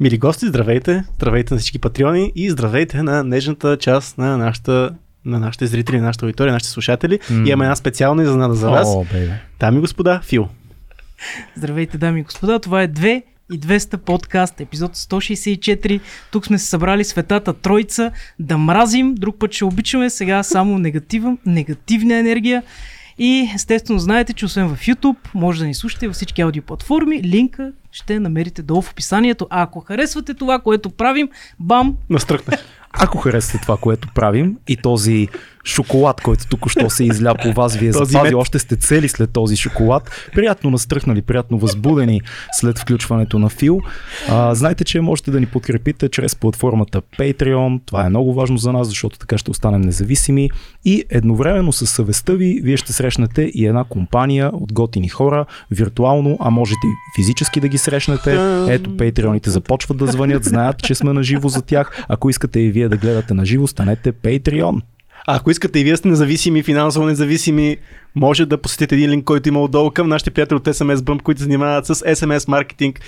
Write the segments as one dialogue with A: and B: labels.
A: Мили гости, здравейте! Здравейте на всички патреони и здравейте на нежната част на нашата на нашите зрители, на нашата аудитория, на нашите слушатели. Mm. И имаме една специална изненада за вас.
B: О, бебе.
A: Дами и господа, Фил.
C: Здравейте, дами и господа, това е 2 и 200 подкаст, епизод 164. Тук сме се събрали светата тройца да мразим, друг път ще обичаме, сега само негатива, негативна енергия. И естествено знаете, че освен в YouTube, може да ни слушате във всички аудиоплатформи. Линка ще намерите долу в описанието. А ако харесвате това, което правим, бам!
A: Настръхнах.
B: Ако харесате това, което правим и този шоколад, който току-що се изля по вас, вие
A: Този
B: запази,
A: мед.
B: още сте цели след този шоколад, приятно настръхнали, приятно възбудени след включването на Фил, а, знайте, че можете да ни подкрепите чрез платформата Patreon, това е много важно за нас, защото така ще останем независими и едновременно с съвестта ви, вие ще срещнете и една компания от готини хора, виртуално, а можете и физически да ги срещнете. Ето, патреоните започват да звънят, знаят, че сме на живо за тях. Ако искате и вие да гледате на живо, станете Patreon.
A: А ако искате и вие сте независими, финансово независими, може да посетите един линк, който има отдолу към нашите приятели от SMS Bump, които се занимават с SMS маркетинг.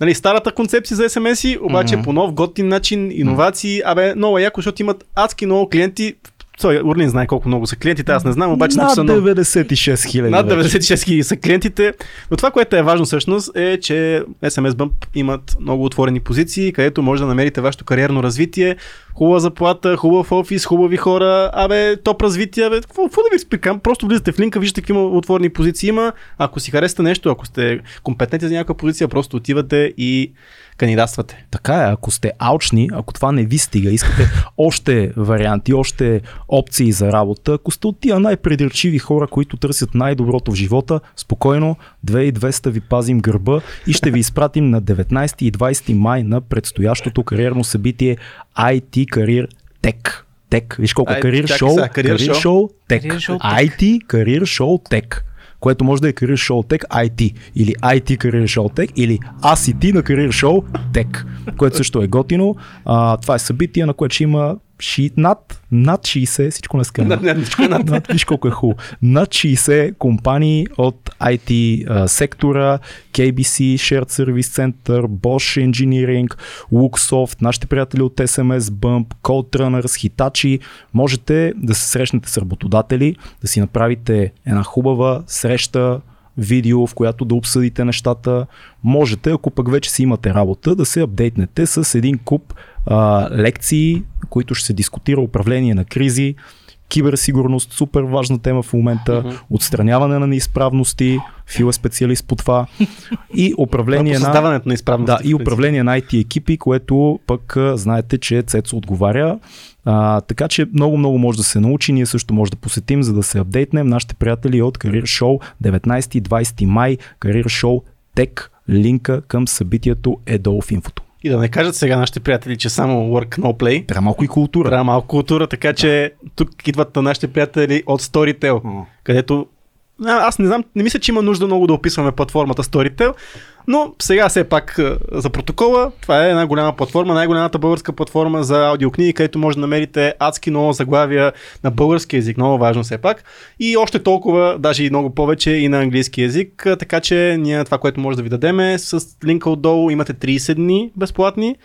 A: Нали, старата концепция за SMS-и, обаче mm-hmm. по нов готин начин, иновации, абе, много е яко, защото имат адски много клиенти. Той Урлин знае колко много са клиентите, аз не знам, обаче знам, че
B: над
A: са много.
B: 96 хиляди.
A: Над 96 хиляди са клиентите. Но това, което е важно всъщност е, че SMS Bump имат много отворени позиции, където може да намерите вашето кариерно развитие, хубава заплата, хубав офис, хубави хора, абе, топ развитие, абе, какво, какво да ви спикам? Просто влизате в линка, виждате какви има отворени позиции има. Ако си харесате нещо, ако сте компетентни за някаква позиция, просто отивате и кандидатствате.
B: Така е, ако сте алчни, ако това не ви стига, искате още варианти, още опции за работа, ако сте от тия най-придирчиви хора, които търсят най-доброто в живота, спокойно, 2200 ви пазим гърба и ще ви изпратим на 19 и 20 май на предстоящото кариерно събитие IT Career Tech. Тек. Виж колко
A: Ай,
B: кариер
A: чакай
B: шоу,
A: сега, Career
B: кариер
A: Show.
B: шоу, тек.
C: Career Show Tech.
B: IT Career Show Tech което може да е Career Show Tech IT или IT Career Show Tech или аз и ти на Career Show Tech, което също е готино. А, това е събитие, на което ще има ши, над, над 60, всичко на скана.
A: Над- над- всичко е над.
B: над, виж колко е хубаво. Над 60 компании от IT а, сектора, KBC, Shared Service Center, Bosch Engineering, Luxoft, нашите приятели от SMS Bump, Cold Runners, Hitachi. Можете да се срещнете с работодатели, да си направите една хубава среща, видео, в която да обсъдите нещата. Можете, ако пък вече си имате работа, да се апдейтнете с един куп а, лекции, които ще се дискутира управление на кризи, киберсигурност, супер важна тема в момента, отстраняване на неизправности, Фил е специалист по това и
A: По
B: управление на...
A: създаването на изправност. е
B: Да, и управление на IT екипи, което пък а, знаете, че Цецо отговаря. А, така че много-много може да се научи. Ние също може да посетим, за да се апдейтнем. Нашите приятели от Career Show 19 и 20 май. Career Show Tech. Линка към събитието е долу в инфото.
A: И да не кажат сега нашите приятели, че само work, no play.
B: Трябва малко и култура.
A: Трябва малко култура, така че тук идват на нашите приятели от Storytel, където а, аз не знам, не мисля, че има нужда много да описваме платформата Storytel, но сега все пак а, за протокола, това е една голяма платформа, най-голямата българска платформа за аудиокниги, където може да намерите адски много заглавия на български язик, много важно все пак. И още толкова, даже и много повече и на английски язик, а, така че ние това, което може да ви дадем е с линка отдолу, имате 30 дни безплатни,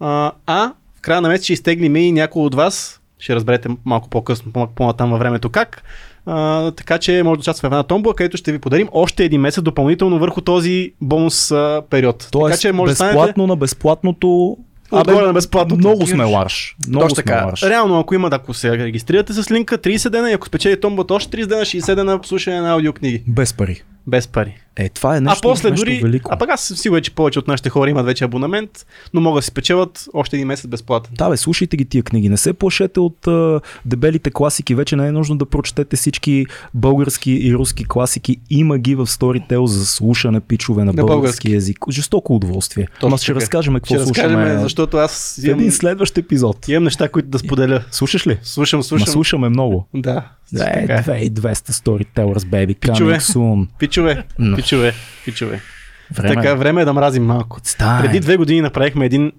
A: а, а в края на месец ще изтеглим и някой от вас. Ще разберете малко по-късно, малко по-натам във времето как. А, така че може да участвате в една томбла, където ще ви подарим още един месец допълнително върху този бонус а, период.
B: Тоест,
A: така че може да
B: безплатно
A: станете...
B: на безплатното.
A: Отгоре на безплатното.
B: Много сме ларш. Много
A: Точно
B: сме
A: така.
B: ларш.
A: Реално, ако има, да, ако се регистрирате с линка 30 дена и ако спечели томбата още 30 дена, 60 дена слушане на аудиокниги.
B: Без пари.
A: Без пари.
B: Е, това е
A: Нещо,
B: нещо,
A: а после
B: нещо
A: дори.
B: велико.
A: А пък аз съм сигурен, че повече от нашите хора имат вече абонамент, но могат да си печелят още един месец безплатно.
B: Да, бе, слушайте ги тия книги. Не се плашете от а, дебелите класики. Вече не е нужно да прочетете всички български и руски класики. Има ги в Storytel за слушане, пичове на,
A: На
B: български,
A: български.
B: язик. Жестоко удоволствие.
A: Точно
B: Ама ще
A: така.
B: разкажем какво
A: Ще
B: слушаме.
A: разкажем, защото аз
B: в
A: имам,
B: един следващ епизод.
A: имам неща, които да споделя.
B: Слушаш ли?
A: Слушам,
B: Ма
A: слушам.
B: слушаме много.
A: Да.
B: Да, е,
A: така е.
B: 2200 Storytellers, baby.
A: Пичове.
B: Coming soon.
A: Пичове,
B: Но.
A: пичове, пичове.
B: Време. е.
A: Така, време е да мразим малко.
B: It's time.
A: Преди две години направихме един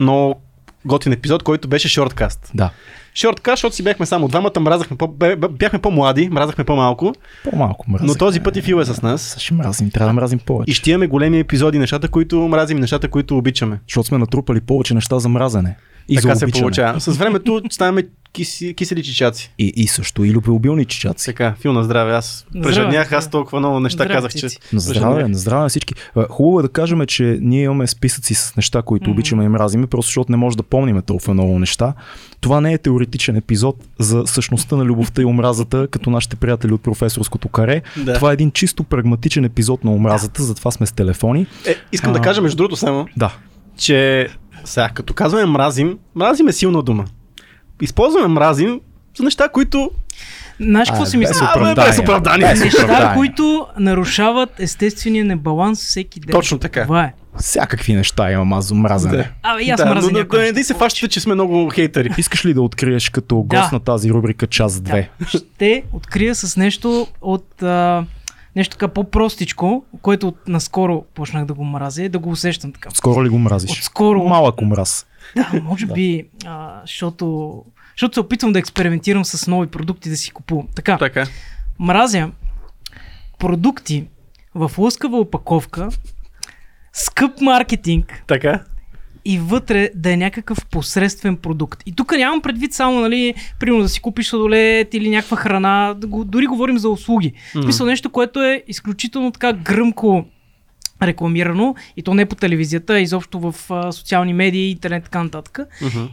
A: много готин епизод, който беше шорткаст.
B: Да.
A: Шорткаст, защото си бяхме само двамата, мразахме по, бе- бе- бяхме по-млади, мразахме по-малко,
B: По-малко мразим.
A: но този път и Фил е с нас.
B: Ще мразим, трябва да мразим повече.
A: И ще имаме големи епизоди, нещата, които мразим, нещата, които обичаме.
B: Защото сме натрупали повече неща за мразене. И
A: така
B: за
A: се
B: обичане.
A: получава. С времето ставаме киси, кисели чичаци.
B: И, и също и любвеобилни чичаци.
A: Така, Фил на здраве, аз
C: На здраве,
A: прежаднях,
C: да.
A: аз толкова много неща
C: Здраве,
A: казах, че...
C: птици.
B: На здраве,
A: прежаднях.
B: на здраве на всички. А, Хубаво е да кажем, че ние имаме списъци с неща, които
C: Мгм.
B: обичаме и мразиме, просто защото не може да помним толкова много неща. Това не е теоретичен епизод за същността на любовта и омразата, като нашите приятели от професорското каре.
A: Да.
B: Това е един чисто прагматичен епизод на омразата, затова сме с телефони.
A: Е, искам да
B: А.
A: кажа, между другото, само,
B: Да,
A: че сега, като казваме мразим, мразим е силна дума. Използваме мразим за неща, които...
C: Знаеш
B: А,
C: какво си
B: без
A: А, е,
C: мисля?
A: бе,
B: оправдание.
A: без оправдание.
C: Неща,
A: е.
B: оправдание.
C: които нарушават естествения небаланс всеки ден.
A: Точно така.
C: Това е.
B: всякакви неща имам аз за мразене.
A: Да.
C: Абе, и аз
A: да,
C: мразя
A: но, е
C: някои
A: да, не
C: неща.
A: да се фащате, че сме много хейтери.
B: Искаш ли да откриеш като гост
C: Да.
B: на тази рубрика част 2?
C: Да. Ще открия с нещо от а, нещо така по-простичко, което от- наскоро почнах да го мразя и да го усещам така.
B: Скоро ли го мразиш?
C: Отскоро.
B: Малък омраз.
C: Да, може би, а, защото, защото се опитвам да експериментирам с нови продукти да си купувам. Така,
A: Така.
C: мразя продукти в лъскава опаковка, скъп маркетинг,
A: Така.
C: и вътре да е някакъв посредствен продукт. И тук нямам предвид само, нали, примерно да си купиш сладолет или някаква храна, да го, дори говорим за услуги. Mm-hmm. В смисъл нещо, което е изключително така гръмко рекламирано и то не по телевизията, а изобщо в а, социални медии, интернет и така нататък.
A: Мгм.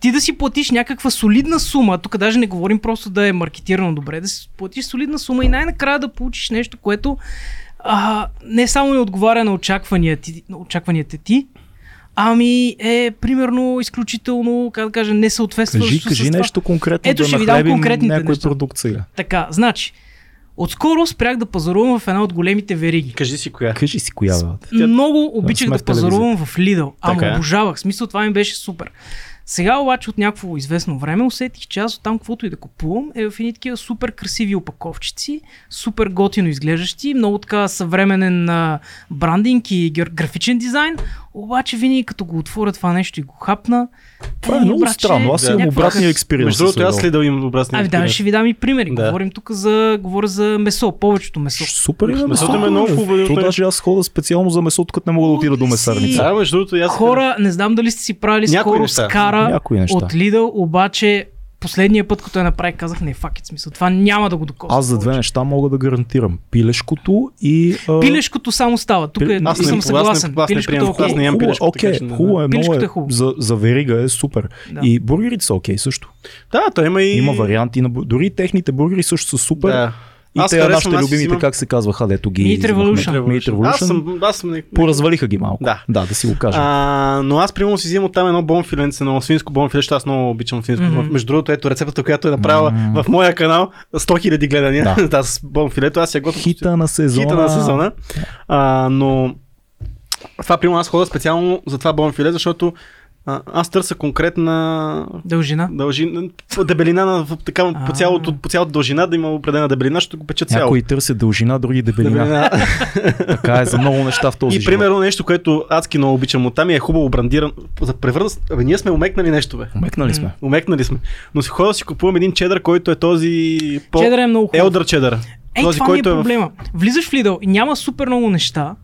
C: Ти да си платиш някаква солидна сума, тук даже не говорим просто да е маркетирано добре, да си платиш солидна сума и най-накрая да получиш нещо, което а, не само не отговаря на очакванията ти, на очакванията ти Ами е, примерно, изключително, как да кажа, не съответства
B: Кажи,
C: с
B: кажи
C: това.
B: нещо конкретно.
C: Ето
B: да
C: ще ви дам
B: нахлебим
C: конкретните
B: някой
C: неща.
B: продукт сега.
C: Така, значи, отскоро спрях да пазарувам в една от големите вериги.
A: Кажи си коя.
B: Кажи си коя бе.
A: Тя-
C: Много обичах
B: сме
C: да
B: в телевизия.
C: пазарувам в Lidl. Ама
A: Така е.
C: обожавах. В Смисъл, това ми беше супер. Сега обаче от някакво известно време усетих, че аз оттам каквото и да купувам е в едни такива супер красиви опаковчици, супер готино изглеждащи, много така съвременен а, брандинг и гър- графичен дизайн, обаче винаги като го отворя това нещо и го хапна,
B: Това е
C: ей,
B: много
C: братче,
B: странно. Аз
A: да.
B: имам
C: някаква-
B: обратния експеримент.
A: Между другото, аз ли да имам добра
C: Ами да, ще ви дам и примери.
A: Да.
C: Говорим тук за, говоря за месо, повечето месо.
B: Супер е на
A: Месото
B: месото.
A: ми е много
B: бе.
A: хубаво, да
B: То
A: бъде.
B: даже аз хода специално за месото, като не мога да отида до
C: Отли си.
B: месарница.
A: Да, между другото, и аз...
C: Хора, не знам дали сте си правили
A: Някои
C: скоро
A: неща.
C: скара
B: Някои неща.
C: от Lidl, обаче последния път, като я направих, казах не, факет смисъл. Това няма да го докосна.
B: Аз за две
C: повече.
B: неща мога да гарантирам. Пилешкото и... а,
C: Пилешкото само става. Тук
B: Пил-
C: е,
A: Аз
C: аз
A: не-
C: съм
A: аз не- аз не
C: съгласен.
A: приемам
C: Пилешкото е
A: това, аз
C: окей.
A: не ям
B: хубаво,
A: пилешкото, така
B: Окей,
A: че не
B: хубаво е,
A: знам.
B: много
C: Пилешкото
B: е.
C: е хубаво.
B: За, за верига е супер.
C: Да.
B: И бургерите са окей също.
A: Да, той има и...
B: Има варианти на... бу- Дори и техните бургери също са супер.
A: Да.
B: И
A: Аз
B: те
A: харесвам,
B: нашите
A: аз си
B: любимите,
A: взимам-
B: как се казваха, дето ги...
C: Meat
B: измахме.
C: Revolution.
B: Meat
A: Аз
B: Revolution.
A: съм... Аз съм... не-
B: Поразвалиха ги малко.
A: Да.
B: да, да си го кажем.
A: А, но аз примерно си взимам от там едно бонфиленце, едно свинско бонфиле, защото аз много обичам свинско.
C: Мгм.
A: Mm-hmm. Между другото, ето рецептата, която е направила
B: Мм.
A: mm-hmm. в моя канал, 100 000 гледания.
B: Да.
A: Да, с бонфилето, аз я готвя.
B: Хита на сезона.
A: Хита на сезона. А, но това примерно аз хода специално за това бонфиле, защото а, аз търся конкретна
C: Дължина.
A: дължина, дебелина на, в- така,
C: А.
A: по, цялото, по цялата дължина да има определена дебелина, ще го печа цяло.
B: Някои търсят дължина, други дебелина.
A: Дебелина.
B: Така е за много неща в този
A: И
B: живот.
A: примерно нещо, което адски много обичам от там и е хубаво брандиран. За превърнат, бе, ние сме умекнали нещо, бе.
B: Умекнали сме.
A: Умекнали сме. Но си ходя да си купувам един чедър, който е този по...
C: Чедър е много хубав.
A: Елдър чедър.
C: Ей,
A: този,
C: това
A: който
C: ми е
A: в-
C: проблема. Влизаш в Lidl и няма супер много неща,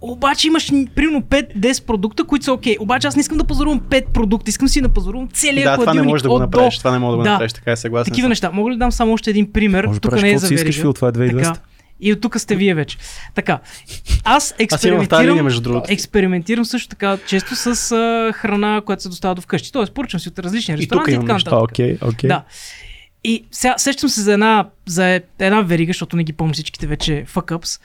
C: обаче имаш м, примерно 5-10 продукта, които са окей. Обаче аз не искам да пазарувам 5 продукта, искам си да пазарувам целия
A: Да, това не
C: хладилник
A: можеш да го
C: от до.
A: направиш. Това не може да го
C: Да.
A: направиш, така е съгласен.
C: Такива
A: съм.
C: неща. Мога ли да дам само още един пример?
B: Може да
C: тук
B: правиш
C: не е
B: каквото
C: за
B: си искаш,
C: верига.
B: Фил, това е 2200.
C: Така. И от тук сте вие вече. Така, аз
A: Аз имам в тази линия,
C: експериментирам,
A: между другото.
C: експериментирам също така често с а, храна, която се доставя до вкъщи. Тоест, поръчвам си от различни
A: тук
C: ресторанти и,
A: имам
C: така
A: неща.
B: А,
C: нататък.
B: Окей, окей.
C: Да. И сега сещам се за една, за е- една верига, защото не ги помня всичките вече fuck-ups.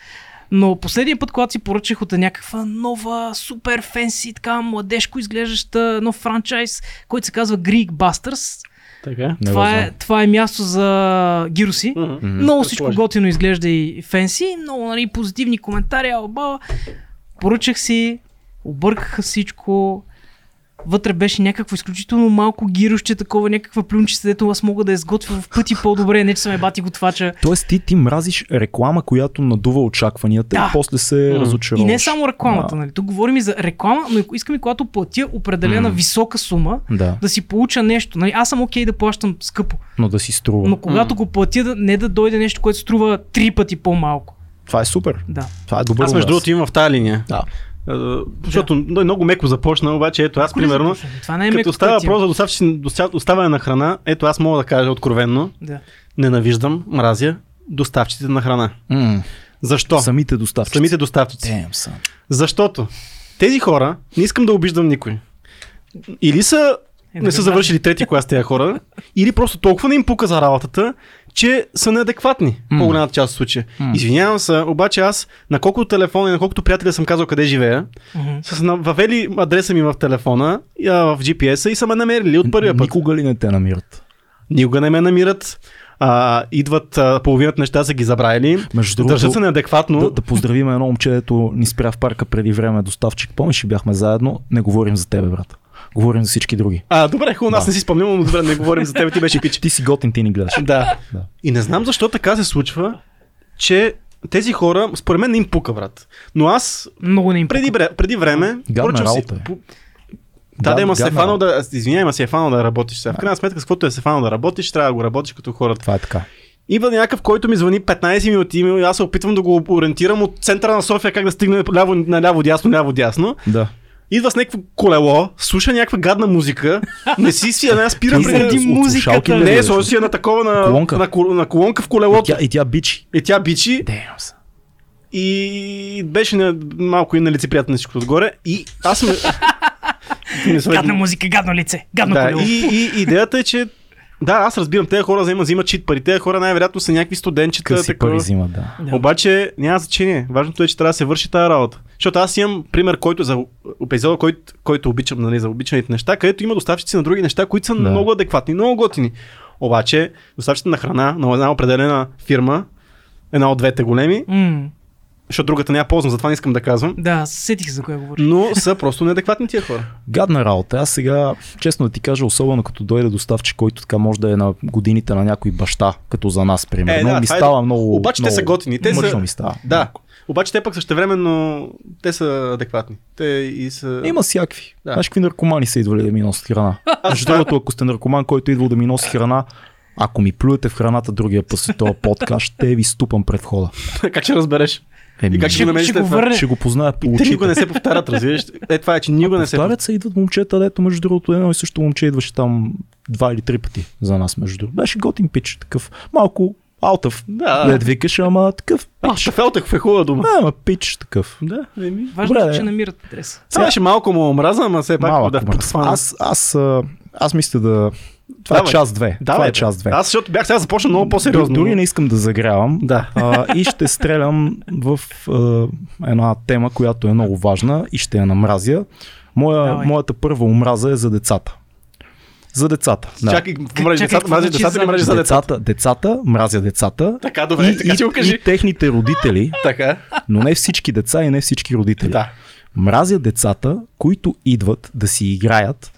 C: Но последния път, когато си поръчах от някаква нова, супер фенси, така младежко изглеждаща, нов франчайз, който се казва Greek Busters.
A: Така.
B: Не
C: Това
B: го
C: е,
B: знам.
C: това е място за гируси.
A: Мгм.
C: Много всичко
A: Предположим.
C: готино изглежда и фенси, много нали, позитивни коментари, алба. Поръчах си, объркаха всичко, Вътре беше някакво изключително малко гирюще, такова някаква плюнче, дето аз мога да изготвя в пъти по-добре, не че съм е бати готвача.
B: Тоест ти, ти мразиш реклама, която надува очакванията
C: Да.
B: и после се
A: М.
B: разочароваш.
C: И не само рекламата,
B: Да.
C: нали? Тук говорим и за реклама, но и- искам и когато платя определена
B: М.
C: висока сума,
B: Да,
C: да си получа нещо. Нали? Аз съм окей да плащам скъпо,
B: но да си струва.
C: но когато
A: М.
C: го платя, да- не да дойде нещо, което струва три пъти по-малко.
B: Това е супер.
C: Да.
B: Това е добър
A: Аз между
B: образ.
A: другото имам в тази линия.
B: Да.
A: А, Защото да. много меко започна, обаче ето аз
C: Ако ли
A: примерно,
C: започнем? Това не е
A: като
C: меко
A: става
C: което имам.
A: въпрос за доставчици- доста- доставяне на храна, ето аз мога да кажа откровенно,
C: Да.
A: ненавиждам, мразя доставчиците на храна.
B: М.
A: Защо?
B: Самите доставчици.
A: Самите доставчици.
B: Damn, son.
A: Защото тези хора, не искам да обиждам никой. Или са
C: Е,
A: не са
C: добре.
A: завършили трети клас тези хора, или просто толкова не им пука за работата, че са неадекватни в
B: М.
A: по-голямата част от случая.
B: М.
A: Извинявам се, обаче аз на колкото телефона и на колкото приятели съм казал къде живея,
C: Мгм.
A: са се на- въвели адреса ми в телефона, а, в GPS-а и са ме намерили от първия път.
B: Никога ли не те намират?
A: Никога не ме намират. А, идват а, половината неща са ги забравили.
B: Между
A: Държат се неадекватно.
B: Да, да поздравим едно момче, дето ни спря в парка преди време доставчик. Помниш ли бяхме заедно? Не говорим за тебе, брат. Говорим за всички други.
A: А, добре, хубаво, аз
B: Да.
A: не си спомням, но добре, не говорим за теб, ти беше пич.
B: Ти си готин, ти ни гледаш.
A: Да.
B: Да.
A: И не знам защо така се случва, че тези хора, според мен, не им пука, брат. Но аз
C: Много не им
A: преди,
C: пука.
A: бре- преди време.
B: Гадна
A: поръчах си-
B: работа е.
A: по- Да, да, ама се е фанал да. Извинявай, ама се е фанал да работиш. Сега. В крайна сметка, с каквото е се фанал да работиш, трябва да го работиш като хората.
B: Това е така.
A: Идва някакъв, който ми звъни 15 минути и аз се опитвам да го ориентирам от центъра на София как да стигне ляво, наляво, дясно, ляво, дясно.
B: Да.
A: Идва с някакво колело, слуша някаква гадна музика, не си си, една спира
B: Ти
A: преди...
C: Заради
B: от- от слушалки
C: музиката.
B: ли
A: Не,
B: гледаш?
A: сложи си една такова на,
B: Колонка.
A: на, кол- на колонка в
B: И
A: колелото.
B: тя, и тя бичи.
A: И тя бичи
B: Damn, son.
A: и беше на, малко и нелицеприятно на всичко отгоре. И аз ме... не съм-
C: Гадна музика, гадно лице, гадно
A: да,
C: колело.
A: и, и идеята е, че да, аз разбирам, тези хора вземат, взимат чит пари. Тези хора най-вероятно са някакви студенчета.
B: Къси
A: е такова.
B: пари взимат, да.
C: Да.
A: Обаче няма значение. Важното е, че трябва да се върши тази работа. Защото аз имам пример, който е за епизода, който, който обичам, нали, за обичаните неща, където има доставчици на други неща, които са
B: Да.
A: да. много адекватни, много готини. Обаче, доставчиците на храна на една определена фирма, една от двете големи,
C: М,
A: защото другата не я ползвам, затова не искам да казвам,
C: Да, сетих за кое говориш.
A: но са просто неадекватни тия хора.
B: Гадна работа. Аз сега, честно да ти кажа, особено като дойде доставчик, който така може да е на годините на някой баща, като за нас, примерно,
A: да,
B: ми
A: това е-
B: става много.
A: Обаче те
B: много,
A: са готини. Те
B: мъчно
A: са-
B: ми става.
A: Да. Обаче те пък същевременно, те са адекватни. Те и са...
B: Е, Има всякакви. Да.
A: Да.
B: Знаеш какви наркомани са идвали да ми носят храна? Между другото, ако сте наркоман, който е идвал да ми носи храна, ако ми плюете в храната другия път след това подкаст, ще ви ступам пред входа.
A: Как ще разбереш?
B: Еми,
A: И как ще,
C: Ще-
A: го намериш
C: ще
A: след
C: го
A: това?
C: върне.
B: ще го позная по
A: Те никога
B: очите.
A: не се повтарят, разбираш. Е, това е, че никога не се
B: Повтарят се, идват момчета, дето между другото едно и също момче идваше там два или три пъти за нас, между другото. Беше готин пич, такъв малко аутъв.
A: Да.
B: Не викаш, ама такъв
A: А,
B: пич.
A: шафелтък е хубава дума.
B: Ама пич такъв. Да.
A: Еми.
C: Важно
B: Добре,
C: е, че
B: е.
C: намират адреса.
A: Сега ще малко му омраза, ама все пак
B: Малък
A: да
B: образ.
A: подхвана.
B: аз, аз, а, аз мисля да... Това е
A: Давай.
B: час две. Това е час две.
A: Аз защото бях сега започна много по-сериозно.
B: Дори не искам да загрявам.
A: Да.
B: А, и ще стрелям в а, една тема, която е много важна и ще я намразя. Моя,
C: Давай.
B: моята първа омраза е за децата. За децата. Да.
A: Чакай, мрежи
C: чакай,
A: децата,
C: какво
A: мразиш
C: значи
A: децата
C: за-
A: или мрежи за деца?
B: децата, децата, мразя децата.
A: Така, добре,
B: и,
A: така
B: и,
A: ще го кажи.
B: и техните родители,
A: Така.
B: но не всички деца и не всички родители.
A: Да.
B: Мразя децата, които идват да си играят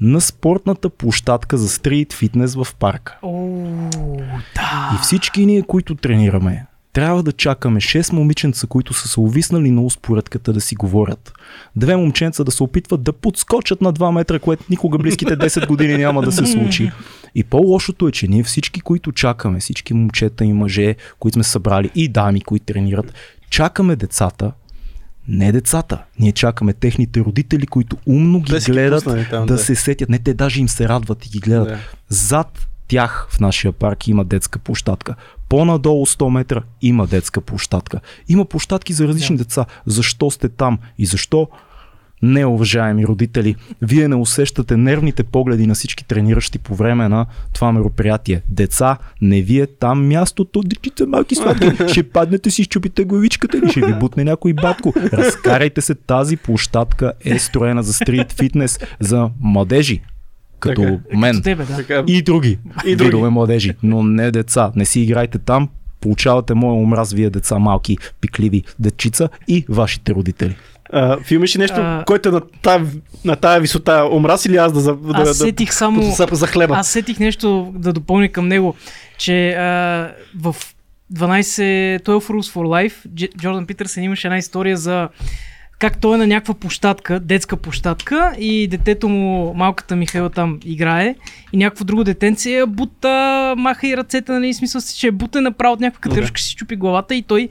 B: на спортната площадка за стрит фитнес в парка.
C: О, да.
B: И всички ние, които тренираме, трябва да чакаме 6 момиченца, които са се увиснали на успоредката да си говорят. Две момченца да се опитват да подскочат на 2 метра, което никога близките 10 години няма да се случи. И по-лошото е, че ние всички, които чакаме, всички момчета и мъже, които сме събрали, и дами, които тренират, чакаме децата, не децата. Ние чакаме техните родители, които умно ги
A: Да си ги
B: гледат,
A: пуснали там,
B: да
A: да.
B: се сетят. Не, те даже им се радват и ги гледат.
A: Да.
B: Зад тях в нашия парк има детска площадка. По-надолу 100 метра има детска площадка. Има площадки за различни деца. Защо сте там и защо не, уважаеми родители, вие не усещате нервните погледи на всички трениращи по време на това мероприятие. Деца, не вие там мястото, дечица малки сладки, ще паднете си, щупите главичката или ще ви бутне някой батко. Разкарайте се, тази площадка е строена за стрит фитнес, за младежи, като
A: Така.
B: мен
C: С тебе, да.
A: Така.
B: и други
A: И други.
B: видове младежи, но не деца. Не си играйте там, Получавате моя омраз, вие деца малки, пикливи дечица и вашите родители.
A: А, филмиш ли нещо,
C: А-
A: което е на тая, на тая висота омраз или аз да, за, да,
C: Аз
A: да,
C: сетих само-
A: за, за хлеба?
C: Аз сетих нещо да допълня към него, че а, в 12 12 Rules for Life Дж- Джордан Питърсън имаше една история за как той е на някаква площадка, детска площадка и детето му, малката Михайла там играе и някакво друго детенце я бута, маха и ръцете, нали, в смисъл си, че е бута направо от някаква катерушка, си чупи главата и той,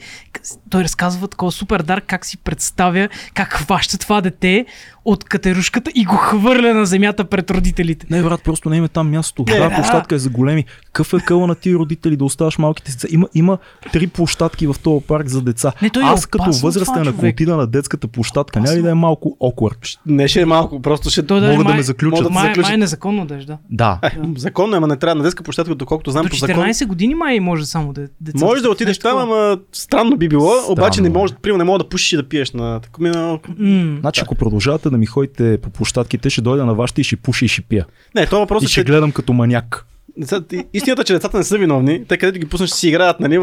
C: той разказва такова супер дар, как си представя, как хваща това дете от катерушката и го хвърля на земята пред родителите.
B: Не, брат, просто не има там място.
A: Не,
B: Та
A: да.
B: площадка е за големи. Какъв е къла на ти родители да оставаш малките си деца? Има, има три площадки в този парк за деца.
C: Не, то е
B: Аз като
C: опасно
B: възрастен,
C: това,
B: ако
C: човек.
B: отида на детската площадка, няма ли да е малко окорд?
A: Не ще е малко, просто ще...
C: Той даже
B: Могат да
C: май,
B: ме заключат.
A: Могат да
C: Май,
A: заключат.
C: май е незаконно даже, да.
B: Да.
A: Е, законно, е, ама не трябва на детска площадка, доколкото знам
C: До
A: по закон.
C: 14 години май може само да е деца.
A: Може да отидеш там, ама странно би било, обаче не
B: Странно е.
A: може, примерно, не мога да пушиш и да пиеш на тако мина.
C: М,
B: Значи, ако продължавате да ми ходите по площадките, ще дойда на вашите и ще пуша и ще пия.
A: Не, това въпрос
B: И
A: е,
B: ще
A: че
B: гледам като маняк.
A: децата, и- истината, е, че децата не са виновни, те където ги пуснеш си играят, нали?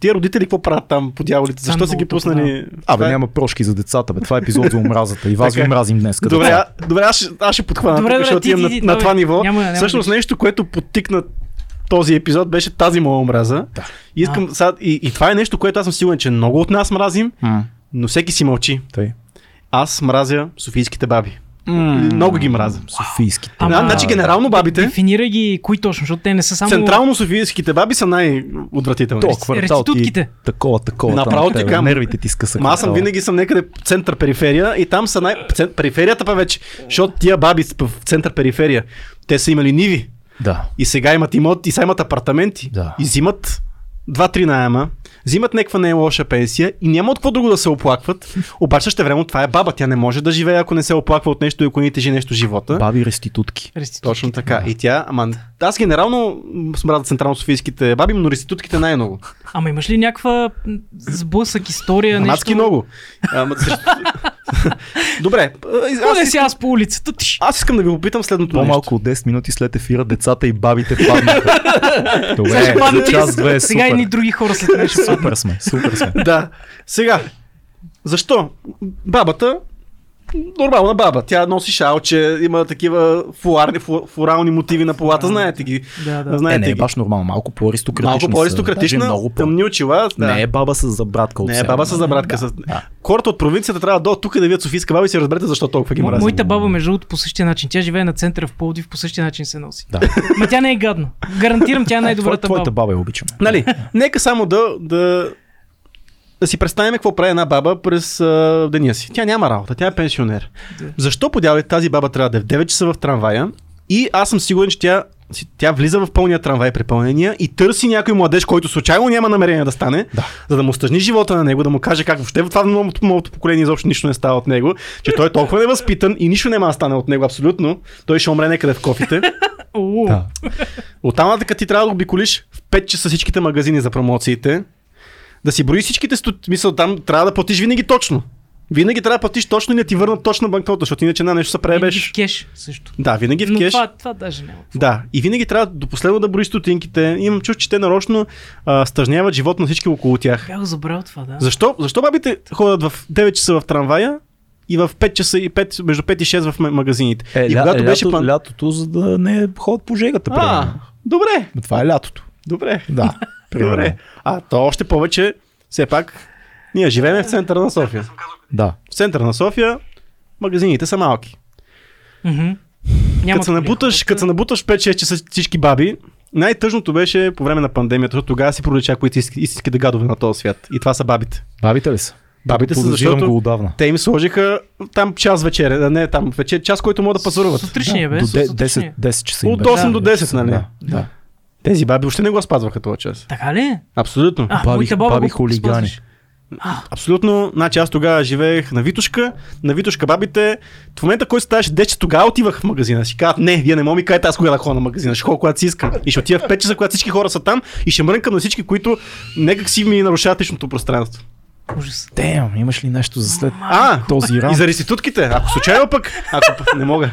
A: Тия родители какво правят там по дяволите?
C: Там
A: Защо са ги
C: много
A: пуснали? Това
B: Абе,
A: е-
B: няма прошки за децата, бе. Това е епизод за омразата. И вас ви
A: Така е.
B: мразим днес. като
A: Добре,
B: цяло.
A: а, добре, аз ще, аз ще подхвана,
C: Добре,
A: тук,
C: добре,
A: ще
C: ти-
A: отивам
C: ти-
A: на,
C: ти,
A: на
C: давай.
A: това ниво.
C: Няма- няма
A: Всъщност нещо, което подтикна този епизод беше тази моя омраза.
B: Да.
A: И, искам, сега, и, и това е нещо, което аз съм сигурен, че много от нас мразим,
B: М,
A: но всеки си мълчи.
B: Тъй.
A: Аз мразя софийските баби. Много ги мразя.
B: Софийските.
C: Ама-
A: А, значи генерално бабите,
C: Дефинира ги кои точно, защото те не са само...
A: централно софийските баби са най-отвратителни.
B: То квартал ти,
C: реститутките.
B: такова, такова. там
A: Направо
B: на
A: ти
B: тебе,
A: кам.
B: Нервите ти скъсаха. Е.
A: Ма аз съм
B: такова.
A: винаги съм някъде център периферия и там са най... цен- Периферията па вече, защото тия баби с- в център периферия, те са имали ниви
B: Да.
A: и сега имат имот и сега имат апартаменти
B: Да.
A: и взимат два-три найема, взимат някаква не лоша пенсия и няма от какво друго да се оплакват, обаче ще време това е баба, тя не може да живее, ако не се оплаква от нещо и ако не й тежи нещо живота.
B: Баби реститутки.
C: Реститутки.
A: Точно така. И тя, ама аз генерално смраза централно-софийските баби, но реститутките най-много.
C: Ама имаш ли някаква м, сблъсък, история,
A: Манатски
C: нещо?
A: много. Ама, също... Добре, аз,
C: Ходи си
A: искам,
C: аз по улицата, тиш.
A: аз искам да ви попитам следното нещо.
B: По-малко от 10 минути след ефира децата и бабите паднаха. Добре,
C: Сега
B: Е, за
C: паднали
B: час
C: са.
B: две е
C: Сега и ни
B: супер.
C: други хора след нещо.
B: Супер сме, супер сме.
A: Да. Сега, защо? Бабата, нормална баба, тя носи шалче, има такива фуарни, фу, фурални мотиви на полата, знаете ги.
C: Да, да.
B: Не,
A: Знаете
B: не е
A: ги.
B: баш нормално, малко по-аристократични
A: Малко
B: са,
A: по-аристократична,
B: даже много по-
A: тъмни очила. Да.
B: Не е баба с забратка от
A: не е
B: село,
A: баба с забратка.
B: Да,
A: с...
B: да.
A: Хората от провинцията трябва да дойдат тук и да видят Софийска баба и се разберете защо толкова ги
C: Мо-
A: мразим.
C: Моята баба, между другото, по същия начин. Тя живее на центъра в Пловдив, по същия начин се носи.
B: Да.
C: Ма тя не е гадна. Гарантирам, тя е
B: Твоя-
C: най-добрата
B: Твоята
C: баба.
B: баба я обичам.
A: Нали, нека само да, да, да си представим какво прави една баба през а, деня си. Тя няма работа, тя е пенсионер.
C: Да.
A: Защо подявай тази баба трябва да е в 9 часа в трамвая и аз съм сигурен, че тя, си- тя влиза в пълния трамвай при пълнения и търси някой младеж, който случайно няма намерение да стане,
B: Да.
A: за да му стъжни живота на него, да му каже как въобще в това новото, новото поколение изобщо нищо не става от него, че той е толкова невъзпитан и нищо няма да стане от него абсолютно. Той ще умре някъде в кофите.
C: О,
B: Да.
A: Оттам нататък ти трябва да обиколиш в 5 часа всичките магазини за промоциите, да си брои всичките сто... Мисъл, там трябва да платиш винаги точно. Винаги трябва да платиш точно и да ти върнат точно банкнота, защото иначе на нещо се
C: винаги в
A: пребеш.
C: кеш също.
A: Да, винаги в
C: Но
A: кеш.
C: това, това даже няма.
A: Да, и винаги трябва до последно да броиш стотинките. Имам чувство, че те нарочно а, стъжняват живот на всички около тях.
C: Бях забрал това, да.
A: Защо, защо бабите ходят в 9 часа в трамвая и в 5 часа и 5, между 5 и 6 в м- магазините?
B: Е,
A: и
B: ля,
A: когато
B: е,
A: беше
B: лято,
A: пан...
B: лятото, за да не ходят по жегата.
A: А,
B: примерно.
A: добре,
B: Това е лятото.
A: добре.
B: Да.
A: Добре.
B: примерно.
A: А то още повече, все пак, ние живеем в центъра на София.
B: Да.
A: В центъра на София магазините са малки.
C: Мгм. Няма
A: Като се,
C: такива
A: набуташ,
C: хора.
A: като се набуташ в 5-6 часа всички баби, най-тъжното беше по време на пандемията, защото тогава си пролича които истински- истинските гадове на този свят. И това са бабите.
B: Бабите ли са?
A: Бабите са,
B: Подозирам
A: защото-
B: го отдавна.
A: Те им сложиха там час вечеря, а не там вечер, час, който могат да пазаруват.
C: Сутрешния, бе.
B: до де- 10,
C: сутрешния.
B: 10 часа. им
A: От
B: беше.
A: 8 до 10, нали?
B: Да. да.
A: Тези баби въобще не го спазваха този час.
C: Така ли? е?
A: Абсолютно.
C: А,
B: Баби-
C: моята баба
B: баби
C: го
B: хулигани.
C: спазваше.
A: Абсолютно. Значи аз тогава живеех на Витушка, на Витушка бабите. В момента, който ставаше 10, че тогава отивах в магазина. Си казват, не, вие не мога ми кажете аз кога да ходя на магазина. Ще ходя, когато си искам. И ще отида в 5 часа, когато всички хора са там и ще мрънкам на всички, които някак си ми нарушават личното пространство.
C: Ужас.
B: Damn, имаш ли нещо за след
A: А,
B: този
A: и
B: раунд?
A: за реститутките. Ако случайно пък, ако пък не мога.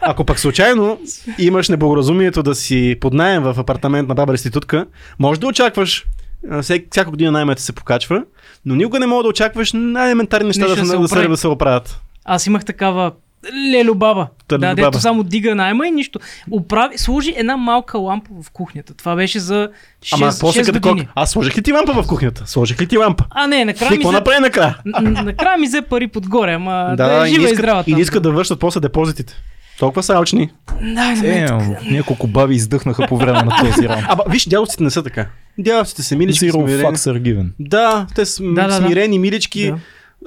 A: Ако пък случайно имаш неблагоразумието да си поднаем в апартамент на баба реститутка, може да очакваш А, всек- Всяка година наймета се покачва, но никога не мога да очакваш най-елементарни неща да,
C: Нещо
A: се,
C: да се
A: да, се,
C: оправи.
A: да се оправят.
C: Аз имах такава Лелю баба.
A: Та,
C: да,
A: Лелю
C: дето
A: баба.
C: само дига найма и нищо. Оправи, сложи една малка лампа в кухнята. Това беше за 6,
A: Ама после
C: 6
A: като
C: години.
A: кок, аз сложих ли ти лампа в кухнята? Сложих ли ти лампа?
C: А, не,
A: Ти
C: накрая ми,
A: какво
C: взе,
A: направи накрая?
C: н- накрая ми взе пари подгоре, ама да, е
A: и, не
C: жива и,
A: искат,
C: здрава
A: и
C: там.
A: не искат да връщат после депозитите. Толкова са алчни.
C: Да, да,
B: Е, няколко баби издъхнаха по време на този раунд.
A: Ама виж, дядовците не са така. Дядовците са милички,
B: Zero
A: смирени.
B: fucks are given.
A: Да, те са
C: Да, да, да.
A: смирени, милички.
C: да.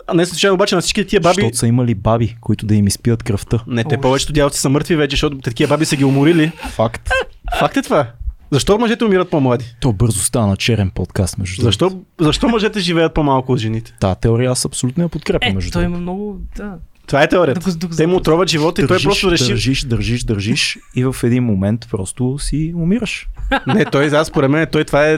A: А не случайно обаче на всички тия баби...
B: Защото са имали баби, които да им изпият кръвта.
A: Не, те
C: О,
A: повечето дялци са мъртви вече, защото такива баби са ги уморили.
B: Факт.
A: Факт е това. Защо мъжете умират по-млади?
B: То бързо стана черен подкаст, между другото.
A: Защо, защо мъжете живеят по-малко от жените?
B: Та теория аз абсолютно я подкрепям,
C: Е,
B: между
C: той
B: другото.
C: има много... Да.
A: Това е теорията.
C: Да го- да го
A: Те му
C: запазва.
A: отроват живота и той просто реши.
B: държиш, държиш, държиш и в един момент просто си умираш.
A: Не, той, аз според мен, той това е,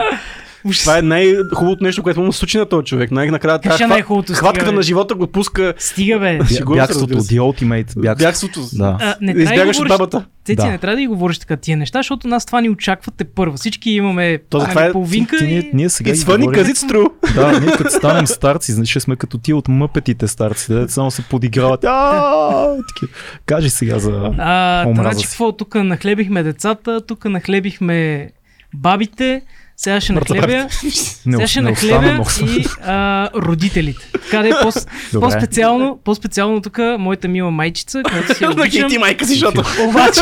A: това е най-хубавото нещо, което му се случи на този човек. Най-накрая
C: Кажа
A: тази
C: най-хубавото, стига,
A: хватката
C: бе.
A: на живота го пуска
C: Стига, бе.
A: Си
B: Бя-
A: го
B: Бягството,
A: разбира се.
B: The Ultimate бягство.
A: бягството.
B: Да.
C: А, не трябва да
A: Избягаш от
C: говориш,
A: бабата.
C: Те ти
B: Да.
C: не трябва да ги говориш така тия неща, защото нас това ни очаквате първо. Всички имаме
A: То,
C: нали,
A: затова е-
C: половинка
B: Ти,
C: и...
B: ние, ние сега
A: И
B: ги
A: свъни
B: говорим-
A: казит стру.
B: Да, ние като станем старци, значи ще сме като тия от мъпетите старци, да само се подиграват. А, такива. Кажи сега за...
C: А, та,
B: Омраза
C: значи,
B: си.
C: какво, тук нахлебихме децата, тук нахлебихме бабите, сега ще
A: Мъртва
C: нахлебя, сега ще
B: не остана
C: нахлебя
B: много.
C: и а, родителите. Така да е по-
B: Добре.
C: по-специално, по-специално тук моята мила майчица, която си я
B: Значи
A: На
C: обичам,
A: ти майка си, защото.
C: обаче,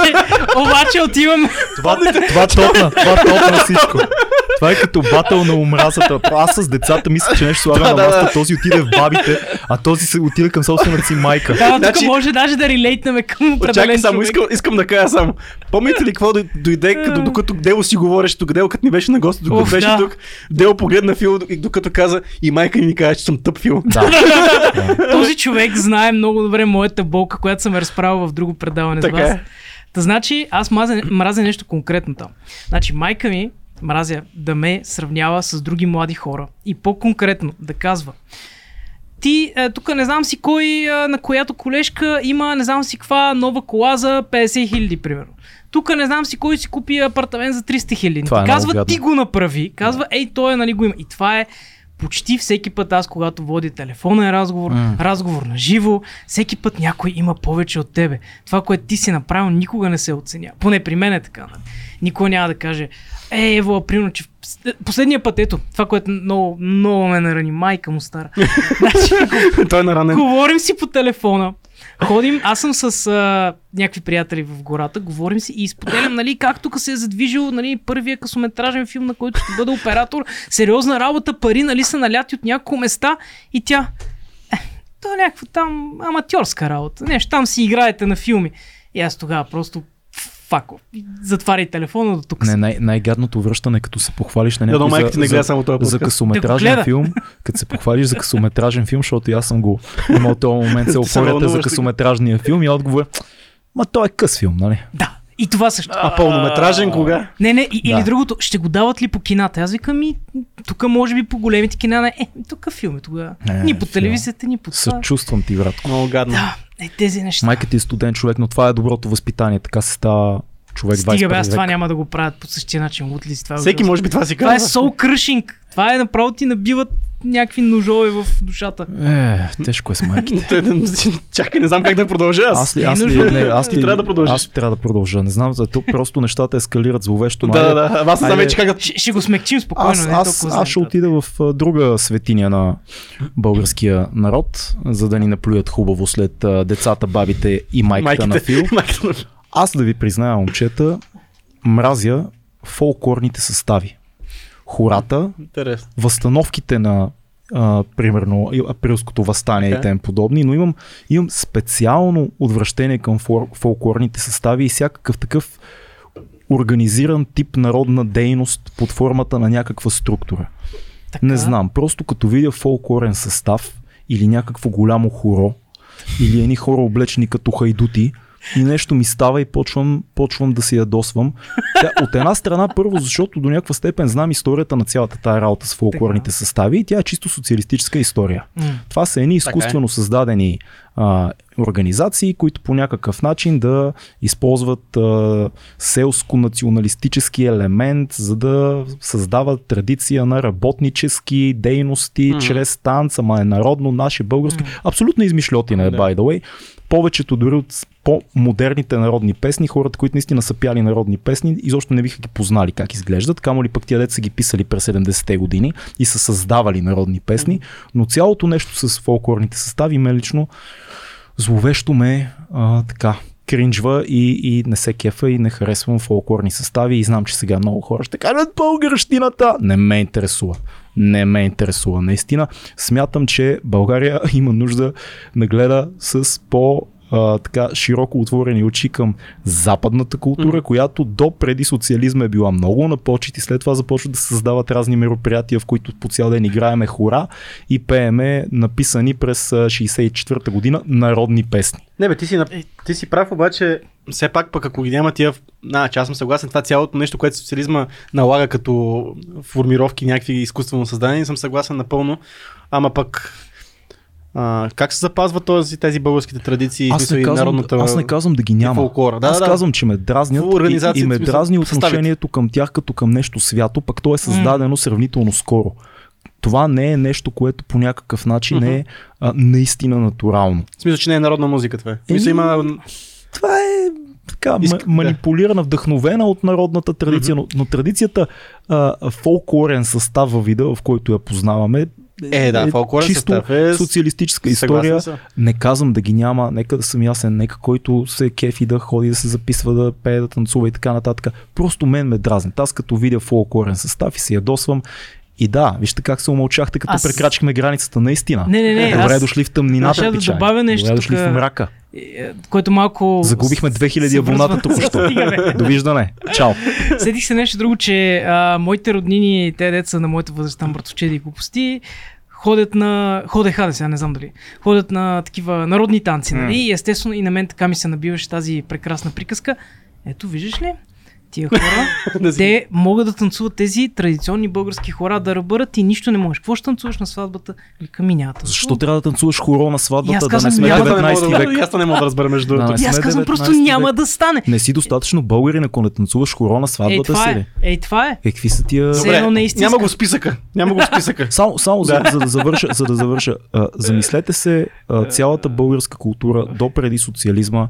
C: обаче отивам
B: Това, това топна, това топна всичко. Това е като батъл на омразата. Аз с децата мисля, че нещо слага
A: Да,
B: на
A: да,
B: масата,
A: да.
B: този отиде в бабите, а този се отиде към собствената си майка.
C: Да, тук
A: Значи-
C: може даже да релейтнаме към
A: Чакай
C: определен
A: само,
C: човек.
A: искам, искам да кажа само. Помните ли какво дой- дойде, като, докато Дело си говореше тук, Дело като ни беше на гости, докато
C: Уф,
A: беше
C: да.
A: тук, Дело погледна Фил и докато каза и майка ми каза, че съм тъп Фил.
C: Този човек знае много добре моята болка, която съм я разправил в друго предаване
A: Така
C: с вас.
A: е.
C: Та значи, аз мразя, мразя нещо конкретно там. Значи, майка ми мразя да ме сравнява с други млади хора. И по-конкретно да казва. Ти, е, тук не знам си кой, е, на която колежка има, не знам си каква нова кола за 50 хиляди, примерно. Тук не знам си кой си купи апартамент за 300 хиляди.
B: Това е много
C: Казва,
B: гадно.
C: ти го направи. Казва, ей, той е, нали го има. И това е почти всеки път аз, когато водя телефонен разговор, mm. разговор на живо, всеки път някой има повече от тебе. Това, което ти си направил, никога не се оценя. Поне при мен е така. нали. Никой няма да каже, е, ево, примерно, че в- последния път, ето, това, което много, много ме нарани, майка му стара. значи,
A: Той е наранен.
C: Говорим си по телефона. Ходим, аз съм с а, някакви приятели в гората, говорим си и споделям, нали, как тук се е задвижил, нали, първия късометражен филм, на който ще бъда оператор, сериозна работа, пари, нали, са наляти от няколко места и тя, е, то е някаква там аматьорска работа, нещо, там си играете на филми. И аз тогава просто, фако, затваряй телефона до тук.
B: Не, най- най-гадното връщане, като се похвалиш на
A: Да, но
B: някой
A: майка ти
B: за,
A: не гледа
B: за,
A: само този
B: за
A: подкаст.
B: късометражен
C: Да го гледа.
B: филм, като се похвалиш за късометражен филм, защото и аз съм го имал този момент, се
A: Ти се
B: опорята за
A: вълнуваш,
B: късометражния филм и отговор е, ма той е къс филм, нали?
C: Да, и това също.
A: А пълнометражен кога?
C: Не, не, и,
B: Да.
C: или другото, ще го дават ли по кината? Аз викам и тук може би по големите кина, не, е, тук филми тогава.
B: Е,
C: Ни по
B: филм.
C: телевизията, ни по това.
B: Съчувствам ти, брат.
A: Много гадно.
C: Да, е, тези неща.
B: Майка ти е студен човек, но това е доброто възпитание. Така се става човек
C: Стига бе,
B: 21
C: аз това
B: век.
C: няма да го правят по същия начин. Лутли си, това е
A: Всеки
C: ужасно.
A: може би това си
C: Това е
A: казва.
C: soul crushing. Това е направо ти набиват някакви ножове в душата.
B: Е, тежко е с майки.
A: Той да- Чакай, не знам как да продължа аз.
B: Аз ли, аз
C: не е
B: ли,
C: нужно.
B: не, аз
A: Ти
B: ли,
A: трябва да продължиш.
B: Аз трябва да продължа. Не знам, за то просто нещата ескалират зловещо. нали? но
A: Да, да,
B: айде.
A: да. Аз не знам
B: Айде.
A: вече как да...
C: Ще, ще го смекчим спокойно.
B: Аз,
C: не е
B: аз,
C: толкова
B: аз ще
C: знаем,
B: отида в а, друга светиня на българския народ, за да ни наплюят хубаво след а, децата, бабите и майката на Фил.
A: Майката на Фил.
B: Аз да ви призная, момчета, мразя фолклорните състави. Хората,
A: Интересно.
B: възстановките на а, примерно и- априлското възстание
A: Така.
B: и тем подобни, но имам, имам специално отвращение към фор, фолклорните състави и всякакъв такъв организиран тип народна дейност под формата на някаква структура.
C: Така.
B: Не знам, просто като видя фолклорен състав или някакво голямо хоро, или едни хора облечени като хайдути, и нещо ми става и почвам, почвам да си ядосвам. Тя, от една страна, първо, защото до някаква степен знам историята на цялата тая работа с фолклорните
C: Така.
B: състави и тя е чисто социалистическа история.
C: М.
B: Това са едни
A: е.
B: изкуствено създадени а, организации, които по някакъв начин да използват а, селско-националистически елемент, за да създават традиция на работнически дейности
A: М.
B: чрез танц, ама е народно, наше, българско. Абсолютно измишлетина е,
A: Да.
B: by the way. Повечето дори от по-модерните народни песни, хората, които наистина са пяли народни песни, изобщо не биха ги познали как изглеждат, камо ли пък тия деца са ги писали през 70-те години и са създавали народни песни, но цялото нещо с фолклорните състави ме лично зловещо ме а, така кринжва и, и не се кефа и не харесвам фолклорни състави и знам, че сега много хора ще кажат българщината. Не ме интересува. Не ме интересува. Наистина смятам, че България има нужда да гледа с по а, така широко отворени очи към западната култура, която до преди социализма е била много на почет и след това започват да се създават разни мероприятия, в които по цял ден играеме хора и пееме написани през а, 64-та година народни песни.
A: Не бе, ти си,
C: Е.
A: нап- ти си прав, обаче все пак пък ако ги няма тия... А, че аз съм съгласен, това цялото нещо, което социализма налага като формировки, някакви изкуствено създания, съм съгласен напълно. Ама пък а, как се запазва този, тези българските традиции
B: Аз
A: смисъл
B: не,
A: и
B: казвам,
A: народната...
B: аз не казвам да ги няма.
A: фолклора. Да,
B: аз
A: да, да.
B: казвам, че ме дразнят
A: В
B: и,
A: организацията,
B: и ме
A: в смисъл,
B: дразни
A: в съставите.
B: отношението към тях като към нещо свято, пък то е създадено сравнително скоро. Това не е нещо, което по някакъв начин е а, наистина натурално.
A: В смисъл, че не е народна музика това. е. В смисъл,
B: Еми,
A: има...
B: Това е така м-
A: Иска- да.
B: манипулирана, вдъхновена от народната традиция, но, но традицията а, фолклорен състав във вида, в който я познаваме,
A: Е, да, фолклорен
B: чисто
A: състав е с-
B: социалистическа
A: съгласен
B: история.
A: съм.
B: Не казвам да ги няма, нека да съм ясен, нека който се кефи да ходи, да се записва, да пее, да танцува и така нататък. Просто мен ме дразнят. Аз като видя фолклорен състав и се ядосвам, и да, вижте как се умълчахте, като
C: Аз-
B: прекрачихме границата, наистина.
C: Не, не, не,
B: Добре
C: аз-
B: дошли в тъмнината,
C: Щях да
B: пичани.
C: добавя нещо
B: Добре дошли в
C: тук.
B: мрака.
C: Е, Което малко...
B: Загубихме 2000
C: се връзва.
B: абоната току-що.
C: Стига, бе.
B: Довиждане. Чао.
C: Сетих се нещо друго, че а, моите роднини, те деца на моята възраст, там братовчеди и глупости, ходят на... Ходеха, да сега не знам дали. Ходят на такива народни танци, нали? И естествено и на мен така ми се набиваше тази прекрасна приказка. Ето, виждаш ли? Тия хора,
A: Да си-
C: те могат да танцуват тези традиционни български хора, да ръбърат и нищо не можеш. Какво ще танцуваш на сватбата? Вика ми няма да танцувам.
B: Защо трябва да танцуваш хоро на
C: И
B: сватбата,
C: аз
B: да не
C: казвам,
B: сме
C: няма да
A: Аз не мога
B: 19
A: да-
B: век?
A: Аз това не мога да разбера между другото.
B: Да,
C: И аз
B: сме
C: казвам, просто
B: 19
C: няма
B: век.
C: да стане.
B: Не си достатъчно българин, ако не танцуваш хоро на
C: Ей,
B: сватбата
C: това
B: си.
C: е.
B: ли?
C: Ей, това е.
B: Е, какви са тия...
C: Се-
A: Добре,
C: едно не е истинска.
A: няма го в списъка. Няма го в списъка.
B: Само, само за, за, да завърша, за да завърша. А, замислете се а, цялата българска култура до преди социализма,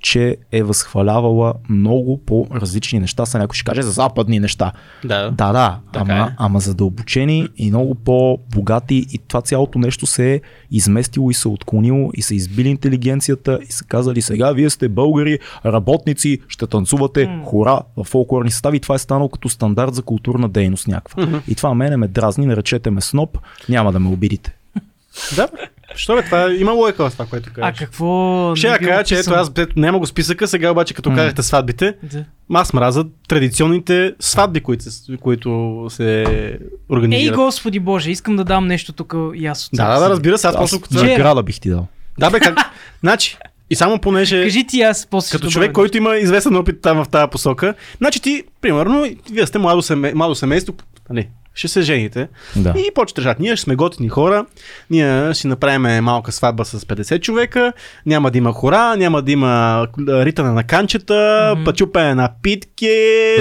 B: че е възхвалявала много по-различни неща. Са някой ще каже за западни неща.
A: Да.
B: Да, да,
A: Така
B: ама,
A: е.
B: ама задълбочени и много по-богати и това цялото нещо се е изместило и се е отклонило и са избили интелигенцията и са казали сега вие сте българи, работници, ще танцувате хора в фолклорни състави. Това е станало като стандарт за културна дейност някаква. И това мене ме дразни, наречете ме сноб, няма да ме обидите.
A: Да, бе. Що бе, това има лойка в това, което
C: А
A: кажеш.
C: какво...
A: Ще
C: не
A: я
C: било
A: кажа, че ето
C: описано?
A: аз ето, няма го списъка, сега обаче като казахте сватбите,
C: Да.
A: аз мраза традиционните сватби, които, се- които се
C: Ей,
A: организират.
C: Господи Боже, искам да дам нещо тук и аз от
A: Ами Да,
C: себе
A: да,
C: си.
A: да, разбира се, аз,
B: Аз
A: просто...
B: награда бих ти дал.
A: Да, бе, как... значи, и само понеже...
C: Кажи ти аз после. ще
A: Като
C: добавя
A: човек,
C: нещо.
A: който има известен опит там в тази посока, значи ти, примерно, вие сте младо, семе, младо семейство, нали, ще се жените
B: Да.
A: и почвате жат. Ние ще сме готини хора, ние ще направим малка сватба с 50 човека, няма да има хора, няма да има а, ритане на канчета, mm-hmm. пачупене на питки,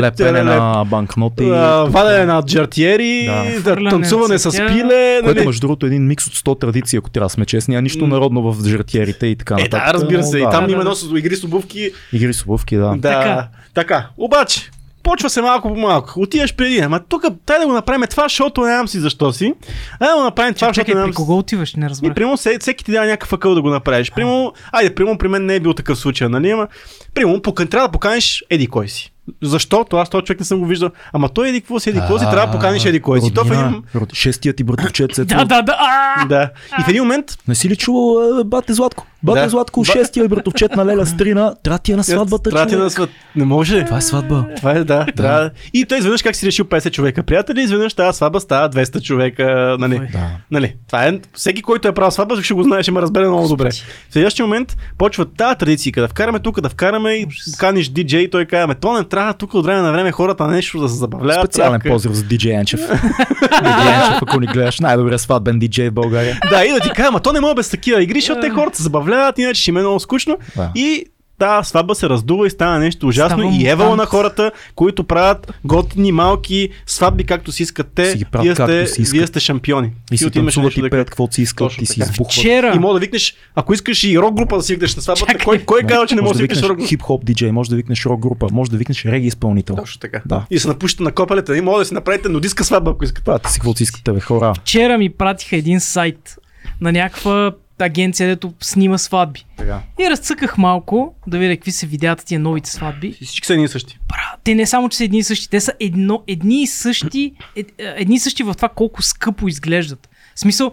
B: Лепене
A: теле-
B: на банкноти.
A: а, валене на джартиери,
B: Да.
A: да. танцуване
C: Хвърляне
A: с
C: с цветя.
A: пиле.
B: Което
A: нали.
B: между другото е един микс от 100 традиции, ако трябва да сме честни, а
A: М.
B: нищо народно в жертиерите и така
A: Е,
B: нататък.
A: да, разбира
B: но
A: се. И
B: да.
A: там
C: Да,
A: има
C: да,
A: едно с игри с обувки.
B: Игри с обувки, да.
A: Да. Така.
C: Така.
A: така. Обаче, почва се малко по малко. Отиваш преди, ама тук дай да го направим това, защото нямам си защо си. Дай да го направим това,
C: Чакай,
A: защото
C: чакай,
A: нямам
C: при
A: си.
C: кого отиваш, не разбрах.
A: И прямо се- всеки ти дава някакъв акъл да го направиш. Прямо, айде, прямо при мен не е бил такъв случай, нали? Ама, прямо, пока, трябва да поканиш еди кой си. Защо? Това аз този човек не съм го виждал. Ама той еди какво си, еди какво си, трябва да поканиш еди кой си. То в един...
B: Шестият ти братовчет се
C: Да, да, да. А!
A: Да. И в един момент
B: Не си ли чувал а, бате Златко? Бате
A: Да.
B: Златко,
A: Ба-
B: шестия братовчет на Леля Стрина, трябва ти е на сватбата,
A: трябва ти
B: човек.
A: да сват... Не може.
B: Това е сватба.
A: Това е, да, трябва. И той изведнъж как си решил 50 човека. Приятели, изведнъж тази сваба става 200 човека. Нали?
C: Ой.
B: Да.
A: Нали, това е, всеки, който е правил сватба, ще го знае, ще ме разбере много добре. В следващия момент почва тази традиция, да вкараме тук, да вкараме и каниш диджей, той казва, «Ме, то не трябва тук от време на време хората на нещо да се забавляват.
B: Специален
A: трябва-
B: поздрав за диджей Енчев. диджей Енчев, ако ни гледаш, най-добре сватбен диджей в България.
A: Да, и да ти кажа, «Ма, то не мога без такива игри, защото те хората се забавляват, иначе ще ми е много скучно.
B: Да.
A: И тази сватба се раздува и става нещо ужасно
C: Става
A: и евала
C: мутант.
A: на хората, които правят готини малки сватби, както си искат те.
B: Си ги правят
A: вие, сте,
B: както си искат.
A: вие сте шампиони.
B: И
A: Ти
B: си
A: отиваш
B: танцуват
A: нещо
B: и
A: да
B: пеят каквото си искат,
A: Точно
B: и си
A: така.
B: избухват.
A: И
C: Вчера.
A: мога да викнеш, ако искаш и рок група да си викнеш на сватбата,
C: Чакай.
A: кой, кой казва, че не може да викнеш рок
B: викнеш
A: група?
B: хип-хоп диджей, може да викнеш рок група, може да викнеш реги изпълнител.
A: Точно така.
B: Да.
A: И се напушите на копелета. И може да си направите нудиска сватба, ако искате.
B: Правете си каквото си искате, бе, хора.
C: Вчера ми пратиха един сайт на някаква агенция, дето снима сватби.
B: Така.
C: И разцъках малко да видя какви са видеята тия новите сватби.
A: И всички са едни и същи.
C: Бра, те не само, че са едни и същи, те са едно, едни и същи, ед, е, едни и същи в това колко скъпо изглеждат. В смисъл,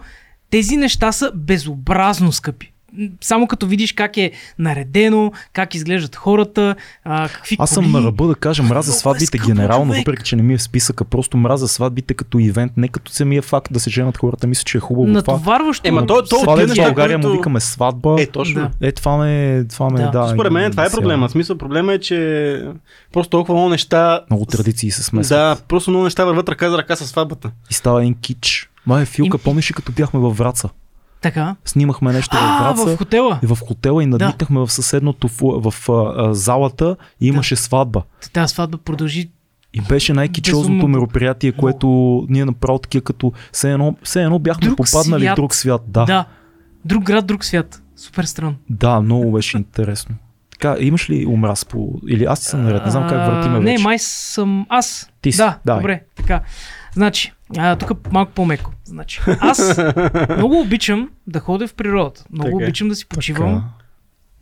C: тези неща са безобразно скъпи. М, Само като видиш как е наредено, как изглеждат хората, а, какви
B: Аз съм
C: коли.
B: на ръба да кажа, мразя
C: Много е
B: сватбите
C: скъпо,
B: генерално,
C: човек.
B: въпреки че не ми е в списъка, просто мразя сватбите като ивент, не като самия факт да се женят хората, мисля, че е хубаво това.
C: Натоварващо.
A: Ема,
C: е.
A: то- то-
B: Сватбен
A: отиваш
B: в
A: на
B: България му
A: който-
B: викаме сватба.
A: Е, точно.
C: Да.
B: Е, това ме, това ме,
C: Да.
B: да.
A: Според мен това е
B: сега.
A: проблема. В смисъл, проблема е, че просто толкова много неща.
B: Много традиции се смесват.
A: Да, просто много неща върват ръка за ръка с сватбата.
B: И става един кич. Май, Филка,
C: Им-
B: помниш ли като бяхме във Враца?
C: Така.
B: Снимахме нещо във
C: А,
B: Враца.
C: в хотела.
B: И в хотела и надникахме в съседното фу- в, а, а, залата и имаше сватба.
C: Тази сватба продължи.
B: И беше най-кичозното
C: Безумно.
B: мероприятие, което ние направо такива като все едно, все едно бяхме
C: Друг
B: попаднали в
C: свят.
B: друг свят. Да,
C: Да.
B: да.
C: да. Друг град, друг свят. Супер странно.
B: да, много беше интересно. Така, имаш ли омраз по... Или аз ти съм наред, не знам как въртиме
C: А,
B: вече.
C: Не, май съм аз.
B: Ти си,
C: Да,
B: давай.
C: добре, така. Значи, а, тук малко по-меко. Значи, аз много обичам да ходя в природата. Много
A: Така.
C: обичам да си почивам
B: Така.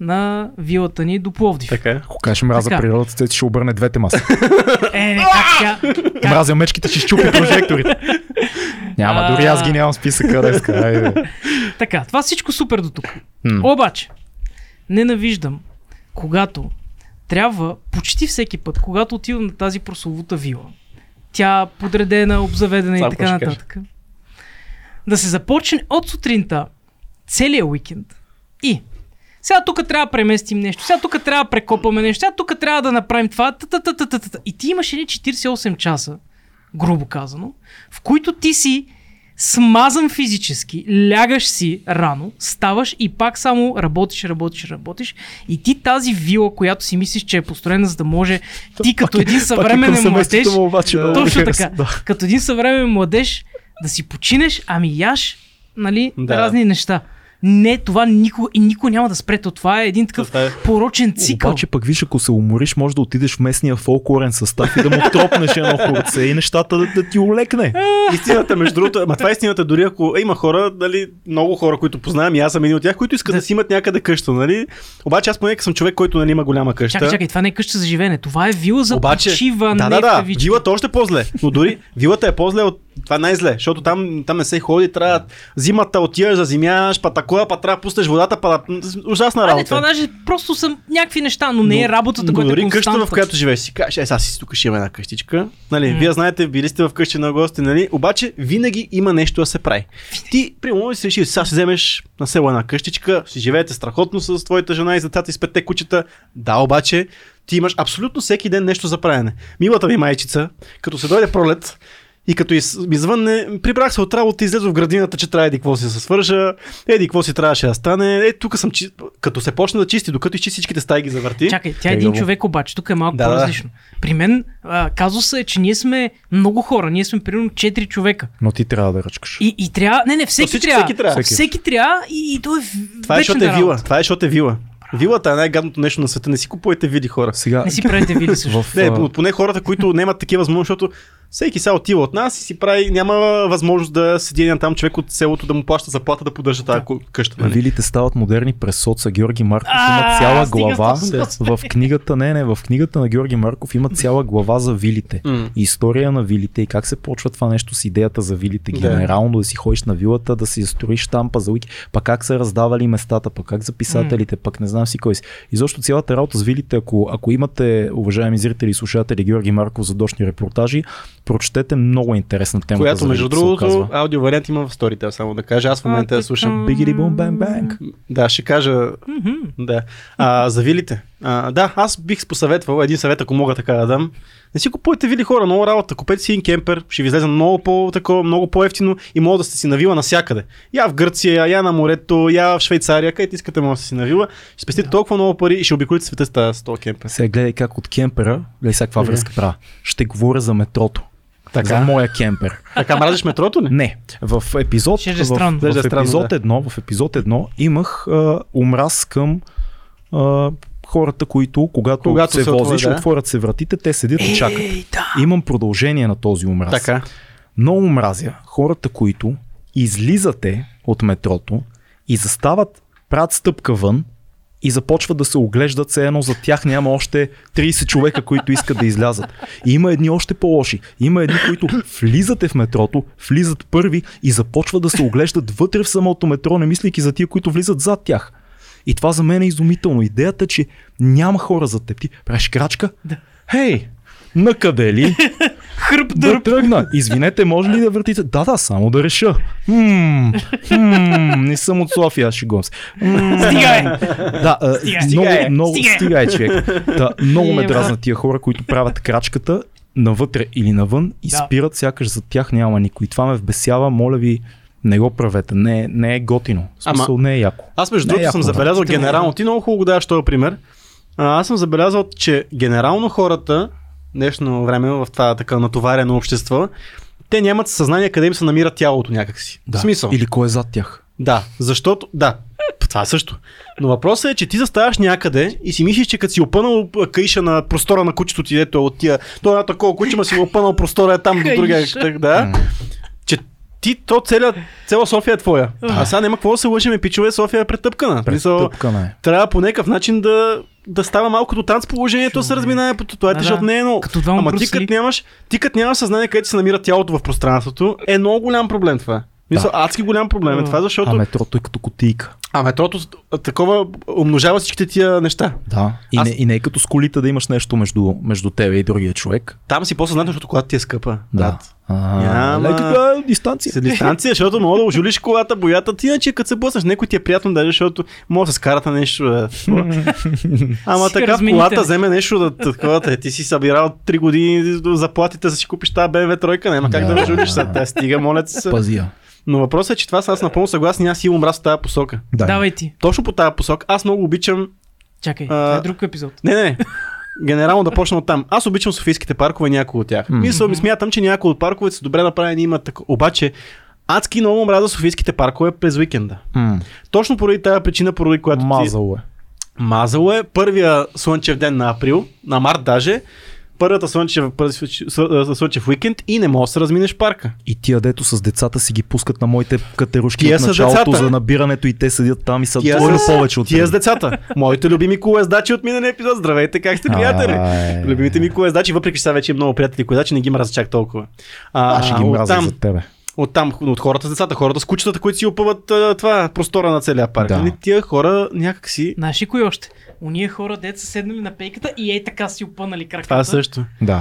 C: на вилата ни до Пловдив.
A: Така.
B: Ако кажеш мраза
C: Така.
B: природата, те ще обърне двете маси.
C: Е, не, как тя...
B: Мразя мечките, ще щупи прожекторите. Няма, дори аз ги нямам в списъка днес.
C: Така, това всичко е супер до тук. Обаче, ненавиждам, когато трябва почти всеки път, когато отивам на тази прословута вила, тя подредена, обзаведена
A: Само
C: и така
A: ще кажа.
C: нататък, да се започне от сутринта целия уикенд и сега тук трябва да преместим нещо, сега тук трябва да прекопаме нещо, сега тук трябва да направим това, та, та, та, та, та, та, та. и ти имаш едни 48 часа, грубо казано, в които ти си смазан физически, лягаш си рано, ставаш и пак само работиш, работиш, работиш. И ти тази вила, която си мислиш, че е построена, за да може ти като един
B: е
C: съвременен младеж,
B: обаче, много ми
C: точно
B: хареса,
C: така, като един съвременен младеж, да си починеш, ами яш, нали,
A: Да.
C: разни неща. Не, това никога и никога няма да спре. То това е един такъв
A: Това е-
C: порочен цикъл.
B: Обаче пък виж, ако се умориш, може да отидеш в местния фолклорен състав и да му тропнеш едно хорце и нещата да, да ти олекне.
A: Истината, между другото, ама това е истината, дори ако е, има хора, нали, много хора, които познавам, и аз съм един от тях, които искат да,
C: Да.
A: си имат някъде къща, нали? Обаче аз поне съм човек, който нали, има голяма къща.
C: Чакай, чакай, това не е къща за живеене. Това е вила за
A: Обаче,
C: почиване.
A: да, да,
C: в
A: да,
C: кавички.
A: вилата още по-зле, но дори вилата е по-зле от това е най-зле, защото там, там не се ходи, трябва зимата отиваш, заземяваш, па такова, па трябва да пуснеш водата, па да- ужасна
C: Абе,
A: работа. е.
C: това даже просто съм някакви неща, но не е работата,
A: но
C: която е
A: дори
C: константна.
A: къщата, в която живееш, си кажеш, е, сега си тук ще има една къщичка. Нали, Вие знаете, били сте в къщи на гости, нали? Обаче винаги има нещо да се прави. Ти, примерно, си решиш, сега ще вземеш на село една къщичка, си живеете страхотно с твоята жена и с децата и с петте кучета. Да, обаче, ти имаш абсолютно всеки ден нещо за правене. Милата ми майчица, като се дойде пролет, и като из- ми звънне, прибрах се от работа, излезох в градината, че трябва еди какво си да се свържа, еди какво си трябваше да стане, е тук съм, чи... като се почне да чисти, докато изчисти всичките стаи ги завърти.
C: Чакай, тя е
B: Тегаво.
C: един човек обаче, тук е малко
A: Да, да, да.
C: по-различно. При мен а, казуса е, че ние сме много хора, ние сме примерно 4 човека.
B: Но ти трябва да ръчкаш.
C: И, и трябва, не, не, всеки,
A: всички-
C: трябва.
A: всеки трябва.
C: Всеки трябва и, и то е в-
A: Това е защото
C: вечната
A: е вила.
C: работа.
A: Това е защото е вила. Вилата е най-гадното нещо на света. Не си е купувайте види хора.
B: Сега,
C: Не си правите вили също.
B: в,
A: Не,
B: а,
A: поне хората, които нямат такива възможности, защото Всеки сега отива от нас и си прави, няма възможност да седи един там човек от селото да му плаща заплата да поддържа тази ку- къща. Нали?
B: Вилите стават модерни през соца. Георги Марков има
C: А,
B: цяла
C: стига с
B: глава.
C: този соц.
B: В книгата, не, не, в книгата на Георги Марков има цяла глава за вилите.
A: М.
B: История на вилите и как се почва това нещо с идеята за вилите.
A: Да.
B: Генерално да си ходиш на вилата, да си строиш штампа за уики, пък как са раздавали местата, пък как за писателите, пък не знам си кой си. И защо цялата работа с вилите, ако, ако имате, уважаеми зрители и слушатели, Георги Марков за дошни репортажи, прочетете много интересна тема.
A: Която, между другото, аудиовариант има в Storytel, само да кажа. Аз в момента я слушам.
B: Бигиди бум бен бенг.
A: Да, ще кажа. Да. А, за вилите. А, да, аз бих посъветвал един съвет, ако мога така да дам. Не си купувайте вили хора, много работа. Купете си един кемпер, ще ви излезе много по-такова, много по-ефтино и мога да сте си навила навсякъде. Я в Гърция, я на морето, я в Швейцария, където искате, може да сте си навила. Ще спестите толкова много пари и ще обиколите света с тази- с този кемпер.
B: Сега гледай как от кемпера, гледай сега
A: Е.
B: каква връзка правя. Ще говоря за метрото. Така. За моя кемпер.
A: Така мразиш метрото, не?
B: Не, в епизод,
C: Ще
B: в,
C: е странно.
B: в,
A: Ще е странно,
B: епизод
A: да.
B: едно, в епизод едно имах а, омраз към а, хората, които когато,
A: Когато
B: се,
A: се отворят,
B: возиш,
A: да.
B: отворят се вратите, те седят и чакат. Имам продължение на този омраз.
A: Така.
B: Много мразя хората, които излизате от метрото и застават, правят стъпка вън и започват да се оглеждат, все едно за тях няма още 30 човека, които искат да излязат. И има едни още по-лоши. Има едни, които влизате в метрото, влизат първи и започват да се оглеждат вътре в самото метро, не мислейки за тия, които влизат зад тях. И това за мен е изумително. Идеята, е, че няма хора зад теб. Ти правиш крачка. Да. Хей, накъде ли?
C: Хръп
B: да
C: дърп.
B: тръгна. Извинете, може ли да въртите? Да, да, само да реша. Хм, хм, не съм от София, аз шегувам се. М,
C: Стигай!
B: Да, а,
C: Стигай.
B: много,
A: Стигай.
B: много,
C: Стигай.
B: стигай, човек. Та, много ме
C: Има.
B: дразнат тия хора, които правят крачката навътре или навън и
C: Да.
B: спират, сякаш за тях няма никой. Това ме вбесява, моля ви, не го правете. Не, не е готино. В
A: Ама-
B: смисъл, не е яко.
A: Аз между
B: Не,
A: другото
B: яко,
A: съм
B: да.
A: забелязал
C: Питаме,
A: генерално,
C: да.
A: ти много хубаво го даваш този пример. А, аз съм забелязал, че генерално хората днешно време в това така натоварено общество, те нямат съзнание къде им се намира тялото някакси.
B: Да.
A: В смисъл.
B: Или кой е зад тях?
A: Да, защото, да, това също. Но въпросът е, че ти заставаш някъде и си мислиш, че като си опънал а, каиша на простора на кучето ти, дето е от тия, то е едно такова куче, ма си го опънал простора е там до другия,
C: Каиша.
A: так, да. Че ти, то цяла, цяла София е твоя. А сега няма какво да се лъжиме, пичове, София е претъпкана. Мисъл,
B: Претъпкана е.
A: трябва по някакъв начин да, да става малко до танц положението, да се разминае по тротуарите,
C: Да, да.
A: защото не е много.
C: Като двама
A: Ама ти
C: Брус Ли.
A: като нямаш, ти като нямаш съзнание къде се намира тялото в пространството, е много голям проблем това. Мисля, адски голям проблем е това, защото...
B: А метрото е като котийка.
A: А метрото с- такова умножава всичките тия неща.
B: Да. И,
A: Аз-
B: не, и не е като с колите да имаш нещо между, между тебе и другия човек.
A: Там си по-съзнателно, защото колата ти е скъпа.
B: Да.
A: брат.
B: А,
A: Няма.
B: Лека каква е дистанция.
A: С дистанция, защото мога да ожулиш колата, боята ти, иначе като се блъснеш, някой ти е приятно даже, защото може да се скарат на нещо. Да. Ама
C: Си
A: така в
C: размените,
A: колата
C: не?
A: вземе нещо да такова, да е. ти си събирал 3 години до заплатите, за да си купиш тази BMW тройка, няма как да
B: Да.
A: ожулиш сега, тя стига, моля ти се.
B: Пазия.
A: Но въпросът е, че това са аз напълно съгласен, и аз имам мраз в тази посока.
C: Давай ти.
A: Точно по тази посока, аз много обичам
C: Чакай,
A: А,
C: това е друг епизод.
A: Не, не, не. Генерално да почна от там. Аз обичам софийските паркове, някои от тях. Мисля, ми смятам, че някои от парковете са добре направени, имат така. Обаче, адски много мразя софийските паркове през уикенда.
B: М,
A: Точно поради тази причина, поради която ти...
B: Мазало е.
A: Мазало е първия слънчев ден на април, на март даже, първата слънчев, първи слънчев- слъ- слънчев уикенд и не можеш да се разминеш парка.
B: И тия дето с децата си ги пускат на моите катерушки
A: Тия
B: от
A: са
B: началото
A: децата.
B: за набирането и те седят там и са
A: Тия
B: двойно
A: с-
B: повече от
A: Тия
B: теб.
A: с децата. Моите любими колездачи от миналия епизод. Здравейте, как сте, приятели?
B: Ай.
A: Любимите ми колездачи, въпреки че сега вече имам много приятели колездачи, не ги мразя чак толкова. А,
B: Аз ще ги мразя
A: оттам,
B: за тебе.
A: оттам, от хората с децата, хората с кучетата, които си опъват а, това простора на целия парк.
B: Да.
A: Нали, Тия хора някакси...
C: Знаеш ли кои още? Уния хора, дет са седнали на пейката и ей така си опънали краката.
A: Това е също.
B: Да.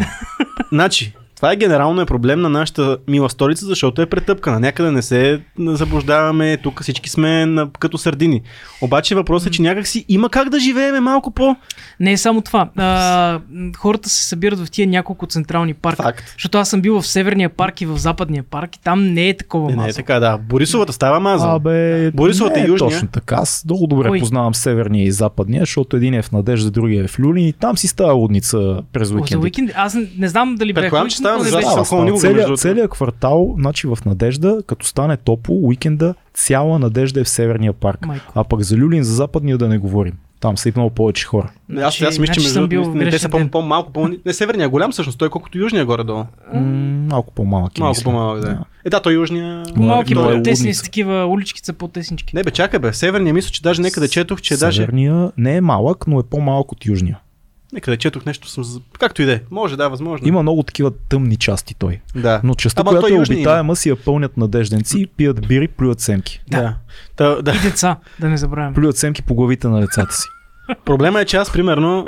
A: Значи, това е генерално е проблем на нашата мила столица, защото е претъпкана. Някъде не се заблуждаваме, тук всички сме на, като сърдини. Обаче въпросът е, че някакси има как да живееме малко по...
C: Не е само това. А, м, хората се събират в тия няколко централни парка.
A: Факт.
C: Защото аз съм бил в Северния парк и в Западния парк и там не е такова
A: Не, не е
C: мазал.
A: така, да. Борисовата става мазал.
B: Абе,
A: Борисовата и
B: не е
A: Южния.
B: точно така. Аз много добре
C: Кой?
B: познавам северния и западния, защото един е в Надежда, другия е в Люлин и там си става лудница през
C: О, за
B: уикенда.
C: уикенд. Аз не- не знам дали бях
A: Предполагам, че
C: уикенд, но
A: става
C: не
A: за
C: беше.
A: запад. Сокол
B: Става, става.
A: никога, между
B: Целият,
A: другото.
B: целият квартал, значи в Надежда, като стане топло, уикенда, цяла Надежда е в Северния парк.
C: Майко.
B: А пък за Люлин, за Западния да не говорим. Там са и много повече хора.
A: Аз, аз мисля, че
C: значи съм
A: между
C: бил
A: другото, не, те са
C: грешен ден.
A: по- по-малко, по- не северния е голям всъщност, той е колкото южния горе-долу.
B: М, малко по-малък. е,
A: Малко
B: мисля.
A: по-малък, да. Е, да, той южния...
C: Малки,
B: Той е
C: по-тесни,
B: лудница.
C: с такива улички са по-теснички.
A: Не бе, чакай бе, северния мисля, че даже некъде четох, че даже...
B: Северния не е малък, но е по-малък от южния.
A: Некъде четох нещо съм... за- Както и да е, може, да, възможно.
B: Има много такива тъмни части той.
A: Да.
B: Но частта,
A: Ама
B: която
A: той
B: е
A: южния има.
B: обитаема, си я пълнят надежденци, пият бири, плюят семки.
A: Да. Та, да.
C: И деца, да не забравяме.
B: Плюят семки по главите на децата си.
A: Проблема е, че аз примерно...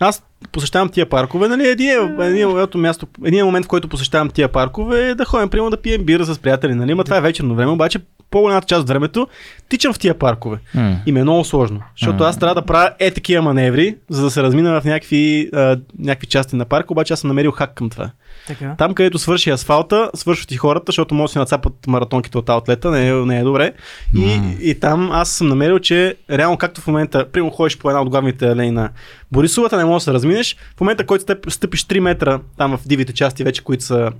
A: Аз посещавам тия паркове, нали? Един, един, място, един момент, в който посещавам тия паркове е да ходим, примерно да пием бира с приятели, нали? Ма това е вечерно време, обаче по-голямата част от времето тичам в тия паркове. И ми е много сложно, защото аз трябва да правя е такива маневри, за да се размина в някакви, а, някакви части на парка, обаче аз съм намерил хак към това.
C: Така.
A: Там, където свърши асфалта, свършват и хората, защото може да си нацапат маратонките от аутлета, не е, не е добре. И, и там аз съм намерил, че реално както в момента, примерно ходиш по една от главните алеи на Борисовата, не можеш да се разминеш. В момента, който стъп, стъпиш 3 метра там в дивите части, вече които са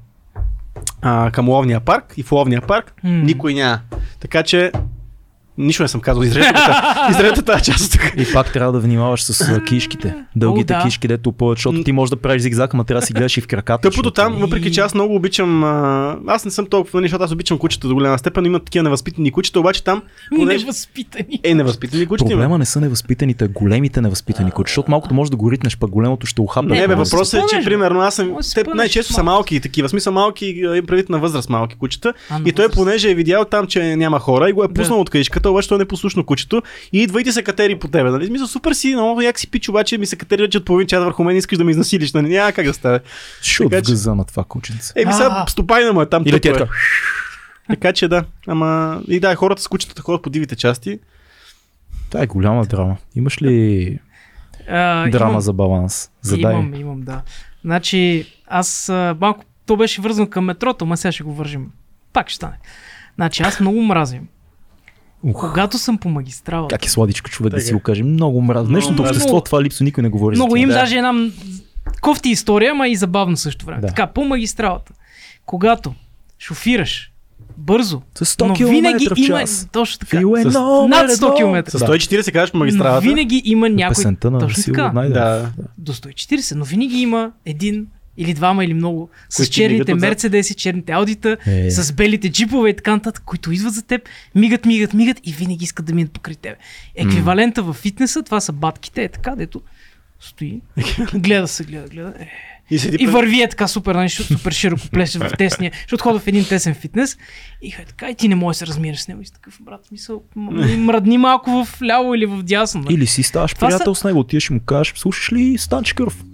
A: а, към Ловния парк и в Ловния парк,
C: М.
A: никой няма. Така че Нищо не съм казал, изрежете го та- изрежете тази част тук.
B: И пак трябва да внимаваш с а, кишките. Дългите
C: О, да.
B: кишки, дето опъват, защото ти можеш да правиш зигзаг, ама трябва да си гледаш и в краката.
A: Тъпото
B: защото-
A: там, въпреки че аз много обичам. А, аз не съм толкова, нали, защото аз обичам кучета до голяма степен, но има такива невъзпитани кучета, обаче там. понеже-
C: Невъзпитани.
A: Е, невъзпитани кучета. има.
B: Проблема не са невъзпитаните, а големите невъзпитани кучета, защото малкото можеш да го ритнеш, пък големото ще ухапне.
A: Не, бе,
C: може да
A: въпросът е, че
C: спънеш, бе.
A: примерно аз съм.
C: Може да
A: Те
C: спънеш
A: най-често са
C: малко.
A: малки и такива. В смисъл малки, а, им предвид на възраст малки кучета.
C: А, на
A: И той,
C: възраст.
A: понеже е видял там, че няма хора и го е
C: Да.
A: пуснал от каишката, обаче той е непослушно кучето и идва и ти се катери по тебе. Нали? В Смисъл, супер си, много як си пич, обаче ми се катери вече от половин час върху мен, искаш да ми изнасилиш. Нали? Няма как да стане.
B: Шут
A: Така
B: в
A: че-
B: гъза на това кученце.
A: Еми сега
C: А.
A: стопайна му е там.
B: Или ти е
A: тъпо
B: така.
A: Така че да. Ама и да, хората с кучетата ходят по дивите части.
B: Това е голяма драма. Имаш ли
C: А,
B: драма
C: имам-
B: за баланс? Задай.
C: Имам, имам, да. Значи, аз а, малко, то беше вързано към метрото, ма сега ще го вържим. Пак ще стане. Значи, аз много мразим.
B: Ух,
C: Когато съм по магистрала,
B: как е сладичко човек да
A: Така.
B: си го каже. Много мраз. В Днешното
A: мразно.
B: общество това липсва, никой не говори
C: много
B: за
C: им
B: това.
C: даже една м- кофти история, ма и забавно също време.
B: Да.
C: Така, по магистралата. Когато шофираш бързо,
B: С 100
C: но
B: км
C: винаги
B: в
C: има...
B: час.
C: Точно така.
B: Фил е
A: С-
B: номер
C: над 100
B: едно.
C: километра.
A: С
B: Да.
A: 140 кажеш по
C: Но
A: магистралата.
C: винаги има някой...
B: Песента на
C: Точно
B: Васил
C: така.
B: Найденов.
A: Да.
C: до 140, но винаги има един или двама или много с
A: Които
C: черните
A: мигат отзад.
C: мерцедеси, черните аудита,
B: Е.
C: с белите джипове и така нататък, които идват за теб, мигат, мигат, мигат и винаги искат да минат покрай тебе. Еквивалента в фитнеса, това са батките, е така, дето стои, гледа се, гледа, гледа. Е.
A: И седи
C: И
A: пред-
C: върви е така супер, нали, защото супер широко плеща в тесния, защото хода в един тесен фитнес и е така, и ти не можеш да се размираш с него и си такъв, брат, смисъл, м- мръдни малко в ляво или в дясно. нали.
B: Или си ставаш
C: Това са-
B: приятел с него, ти ще му кажеш, слушаш ли Станче Кърв?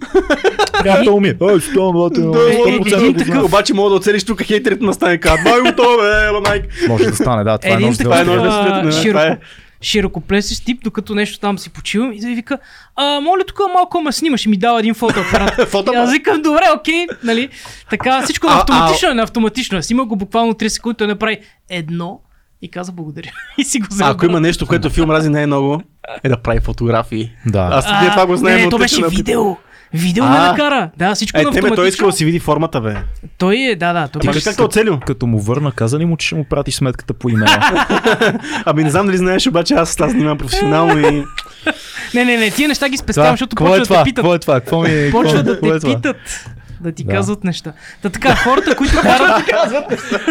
B: Приятел ми. е. Ой, Стан, брате, ама
A: Да,
C: Е, е,
B: 100%
C: един
B: го знам.
C: такъв-
A: Обаче мога да оцелиш тук хейтерите на Стани Кат. Бай го то, бе, ела, майк.
B: Може да стане, да, това е
C: един
B: нощ
A: Това е
C: такъв
A: нощ да
C: а,
A: стоят, не, това е.
C: широко, широкоплесещ тип, докато нещо там си почивам и да вика, а, моля тук малко ме снимаш и ми дава един фотоапарат.
A: Фото,
C: И аз викам, добре, окей, нали, така всичко
A: А,
C: на автоматично е, на автоматично е. Снима го буквално 3 секунди, той направи едно и каза благодаря. И си го
A: а,
C: взема.
A: ако има нещо, което филм рази не е много, е да прави фотографии.
B: Да.
A: Аз ние това го знаем.
C: Не,
A: от
C: то беше
A: личен опит.
C: видео. Видео ме
A: А.
C: накара. Да, всичко
A: Е,
C: на
A: те бе,
C: автоматично.
A: той искал да си види формата, бе.
C: Той е, да, да. Той
A: Ти
C: беше...
A: виж как те оцелил.
B: Като му върна, каза ли му, че ще му пратиш сметката по имена?
A: Ами не знам дали знаеш, обаче аз аз снимам професионално и...
C: Не, не, не, тия неща ги спестявам, защото
B: какво е
C: почват
B: това?
C: да питат.
B: Какво е това? Какво ми е? какво-
C: Почват да
B: какво е
C: те
B: това?
C: питат. Да ти
B: Да.
C: казват неща. Та така, хората, които карат...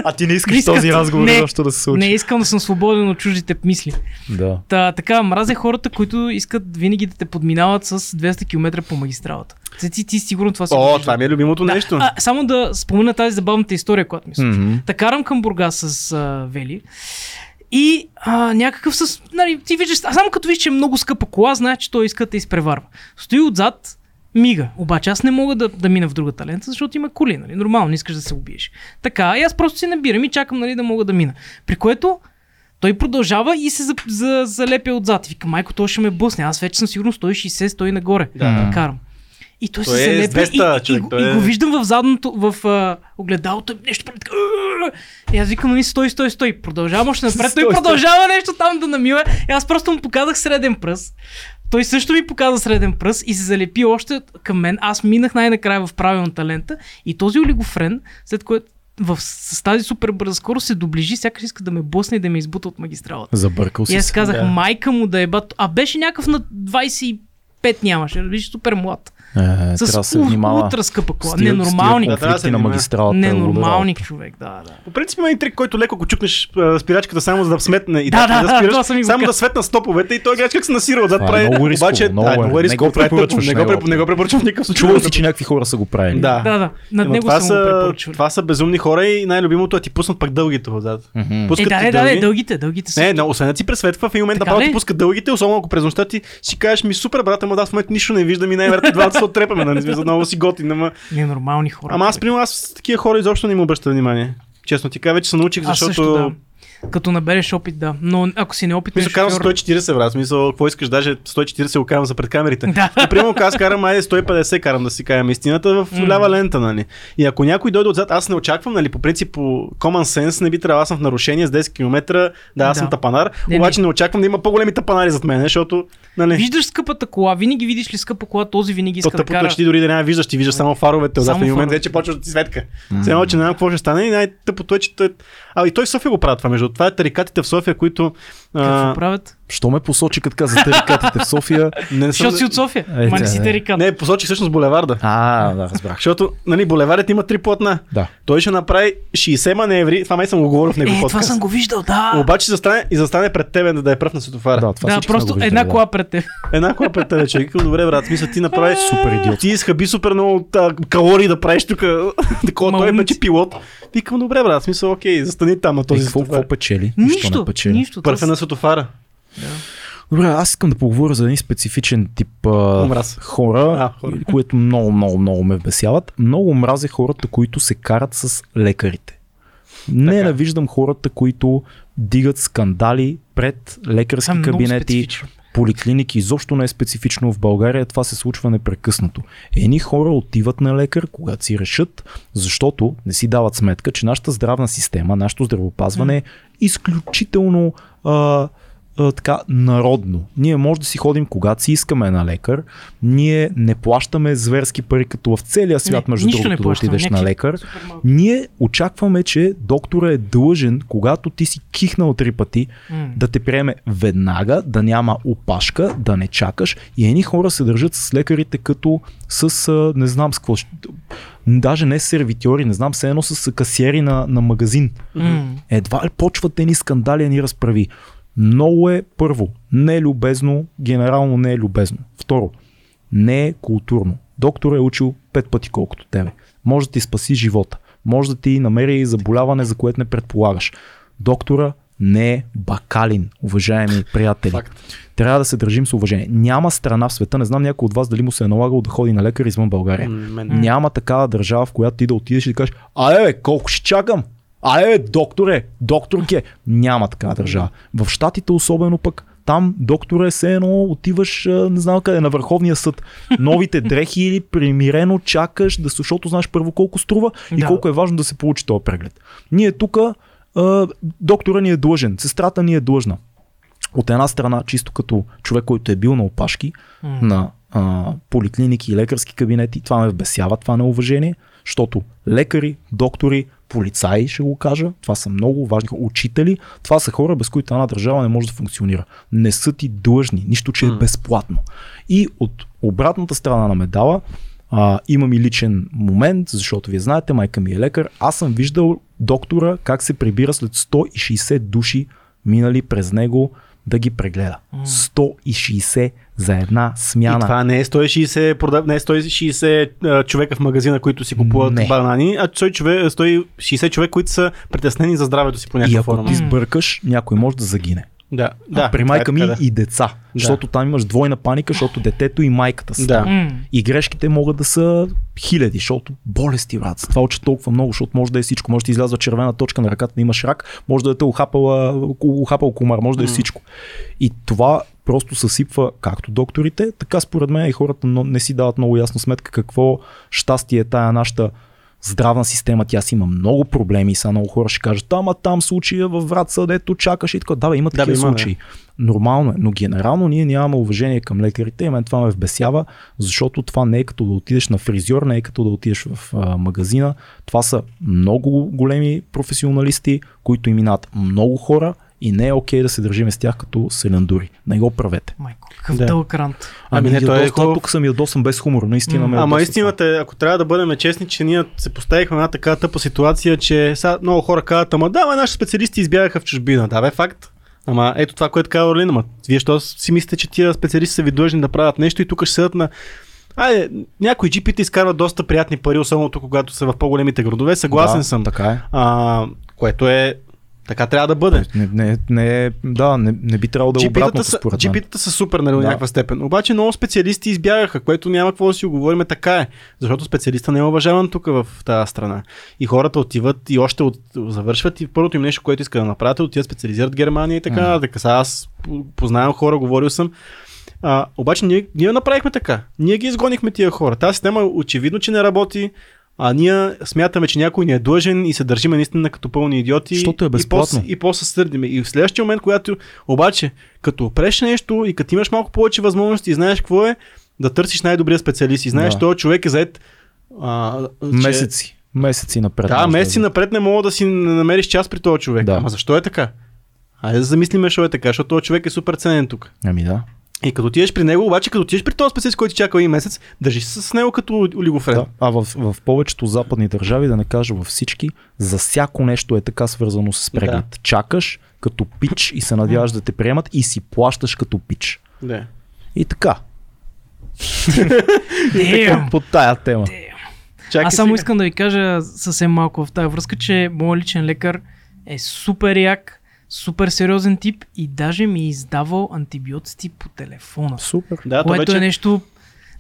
B: А ти не искаш
C: Искат-
B: този разговор
C: Не.
A: е
B: изобщо да се
C: Не
B: случи.
C: искам да съм свободен от чуждите мисли.
B: Да.
C: Та, така, мразя хората, които искат винаги да те подминават с 200 км по магистралата. Ти, ти, ти сигурно това си го
A: О,
C: виждал.
A: това ми е любимото нещо.
C: А, само да спомена тази забавната история, която ми се случи.
B: Мгм.
C: Та карам към Бургас с а, Вели. И а, някакъв с... Нали, ти виждаш, а само като виждаш, че е много скъпа кола, знаеш, че той иска да те изпреварва. Стои отзад, мига. Обаче аз не мога да, да мина в другата лента, защото има коли, нали? Нормално, не искаш да се убиеш. Така, и аз просто си набирам и чакам, нали, да мога да мина. При което той продължава и се за, за, залепя отзад. И вика, майко, той ще ме бусне. Аз вече съм сигурно 160, 100 и нагоре.
B: Да.
C: Карам. И той,
A: Той
C: се
A: е
C: залепя
A: с 200
C: и, и, и,
A: човек,
C: го-
A: той
C: и
A: е-
C: го виждам в задното, в а, огледалото, нещо прави така. И аз викам, нали, стой, стой, стой. Продължавам още напред. Той
B: Стой, стой.
C: продължава нещо там да намила. И аз просто му показах среден пръст. Той също ми показа среден пръст и се залепи още към мен. Аз минах най-накрая в правилната лента и този олигофрен, след което в, с тази супер бърза скорост се доближи, сякаш иска да ме блъсне и да ме избута от магистралата.
B: Забъркал
C: И
B: си.
C: аз
B: се.
C: казах,
A: Да.
C: майка му да е бат. А беше някакъв на 25 нямаше. Беше супер млад.
B: Е, трябва
C: С
B: да се
C: у-
B: внимава.
C: ултра скъпа кола.
B: С тия-
C: Ненормални.
B: с тия
A: Да, трябва да се
B: конфликти на е
A: внимава.
B: магистралата.
C: Ненормалник човек, да, да.
A: По принцип има един трик, който леко ако чукнеш а, спирачката само за да сметне и
C: Да,
A: да,
C: да,
A: да, спираш,
C: това съм и го
A: само
C: казал.
A: да светна стоповете и той гледаш как се насира отзад
B: Това е
A: прави.
B: много рисково,
A: обаче,
B: много е.
A: да, много
B: Не
A: е рисково.
B: го
A: това е тъпо,
B: препоръчваш,
A: не,
B: не
A: го
B: го.
A: препоръчвам, не го препоръчвам в никакъв случай.
B: Чувал си, че някакви хора са го правили.
A: Да.
C: Да, да. Над
A: Ама
C: него
A: това
C: съм го
A: са,
C: препоръчвали.
A: това са безумни хора и най-любимото е ти пуснат пък дългите отзад.
B: Мгм.
C: Е,
A: Пускат
C: да,
A: ти
C: е, да,
A: дълги.
C: е, дългите, дългите са.
A: Не, но освен да ти пресветва в един момент
C: Така
A: направо
C: ли?
A: ти пускат дългите, особено ако през нощта ти си кажеш ми супер, брат, ама да, в момента нищо не виждам и най-вероятно двамата се оттрепаме, нали? За много си готин, ама...
C: Ненормални хора.
A: Ама аз,
C: човек.
A: примерно, аз с такива хора изобщо не им обръща внимание. Честно ти кажа, вече се научих,
C: Аз
A: защото...
C: също, да. Като набереш опит, да. Но ако си неопитен
A: Мисля, карам
C: Е, шофьор...
A: 140, брат. Мисля, какво искаш, даже 140 го карам за пред камерите.
C: Да.
A: Но, примерно, ако аз карам, айде 150, карам да си кажем истината в
C: М.
A: лява лента, нали? И ако някой дойде отзад, аз не очаквам, нали, по принцип, по common sense не би трябвало да съм в нарушение с 10 км, да, аз
C: Да.
A: съм тапанар,
C: Не,
A: обаче не очаквам да има по-големи тапанари зад мен, защото, нали,
C: Виждаш скъпата кола, винаги видиш ли скъпа кола, този винаги
A: то
C: иска да
A: тъпото
C: кара.
A: е, че ти дори да няма виждаш, ти виждаш само фаровете, отзад в
C: Само
A: един момент
C: фаровете.
A: вече почва да ти светка. Все едно, че не знам какво ще стане и най-тъпото е, че... той- А и той в София го правят това, между това е тарикатите в София, които... а,
C: Какво правят?
B: Що ме посочи, като каза тарикатите в София?
A: не съм-
C: Защото си от София.
B: Е,
C: Ма не
B: да,
C: си
B: да.
C: тарикат.
A: Не, посочих всъщност булеварда.
B: А, да, разбрах.
A: Защото, нали, булеварът има три платна.
B: Да.
A: Той ще направи 60 маневри, това май съм го говорил в него
C: Е, това
A: подкаст.
C: съм го виждал, да.
A: Обаче застане и застане пред тебе да, да е пръв на светофара.
B: Да, това
C: да,
B: всички сме
C: просто
B: го виждали,
C: една
B: да.
C: кола пред теб.
A: Една кола пред тебе, че викам, добре, брат, смисъл ти направи
B: Супер идиот.
A: Ти изхъби супер много а, калории да правиш тук. Такова
C: Ма
A: той
C: умници.
A: беше пилот. Викам, добре, брат, смисъл, окей, застани там на
B: Е,
A: този
B: какво,
A: светофар.
B: какво печели? не
C: Нищо,
B: печели.
C: нищо. това
A: Пръв е на светофара.
B: Добре, аз искам да поговоря за един специфичен тип а,
A: Омраз.
B: хора,
A: А, хора.
B: които много, много, много ме вбесяват. Много мразя хората, които се карат с лекарите. Ненавиждам хората, които дигат скандали пред лекарски
C: Това е много
B: кабинети,
C: специфично.
B: поликлиники. Изобщо не е специфично в България. Това се случва непрекъснато. Едни хора отиват на лекар, когато си решат, защото не си дават сметка, че нашата здравна система, нашето здравеопазване е изключително а, а, така народно. Ние може да си ходим когато си искаме на лекар. Ние не плащаме зверски пари, като в целия свят,
C: Не,
B: между
C: нищо не
B: другото, да
C: плащаме,
B: отидеш на
C: някакви
B: лекар.
C: супер малко.
B: Ние очакваме, че доктора е длъжен, когато ти си кихнал три пъти,
C: М.
B: да те приеме веднага, да няма опашка, да не чакаш. И едни хора се държат с лекарите като с, а, не знам с какво, ще- даже не с сервитьори, не знам, все едно с касиери на, на магазин.
C: М.
B: Едва ли почват едни скандали, ни разправи. Много е първо, не е любезно, генерално не е любезно. Второ, не е културно. Доктор е учил пет пъти колкото тебе. Може да ти спаси живота. Може да ти намери заболяване, за което не предполагаш. Доктора не е бакалин, уважаеми приятели.
A: Факт.
B: Трябва да се държим с уважение. Няма страна в света, не знам някой от вас дали му се е налагало да ходи на лекар извън България.
A: М, мен не.
B: Няма такава държава, в която ти да отидеш и да кажеш, а е, колко ще чакам? А е, докторе, докторке. Няма такава държава. В Штатите особено пък, там докторе се едно отиваш, а, не знам къде, на Върховния съд. Новите дрехи или примирено чакаш, да, защото знаеш първо колко струва и
C: Да.
B: колко е важно да се получи този преглед. Ние тук, доктора ни е длъжен, сестрата ни е длъжна от една страна, чисто като човек, който е бил на опашки,
C: М.
B: на а, поликлиники и лекарски кабинети, това ме вбесява, това неуважение, защото лекари, доктори, полицаи, ще го кажа, това са много важни хора, учители, това са хора, без които една държава не може да функционира. Не са ти длъжни, нищо, че е безплатно. И от обратната страна на медала, а, имам и личен момент, защото вие знаете, майка ми е лекар. Аз съм виждал доктора как се прибира след 160 души, минали през него да ги прегледа. 160 за една
A: И
B: смяна.
A: това не е 160, продав... не е 160 а, човека в магазина, които си купуват
B: Не.
A: банани, а 100 човек, 160 човек, които са притеснени за здравето си по
B: И
A: някаква
B: ако
A: форма.
B: ти сбъркаш, някой може да загине.
A: Да, да.
B: а при
A: това
B: майка
A: е
B: ми
A: така, да.
B: и деца.
A: Да.
B: Защото там имаш двойна паника, защото детето и майката са.
A: Да.
B: там.
C: М.
B: И грешките могат да са хиляди, защото болести, брат. С Това учи толкова много, защото може да е всичко. Може да ти излязва червена точка на ръката, да имаш рак, може да те е ухапала, ухапал комар, може да е всичко. И това просто съсипва както докторите, така според мен и хората но не си дават много ясно сметка какво щастие е тая нашата здравна система, тя си има много проблеми. Сега много хора ще кажат, ама там случая във Враца, дето чакаш и така. Да, бе, има
A: Да, бе,
B: такива
A: има, бе.
B: случаи. Нормално е, но генерално ние нямаме уважение към лекарите и мен това ме вбесява, защото това не е като да отидеш на фризьор, не е като да отидеш в а, магазина. Това са много големи професионалисти, които им минат много хора и не е окей да се държиме с тях като селендури. Не го правете.
C: Майко, какъв
A: Да.
C: дълъг рант.
B: Ами,
A: не,
B: ами не,
A: той е
B: той
A: хубав.
B: тук съм ядосан без хумор, наистина ме
A: Ама
B: ядоса
A: истината е, ако трябва да бъдем честни, че ние се поставихме в една така тъпа ситуация, че сега много хора казват, ама да, ма, наши специалисти избягаха в чужбина. Да, бе, факт. Ама ето това, което казва Орлин, ама вие що си мислите, че тия специалисти са ви длъжни да правят нещо и тук ще седат на... Айде, някои джипите изкарват доста приятни пари, особено тук, когато са в по-големите градове, съгласен
B: да,
A: съм.
B: Така е.
A: А, което е... Така трябва да бъде.
B: Не, не, не, да, не, не би трябвало да
A: GP-тата
B: е обратно,
A: са,
B: според мен.
A: GP-тата са супер нали, до
B: Да.
A: някаква степен. Обаче много специалисти избягаха, което няма какво да си оговорим, така е. Защото специалиста не е уважаван тук в тази страна. И хората отиват и още от, завършват и първото им нещо, което искат да направят, е да отиват специализират в Германия и така.
B: Мгм.
A: Mm. Така сега аз по- познавам хора, говорил съм. А, обаче ние, ние направихме така. Ние ги изгонихме тия хора. Тази система очевидно, че не работи. А ние смятаме, че някой ни е длъжен и се държиме наистина като пълни идиоти.
B: Щото е
A: И после-
B: безплатно.
A: и после се сърдиме. И в следващия момент, когато обаче, като опреш нещо и като имаш малко повече възможности и знаеш какво е, да търсиш най-добрия специалист. И знаеш,
B: Да.
A: да. този човек е заед. А, че-
B: Месеци. Месеци напред.
A: Да,
B: може е.
A: месеци напред не мога да си намериш час при този човек.
B: Да.
A: Да. Ама защо е така? Айде да замислиме, защо е така, защото този човек е супер ценен тук.
B: Ами да.
A: И като отидеш при него, обаче като отидеш при този специалист, който ти чака един месец, държи се с него като олигофрен.
B: да. А в, в повечето западни държави, да не кажа във всички, за всяко нещо е така свързано с преглед. Да. Чакаш като пич и се надяваш да те приемат и си плащаш като пич.
A: Да.
B: И така.
C: Damn.
B: По тая тема.
A: Е, Чакай
C: Аз Е, само
A: сега.
C: искам да ви кажа съвсем малко в тази връзка, че моят личен лекар е супер як, супер сериозен тип и даже ми е издавал антибиотици по телефона.
B: Супер.
A: Да, то
C: което
A: вече...
C: е нещо...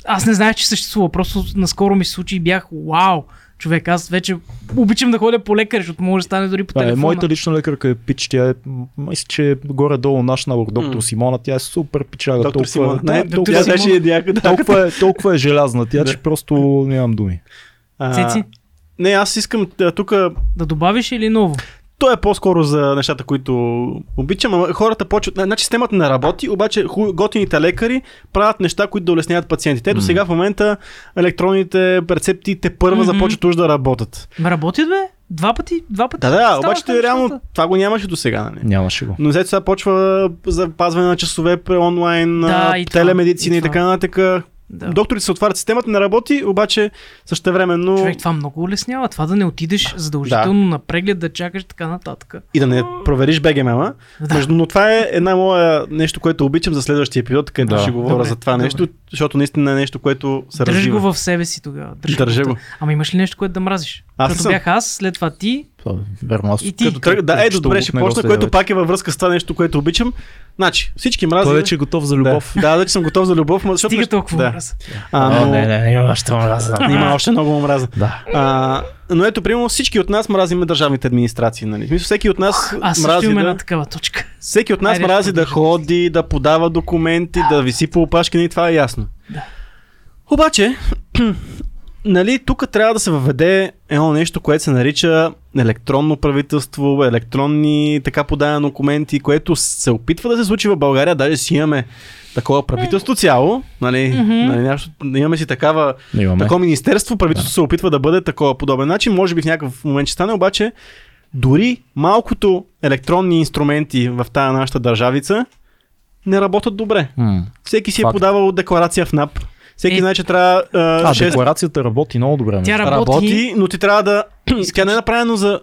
C: Аз не знаех, че съществува. Просто наскоро ми се случи и бях вау, човек. Аз вече обичам да ходя по лекар, защото може да стане дори по
B: Това е
C: телефона.
B: моята лична лекарка е пич, тя е, м- мисля, че е горе-долу наш набор, доктор
A: М.
B: Симона, тя е супер печага.
A: Доктор
B: толкова,
A: Симон.
B: Да,
A: Не,
B: толкова,
A: тя беше
B: толкова,
A: някъде.
B: толкова, е, толкова е желязна, тя,
A: Да.
B: че просто нямам думи.
A: А,
C: Цеци,
A: Не, аз искам тук.
C: да добавиш или ново?
A: То е по-скоро за нещата, които обичам. Ама хората почват. Значи системата не работи, обаче ху- готините лекари правят неща, които да улесняват пациентите. Ето
B: М.
A: сега в момента електронните рецепти те първа
C: Мгм.
A: започват уж да работят.
C: Ме работи, бе? Два пъти? Два пъти?
A: Да, да,
C: станаха
A: обаче
C: нещата.
A: реално това го нямаше до сега. Нали?
B: Нямаше го.
A: Но след сега почва запазване на часове при онлайн,
C: Да,
A: а,
C: и това,
A: телемедицина
C: и
A: и,
C: това.
A: така нататък.
C: Да.
A: Докторите се отварят системата, не работи, обаче същевременно
C: Човек, това много улеснява. Това да не отидеш задължително на преглед, да чакаш така нататък.
A: и да не провериш БГММ-а,
C: Да.
A: Между, но това е една моя нещо, което обичам за следващия епизод, където
B: Да.
A: да. ще говоря
C: Добре,
A: за това
C: добре.
A: нещо, защото наистина е нещо, което се
C: Държи
A: развива.
C: го в себе си тогава. Държи
A: Държа го.
C: Ама имаш ли нещо, което да мразиш?
A: Аз
C: Като
A: съм.
C: бях аз, след това ти.
B: Това е Верно, аз
C: И ти.
A: Като тръг... Да, е,
B: Ще
A: добре, ще
B: лукна го
A: почна,
B: след
A: което
B: вече.
A: пак е във връзка с това нещо, което обичам. Значи, всички мразят.
B: Той вече е готов за любов.
A: Да, да, вече съм готов за любов, ма- защото...
C: Стига толкова
A: да.
C: мраз.
A: А, но...
B: не, има още омраза.
A: Има още много омраза.
B: Да.
A: А, но ето, примерно, всички от нас мразиме държавните администрации. Нали? В смисъл, Всеки от нас
C: Аз също
A: мрази
C: имам
A: да...
C: една такава точка.
A: Всеки от нас
C: Айде,
A: мрази да
C: продължи.
A: ходи, да подава документи, да виси по опашки, и това е ясно.
C: Да.
A: Обаче, нали, тук трябва да се въведе едно нещо, което се нарича електронно правителство, електронни така подаване на документи, което се опитва да се случи в България. Даже си имаме такова правителство цяло, нали,
C: Е. Мгм.
A: нали нещо, имаме си такава
B: Имаме.
A: Такова министерство, правителството се опитва да бъде такова подобен начин. Може би в някакъв момент ще стане, обаче дори малкото електронни инструменти в тая нашата държавица не работят добре.
B: М.
A: Всеки си е
B: Факт.
A: подавал декларация в НАП. Всеки
C: Е.
A: знае, че трябва а,
B: А,
A: 6
B: декларацията работи много добре. нали?
C: Тя
B: между-
C: работи.
A: работи, но ти трябва да... Тя не е направено за...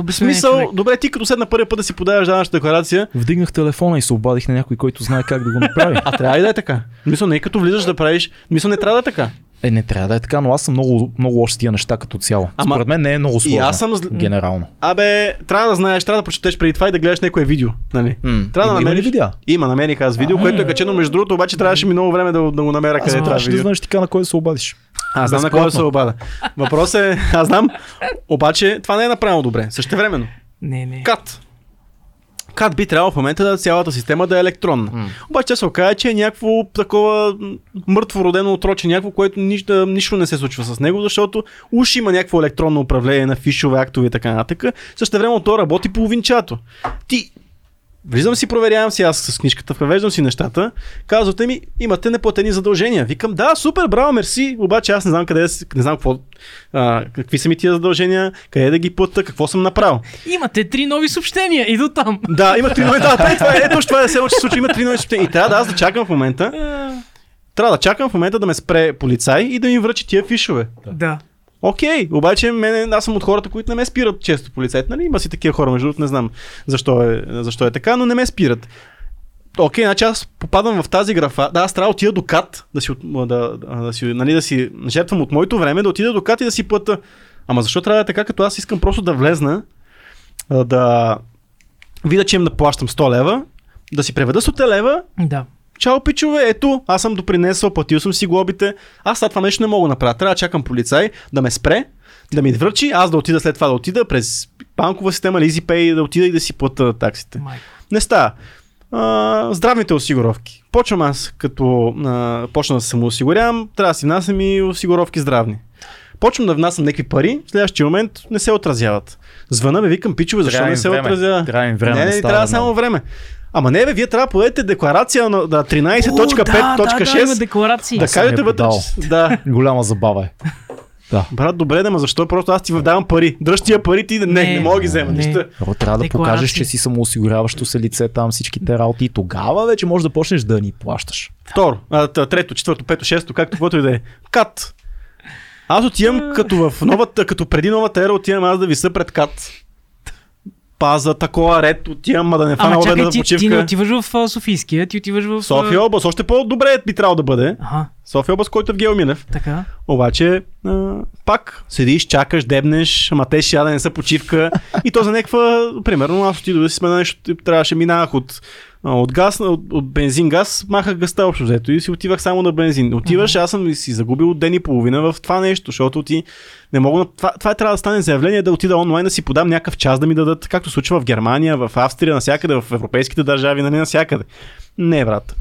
A: В
C: обяснение
A: смисъл,
C: човек.
A: добре, ти като седна първия път да си подаваш данъчна декларация,
B: Вдигнах телефона и се обадих на някой, който знае как да го направи.
A: а трябва и да е така. Мисля, не е като влизаш да правиш. Мисля, не трябва да е така.
B: Е, не трябва да е така, но аз съм много, много лош с тия неща като цяло.
A: Ама-
B: Според мен не е много сложно.
A: И аз съм... зл-
B: Генерално.
A: Абе, трябва да знаеш, трябва да прочетеш преди това и да гледаш някое видео. Нали? Трябва да
B: Има ли
A: намериш.
B: видеа?
A: Има, намерих аз видео, което е качено, между другото, обаче трябваше ми много време да, да го намеря
B: Аз
A: къде е това
B: трябваше да
A: видео.
B: знаеш така на кой да се обадиш.
A: Аз знам на кой да се
B: Безплатно.
A: обада. Въпрос е, аз
C: Ами.
A: знам, обаче това не е направено добре. Същевременно.
C: Не, не.
A: Кат. как би трябвало в момента да цялата система да е електронна. Mm. Обаче се оказа, че е някакво такова м, мъртво родено отроче, някакво, което нищо, нищо не се случва с него, защото уж има някакво електронно управление на фишове, актове и така нататък. Също време то работи половинчато. Ти Влизам си, проверявам си аз с книжката, превеждам си нещата. Казвате ми, имате неплатени задължения. Викам, да, супер, браво, мерси, обаче аз не знам къде, с- не знам какво, а, какви са ми тия задължения, къде да ги плата, какво съм направил.
C: Имате три нови съобщения и до там.
A: Да, има три нови, да, това е, това е, е, точно това е село, че се случва, има три нови съобщения. И трябва да аз да чакам в момента, трябва да чакам в момента да ме спре полицай и да ми връчи тия фишове.
C: Да.
A: Окей, обаче мене, аз съм от хората, които не ме спират често полицаите. Нали? Има си такива хора, между другото, не знам защо е, защо е така, но не ме спират. Окей, значи аз попадам в тази графа. Да, аз трябва да отида до кат, да си, от- да, да, да си, нали, да си жертвам от моето време, да отида до кат и да си плата. Ама защо трябва да е така, като аз искам просто да влезна, а, да видя, че им да плащам 100 лева, да си преведа 100 лева
C: Да.
A: Чао, пичове, ето, аз съм допринесъл, платил съм си глобите. Аз сега това нещо не мога да направя. Трябва да чакам полицай да ме спре, да ми връчи, аз да отида след това да отида през банкова система или EasyPay да отида и да си плата таксите.
C: Майко.
A: Не става. А, здравните осигуровки. Почвам аз, като а, почна да се самоосигурявам, трябва да си внасям и осигуровки здравни. Почвам да внасям някакви пари, в следващия момент не се отразяват. Звъна ме, викам, пичове, защо
B: Трябва
A: не
B: им
A: се
B: време.
A: отразява?
B: Трябва им време,
A: не,
B: не
A: не, не
B: става
A: трябва
B: едно.
A: само време. Ама не, бе, вие трябва да подадете декларация на да,
C: О, да, да, да, има
A: 13.5.6. Да,
C: декларации.
A: да
B: Аз съм
A: кажете
B: я
A: вътре,
B: подал.
A: че... Да.
B: Голяма забава е.
A: Брат, добре, да, ма защо? е Просто аз ти давам пари. Дръж тия пари, ти не, не, не
C: Не,
A: мога да ги взема.
C: не.
A: Нищо.
B: Първо трябва да
C: Декларации.
B: покажеш, че си самоосигуряващо се лице там всичките работи и тогава вече можеш да почнеш да ни плащаш.
A: Второ, а, т- трето, четвърто, пето, шесто, както каквото и да е. Кат. Аз отивам като в новата, като преди новата ера отивам аз да виса пред кат. Паза, такова ред, отивам, ма да не фана
C: Ама чакай,
A: обедна
C: ти, ти не
A: е почивка.
C: отиваш в а, Софийския, ти отиваш в... а,
A: София област, още по-добре е би трябвало да бъде.
C: Аха,
A: София област, който е в Геоминев.
C: така.
A: Обаче, а, пак седиш, чакаш, дебнеш, ама те ще я да не са почивка. И то за някаква, примерно, аз отидох да си смена нещо, трябваше минах от, а, от газ, от, от бензин газ, махах гъста общо взето и си отивах само на бензин. Отиваш, аз съм си загубил ден и половина в това нещо, защото ти не мога. на- Това, това трябва да стане заявление, да отида онлайн, да си подам някакъв час да ми дадат, както се случва в Германия, в Австрия, навсякъде, в европейските държави, нали, навсякъде. Не, брат.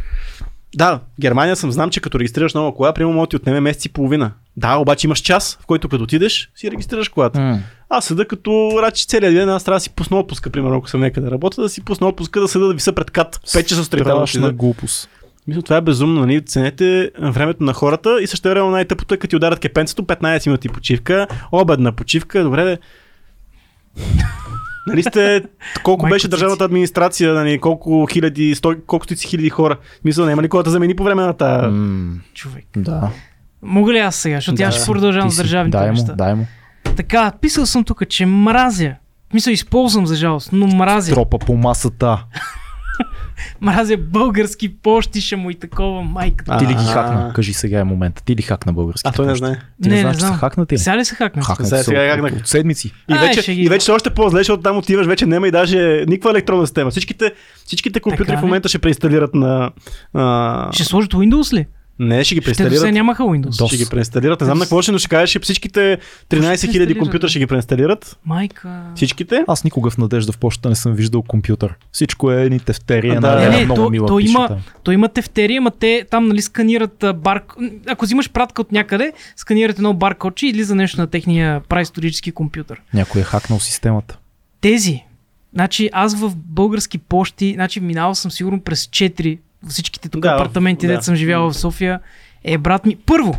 A: Да, Германия съм знам, че като регистрираш нова кола, примерно може да ти отнеме месец и половина. Да, обаче имаш час, в който като отидеш, си регистрираш колата.
B: М.
A: Аз седа като рачи целият ден, аз трябва да си пусна отпуска, примерно, ако съм някъде работя, да си пусна отпуска, да седа да виса пред кат. 5 часа сутринта. да
B: Страшна
A: отида.
B: глупост.
A: Мисля, това е безумно, нали? Ценете времето на хората и също време най-тъпото е, като ти ударят кепенцето, 15 минути почивка, обедна почивка, добре де. Нали сте, колко
C: Майко
A: беше
C: цици.
A: държавната администрация, нали, колко хиляди, сто, колко стотици хиляди хора. Мисля, няма ли кой да замени по време на тази?
B: М,
C: Човек.
B: Да.
C: Мога ли аз сега, защото
A: Да.
C: аз ще продължавам
B: Ти
C: с
B: си-
C: държавните
B: Дай му,
C: неща.
B: дай му.
C: Така, писал съм тук, че мразя. Мисля, използвам за жалост, но мразя.
B: Тропа по масата.
C: Мразя български пощи, ще му и такова, майка.
A: А,
B: Ти ли ги
A: А.
B: хакна? Кажи сега е момента. Ти ли хакна българските
A: А той не
B: почти?
A: знае.
B: Ти не,
C: Не,
B: знаеш,
C: не
B: че са
C: знам.
B: хакнати ли?
C: Сега ли се хакна?
B: Хакнати
A: Сега-
B: са
A: сега
B: от-
A: хакнах.
B: от, от седмици.
A: И
C: Ай,
A: вече,
C: ще ги-
A: и вече са още по-зле, защото там отиваш, вече няма и даже никаква електронна система. Всичките, всичките компютри
C: Така
A: в
C: ли?
A: момента ще преинсталират на... А...
C: Ще сложат Windows ли?
A: Не, ще ги
C: Те до
A: преинсталират.
C: сега нямаха Windows.
B: До-
A: Ще ги преинсталират. Не знам на какво ще, но ще кажеш, че всичките 13 000 компютъра ще ги преинсталират.
C: Майка.
A: Всичките.
C: Ами,
B: Аз никога в Надежда в почта не съм виждал компютър. Всичко е едни тефтери,
A: А,
B: една,
A: да.
B: една
A: Не, не,
B: много
C: то-
B: мила
C: то
B: пиша
C: има-
B: там.
C: То има тефтери, ама те там нали сканират а, бар... Ако взимаш пратка от някъде, сканират едно баркодче и излиза нещо на техния праисторически компютър.
B: Някой е хакнал системата.
C: Тези. Значи аз в български пощи, значи минавал съм сигурно през 4 във всичките тук
A: Да,
C: апартаменти,
A: да.
C: да. съм живял в София. Е, брат ми, първо,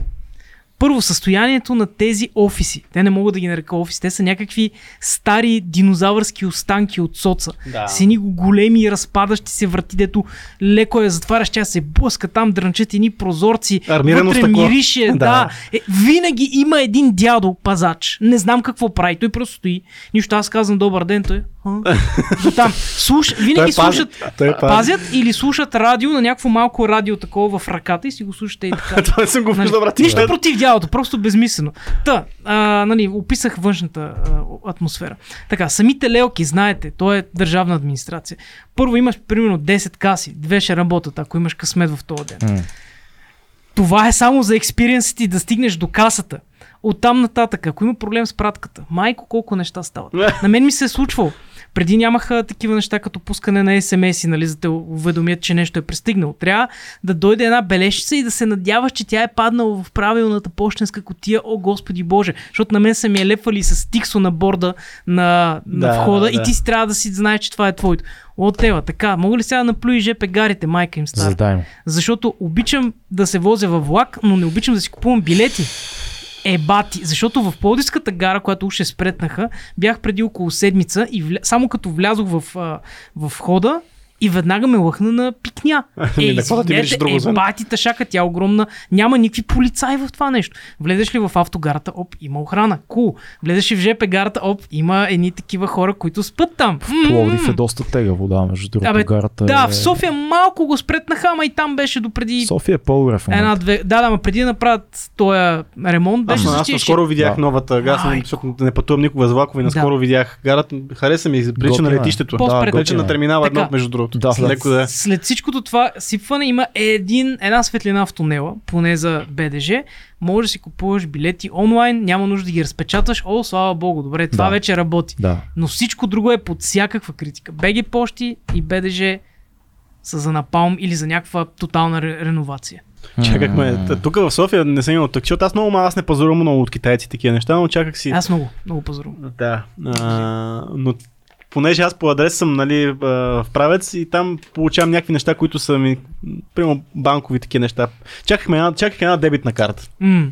C: първо състоянието на тези офиси. Те не могат да ги нарека офиси. Те са някакви стари динозавърски останки от соца.
A: Да.
C: С едни големи разпадащи се врати, дето леко я затваряш, тя се блъска там, дрънчат едни прозорци.
A: Армирано
C: вътре
A: стъкло.
C: мирише, да.
A: Да.
C: Е, винаги има един дядо пазач. Не знам какво прави. Той просто стои. Нищо, аз казвам добър ден. Той. а, До там. Слуш... Винаги
A: пази.
C: слушат.
A: Той е пази.
C: Пазят или слушат радио на някакво малко радио такова в ръката и си го слушате и така.
A: Това е не съм го
C: Нали,
A: виждал, брат.
C: нищо против дялото, просто безмислено. Та, а, нали, описах външната а, атмосфера. Така, самите лелки, знаете, то е държавна администрация. Първо имаш примерно 10 каси, две ще работят, ако имаш късмет в този ден.
B: М.
C: Това е само за експириенса ти да стигнеш до касата. Оттам нататък, ако има проблем с пратката, майко колко неща стават. На мен ми се е случвало. Преди нямаха такива неща като пускане на SMS-и, нали, за да те уведомят, че нещо е пристигнало. Трябва да дойде една бележица и да се надяваш, че тя е паднала в правилната почтенска котия. О, Господи Боже! Защото на мен са ми е лепвали с тиксо на борда на, на
A: Да,
C: входа
A: да,
C: и
A: да.
C: ти си трябва да си знаеш, че това е твоето. О, тева, така. Мога ли сега да наплюи жп гарите, майка им стара?
B: Задай му.
C: Защото обичам да се возя във влак, но не обичам да си купувам билети. Е, бати, защото в Плодиската гара, която уж е спретнаха, бях преди около седмица и вля... само като влязох в, а, в хода и веднага ме лъхна на пикня. Е,
A: Ами, на какво да ти видиш
C: извинете,
A: друго,
C: е,
A: Зен?
C: бати, тъшака, тя е огромна. Няма никакви полицаи в това нещо. Влезеш ли в автогарата, оп, има охрана. Кул. Влезеш ли в ЖП гарата, оп, има едни такива хора, които спът там.
B: Пловдив е доста тега вода, между другото.
C: Абе,
B: гарата
C: Да,
B: е...
C: в София малко го спретнаха, ама и там беше допреди
B: София е по-добре в момента.
C: Една-две. Да, да, ма преди да направят този ремонт, беше
A: Ама
C: за
A: аз
C: същия
A: наскоро видях
B: Да.
A: новата газ,
C: Майко.
A: защото не пътувам никога с влакове, наскоро
C: Да.
A: видях гарата. Хареса ми, прилича на
B: Готина е.
A: летището.
C: По-
B: Да,
C: Прече
A: Прилича
B: готина
A: на
B: е.
A: терминала едно,
C: Така.
A: между другото.
B: Да,
A: С леко да е.
C: След всичкото това сипване има един, една светлина в тунела, поне за БДЖ. Може да си купуваш билети онлайн, няма нужда да ги разпечаташ. О, слава богу, добре, това
B: Да.
C: вече работи.
B: Да.
C: Но всичко друго е под всякаква критика. БГ Пощи и БДЖ са за напалм или за някаква тотална ре- реновация.
A: Чакахме. Та- Тук в София не съм имал такси. Аз много ма- аз не пазарувам много от китайци такива неща, но чаках си.
C: Аз много, много пазарувам.
A: Да. А, но понеже аз по адрес съм нали, а, в правец и там получавам някакви неща, които са ми, м, примерно банкови такива неща. Чакахме една, чаках една дебитна карта.
C: М,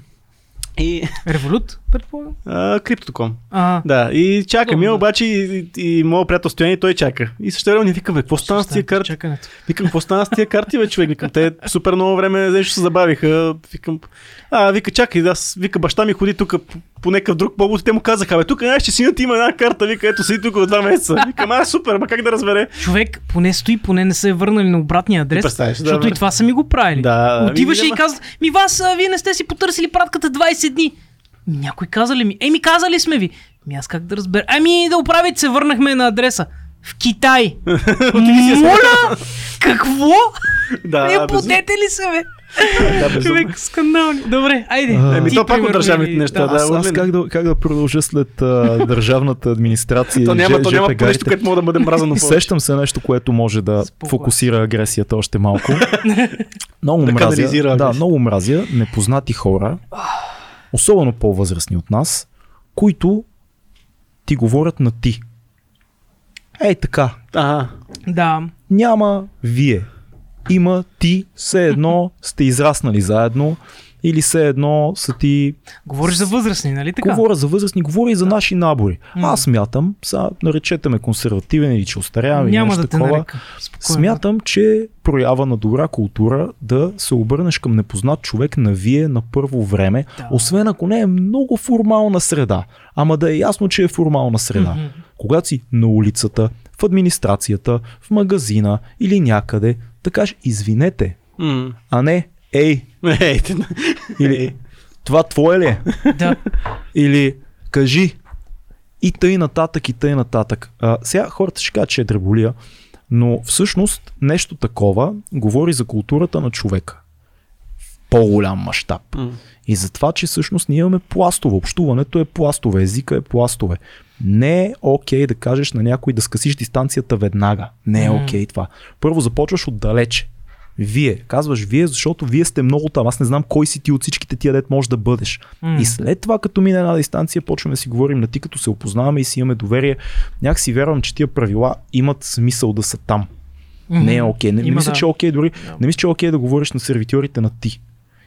A: И
C: Револют, предполагам.
A: а, криптоком.
C: А,
A: Да, и чакам.
C: Удобно.
A: Я обаче и, и, и моят приятел стояни, той чака. И също време ни викам, бе, какво стана с тия карти?
C: Чакането.
A: Викам, какво стана с тия карти, бе, човек? Викам, те супер много време нещо се забавиха. Викам, а, вика, чакай, аз, вика, баща ми ходи тук по, по някакъв друг повод и те му казаха, бе, тук, знаеш, че синът има една карта, вика, ето седи тук от два месеца. Викам, а, супер, ма как да разбере?
C: човек поне стои, поне не са я върнали на обратния адрес,
A: представяш, да,
C: защото
A: бе.
C: и това са ми го правили.
A: Да, ами ми,
C: Отиваше и
A: ама-
C: казва, ми вас, а, вие не сте си потърсили пратката 20 дни. Ми, някой каза ли ми? Еми казали сме ви. Ми аз как да разбера? Ами да оправите се, върнахме на адреса. В Китай. Моля! Какво?
A: Да,
C: Не
A: безумно.
C: подете ли се, бе?
A: Да, безумно.
C: Човек, скандални. Добре, айде.
B: А, Еми,
C: ти,
A: ами, то пак от
C: примерно,
A: държавните
C: или-
A: неща,
C: да.
A: да.
B: Аз, аз
A: Орлин.
B: как, да, как да продължа след а, държавната администрация
A: То
B: и
A: няма, то
B: Ж-
A: няма
B: ЖП
A: по нещо,
B: гарите?
A: което мога да бъде мразено.
B: И сещам се нещо, което може да
C: Спокойно.
B: фокусира агресията още малко. Много
A: Да
B: мразя.
A: канализира
B: Да,
A: агресията.
B: много мразя непознати хора, особено по-възрастни от нас, които ти говорят на ти. Ей така,
A: Ага.
C: Да.
B: няма вие. Има ти, все едно сте израснали заедно или все едно са ти
C: Говориш за възрастни, нали така?
B: Говоря за възрастни, говоря и за наши набори.
C: М.
B: Аз смятам, сега наречете ме консервативен или че остарявам или
A: Ами,
C: Няма
B: нещо
C: да те
B: такова.
C: нарека. Спокойно.
B: Смятам, че е проява на добра култура да се обърнеш към непознат човек на вие на първо време,
C: Да.
B: освен ако не е много формална среда. Ама да е ясно, че е формална среда.
C: Мгм.
B: Когато си на улицата, в администрацията, в магазина или някъде, да кажеш извинете,
A: М. Е,
B: а не ей
A: Ей, ти-
B: или това твое ли е?
C: Да.
B: или кажи и тъй нататък и тъй нататък. А, сега хората ще кажат, че е дреболия, но всъщност нещо такова говори за културата на човека в по-голям мащаб.
A: М.
B: И за това, че всъщност ние имаме пластове. Общуването е пластове, езика е пластове. Не е окей да кажеш на някой да скъсиш дистанцията веднага. Не е
C: М.
B: окей това. Първо започваш отдалече. Вие. Казваш вие, защото вие сте много там. Аз не знам кой си ти от всичките тия дет можеш да бъдеш.
C: М.
B: И след това, като мине една дистанция, почваме да си говорим на ти, като се опознаваме и си имаме доверие. Някак си вярвам, че тия правила имат смисъл да са там.
C: Мгм.
B: Не е окей. Не, не
C: Има,
B: мисля,
C: да.
B: че е окей дори. Не мисля, че е окей да говориш на сервитьорите на ти.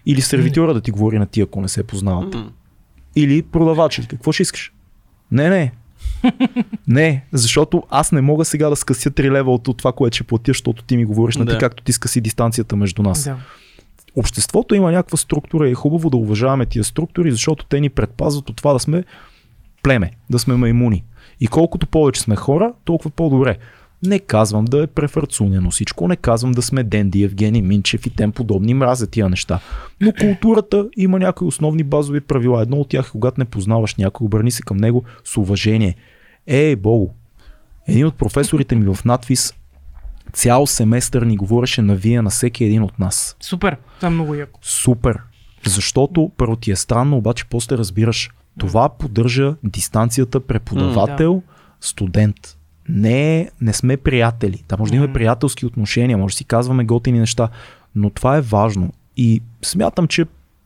B: Или сервитьора да ти говори на ти, ако не се познават.
A: М.
B: Или продавачът. Какво ще искаш? Не, не. Не, защото аз не мога сега да скъся 3 лева от от това, което ще платя, защото ти ми говориш на ти,
A: Да.
B: както ти скъси дистанцията между нас
C: Да.
B: обществото има някаква структура и е хубаво да уважаваме тия структури, защото те ни предпазват от това да сме племе, да сме маймуни. И колкото повече сме хора, толкова по-добре. Не казвам да е префарцунено всичко, не казвам да сме Денди, Евгений Минчев и тем подобни мразя тия неща. Но културата има някои основни базови правила. Едно от тях е, когато не познаваш някой, обърни се към него с уважение. Ей, Богу, един от професорите ми в надвис цял семестър ни говореше на вие на всеки един от нас
C: Супер, това е много яко.
B: супер. Защото първо ти е странно, обаче после разбираш. Това поддържа дистанцията преподавател, студент. не, не сме приятели. Та може да имаме
C: Мгм.
B: приятелски отношения, може да си казваме готини неща, но това е важно. И смятам, че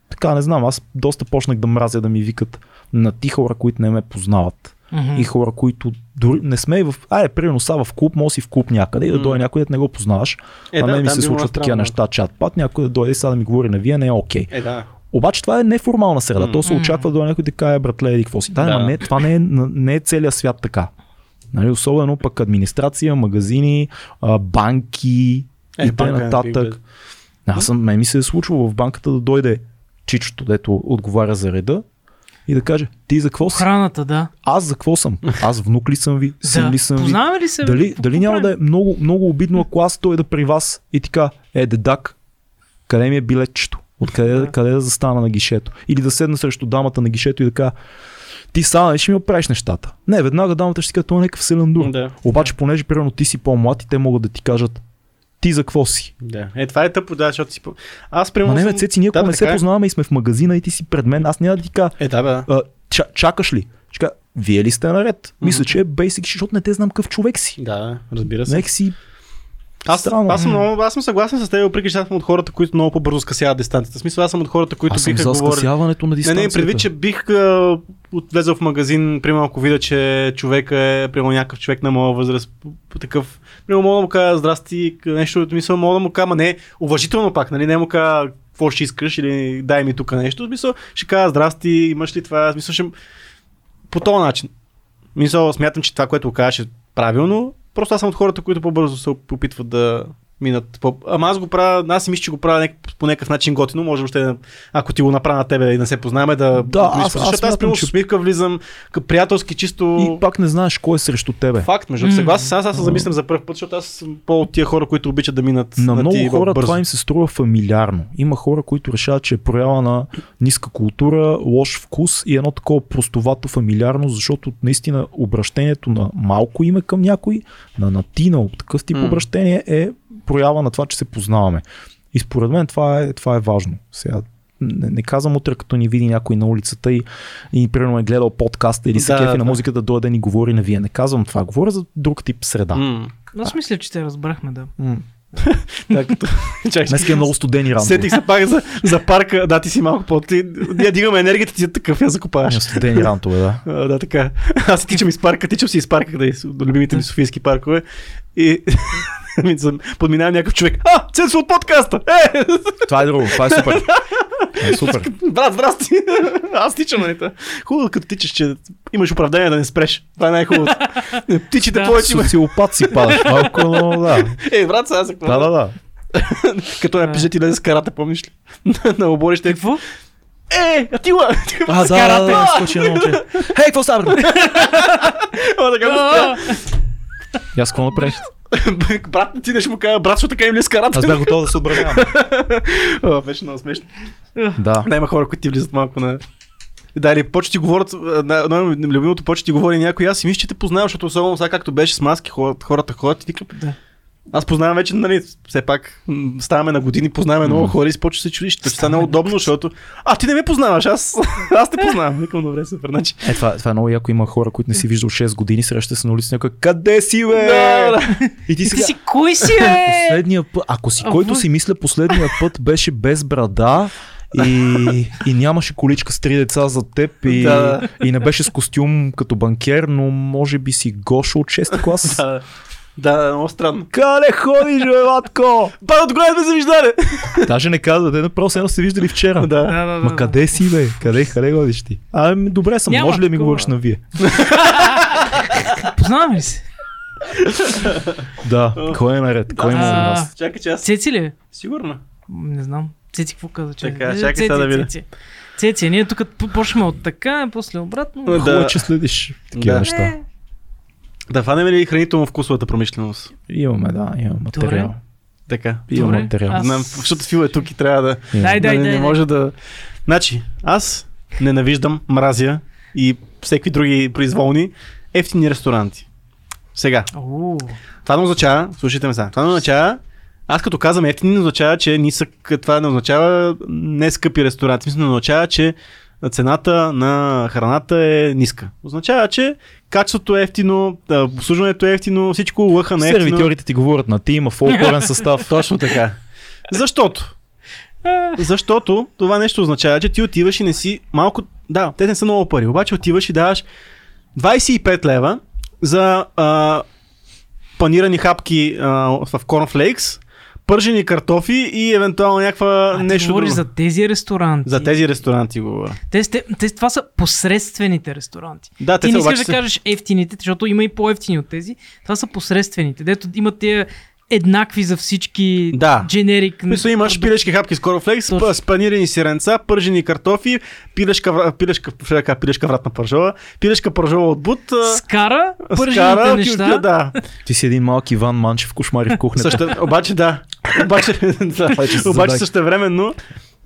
B: така, не знам, аз доста почнах да мразя да ми викат на ти хора, които не ме познават.
C: Мгм.
B: И хора, които дори не сме и в... Айде, примерно са в клуб, може си в клуб някъде и да
A: М.
B: дойде някой, да не го познаваш.
A: Е,
B: а
A: да,
B: мен ми
A: там
B: се
A: би било
B: случват такива
A: странно.
B: неща, чат пат, някой да дойде и сега да ми говори на вие, не е окей.
A: Е, да.
B: Обаче това е неформална среда.
A: М.
B: То се
C: М.
B: очаква да някой да каже, братле, еди, какво си. Да,
A: Да.
B: да. Не, това не е, не е целият свят така. Нали, особено пък администрация, магазини, а, банки
A: Е,
B: и т.н.
A: банка е
B: нататък.
A: например.
B: Аз съм, мен ми се е случвало в банката да дойде чичото, дето отговаря за реда и да каже, ти за какво си?
C: Охраната, да.
B: Аз за какво съм? Аз внук ли съм ви? Син
C: да.
B: ли съм ви?
C: Познаваме ли се? бе?
B: Дали,
C: Какво
B: дали няма да
C: правим?
B: е много, много обидно, ако аз той е да при вас и така, е, дедак, къде ми е билетчето? Откъде да.
C: Да.
B: къде да застана на гишето? Или да седна срещу дамата на гишето и да кажа, ти сам ли ще ми оправиш нещата. Не, веднага дамата ще ти каже, това е някакъв силен дур.
A: Да,
B: Обаче, понеже примерно ти си по-млад и те могат да ти кажат, ти за какво си?
A: да. Е, това е тъпо, да, защото си... по- Аз
B: Ма
A: примерно...
B: не, бе,
A: съм-
B: цеци, ние ако
A: да,
B: не се
A: така е.
B: познаваме и сме в магазина и ти си пред мен, аз няма да ти кажа,
A: Е, да, бе, да.
B: а, ча- чакаш ли? Ще кажа, вие ли сте наред? Мисля, че е basic, защото не те знам какъв човек си.
A: Да, разбира се.
B: Нека си
A: Аз,
B: Странно.
A: аз, съм, много, аз съм съгласен с теб, въпреки че аз съм от хората, които много по-бързо скъсяват дистанцията. В смисъл, аз съм от хората, които
B: Аз съм
A: биха
B: за
A: говорили.
B: скъсяването на
A: Не,
B: дистанцията.
A: не, предвид, че бих а, от- влезъл в магазин, примерно ако видя, че човека е, примерно някакъв човек на моя възраст, п- п- такъв, примерно мога да му кажа здрасти, к- нещо от мисъл, мога да му кажа, ма не, уважително пак, нали, не му кажа какво ще искаш или дай ми тук нещо, в смисъл, ще кажа здрасти, имаш ли това, в смисъл, ще... по този начин. Мисъл, смятам, че това, което го кажеш е правилно, просто аз съм от хората, които по-бързо се опитват да минат. по- Ама аз го правя, аз си мисля, че го правя някак- по някакъв начин готино, може въобще, да- ако ти го направя на тебе и не се познаваме, да... го
B: Да, аз-
A: изпусна.
B: аз
A: защото аз,
B: смятам,
A: примерно,
B: че-
A: с усмивка влизам, къ- приятелски, чисто...
B: И пак не знаеш кой е срещу тебе.
A: Факт, между
C: М.
A: другото. Съгласен съм, аз, аз се замислям за първ път, защото аз съм по от тия хора, които обичат да минат
B: На много
A: ти
B: хора
A: бързо.
B: това им се струва фамилиарно. Има хора, които решават, че е проява на ниска култура, лош вкус и едно такова простовато фамилиарно, защото наистина обращението на малко име към някой, на, на ти, на такъв тип
A: М.
B: обращение е проява на това, че се познаваме. И според мен това е, това е важно. Сега не, не казвам утре, като ни види някой на улицата и, и примерно е гледал подкаста или се
A: Да,
B: кефи на
A: да.
B: музиката, да дойде да ни говори на вие. Не казвам това. Говоря за друг тип среда.
A: М.
B: е?
C: Аз мисля, че те разбрахме, да.
B: Mm.
A: Да, като... Чакай,
B: Днес е много студен и ранко.
A: Сетих се пак за, за парка. Да, ти си малко по... Ти... Ние дигаме енергията, ти е такъв, я закопаваш.
B: Е, Студени рантове, да.
A: А, да, така. Аз си тичам из парка, тичам си из парка, къде са до любимите ми софийски паркове. И ми съм- подминава някакъв човек. А, Цецо от подкаста! Е,
B: Това е друго, това е супер. Това Е, супер.
A: брат, здрасти! Аз тичам, нали? та. Хубаво, като тичаш, че имаш оправдание да не спреш. Това е най-хубавото. Птичите
C: Да.
A: повече има.
B: Социопат си падаш малко, но да.
A: Е, брат, сега за какво?
B: Да, да, да.
A: Като я пише ти лезе с карата, помниш ли? На оборище.
C: Какво?
A: Е, а ти ла!
B: А, да, да, да, случи едно момче. Хей, какво става? бе?
A: Ама така му
C: А,
B: И аз какво направих?
A: става. Брат, ти не ще му кажа, брат, така им ли е с карата?
B: Аз бях готов да се обранявам.
A: О, Беше много смешно.
B: Да.
A: Да, има хора, които ти влизат малко на... Да, или почти ти говорят, а, на, на, на любимото почти ти говори някой, аз си мисля, че те познавам, защото особено сега както беше с маски, хора- хората ходят и викам,
C: Да.
A: аз познавам вече, нали, все пак м, ставаме на години, познаваме много хора и си почва да се чудиш, че ще стане удобно, защото а ти не ме познаваш, аз, аз те познавам. Викам, добре, супер, значи.
B: Е, това, това е много яко. Има хора, които не си виждал 6 години, среща се на улица някой. Къде си, бе?
A: Да, да.
B: И ти
C: Ти
B: сега...
C: си кой си, бе?
B: Последния път, ако си
C: А,
B: който
C: бой.
B: си мисля, последния път беше без брада и, и нямаше количка с три деца за теб и,
A: Да, да.
B: и не беше с костюм като банкер, но може би си Гошо от 6 клас.
A: Да, да, много странно.
B: Кале ходиш, бе, Ватко?
A: Пада от гледа ме завиждане!
B: Даже не казва, те направо се едно се виждали вчера.
A: Да.
C: Да, да, да.
B: Ма къде си, бе? Къде, къде ходиш ти? Ами, добре съм,
C: Няма
B: може ли да ми
C: такова.
B: говориш на вие?
C: Познаваме ли се?
B: Да, кой е наред? Кой има у
C: А,
B: нас?
A: Чакай, че аз
C: Цеци ли? е?
A: сигурно.
C: М, Не знам. Цеци какво каза? Че
A: Така,
C: не-
A: чакай
C: Цеци,
A: сега да видя.
C: Цеци. Цеци, ние тук п- почваме от така, после обратно.
A: Да.
B: Хубаво, е, че следиш такива
A: Да.
B: неща.
C: Е,
A: Да хванем ли хранително-вкусовата промишленост?
B: Имаме, да, имаме материал.
A: Така.
B: Има
C: Добре.
B: материал.
C: Аз-
A: Знам, защото Фил е тук и трябва да...
B: Имаме.
C: Дай, дай,
A: Нали, не,
C: дай.
A: не може да... Значи, аз ненавиждам, мразя и всеки други произволни ефтини ресторанти. Сега,
C: Ау.
A: това не означава, слушайте ме сега, това не означава, аз като казвам ефтини, не означава, че нисък, това не означава не скъпи ресторанти. В Смисъл не означава, че а, цената на храната е ниска. Означава, че качеството е ефтино, а, обслужването е ефтино, всичко лъха на ефтино.
B: Сервитьорите ти говорят на ти, има фолклорен състав.
A: Точно така. Защото. Защото това нещо означава, че ти отиваш и не си малко. Да, те не са много пари, обаче отиваш и даваш 25 лева за а, панирани хапки а, в корнфлейкс, пържени картофи и евентуално някаква
C: А ти
A: нещо.
C: говориш
A: друго.
C: за тези ресторанти.
A: за тези ресторанти говоря.
C: Те, сте, те, това са посредствените ресторанти.
A: Да, те
C: ти
A: са
C: не искаш
A: обаче
C: да
A: са-
C: кажеш ефтините, защото има и по-ефтини от тези. Това са посредствените, дето имат тия еднакви за всички
A: Да.
C: дженерик.
A: Мисля, имаш
C: продукт.
A: пилешки хапки с корнфлейкс,
C: Точно.
A: п- с панирани сиренца, пържени картофи, пилешка, вра- пилешка, пилешка, пилешка вратна пържола, пилешка пържола от бут, а,
C: Скара,
A: с
C: пържените
A: кара,
C: неща.
A: кюлка, да.
B: Ти си един малък Иван Манчев, кошмари в кухнята. е
A: Също, обаче да. Обаче, да.
B: Обаче са
A: обаче
B: задаки.
A: същевременно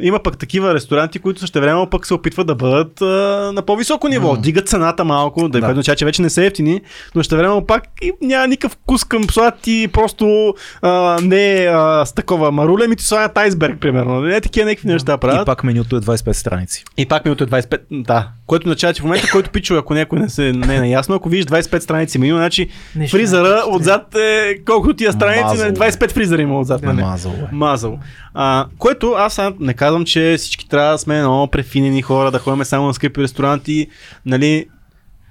A: има пък такива ресторанти, които същевременно пък се опитват да бъдат а, на по-високо ниво.
B: М.
A: Дигат цената малко, да,
B: Да.
A: което означава, че вече не са ефтини, но същевременно пак и няма никакъв вкус към слад и просто а, не е а, с такова маруля, ми ти слагат айсберг, примерно. Не такива някакви неща правят.
B: И пак менюто е 25 страници.
A: И пак минуто е 25. Да. Което означава, че в момента, който пичо, ако някой не, се, не е наясно, ако видиш 25 страници меню, значи
C: Нещо
A: фризъра
C: най-вкусно.
A: отзад е колкото тия страници,
B: Мазало е.
A: на 25 фризъра има отзад. нали?
B: Мазало е.
A: Мазало. А, което аз сега не казвам, че всички трябва да сме много префинени хора, да ходим само на скъпи ресторанти. Нали,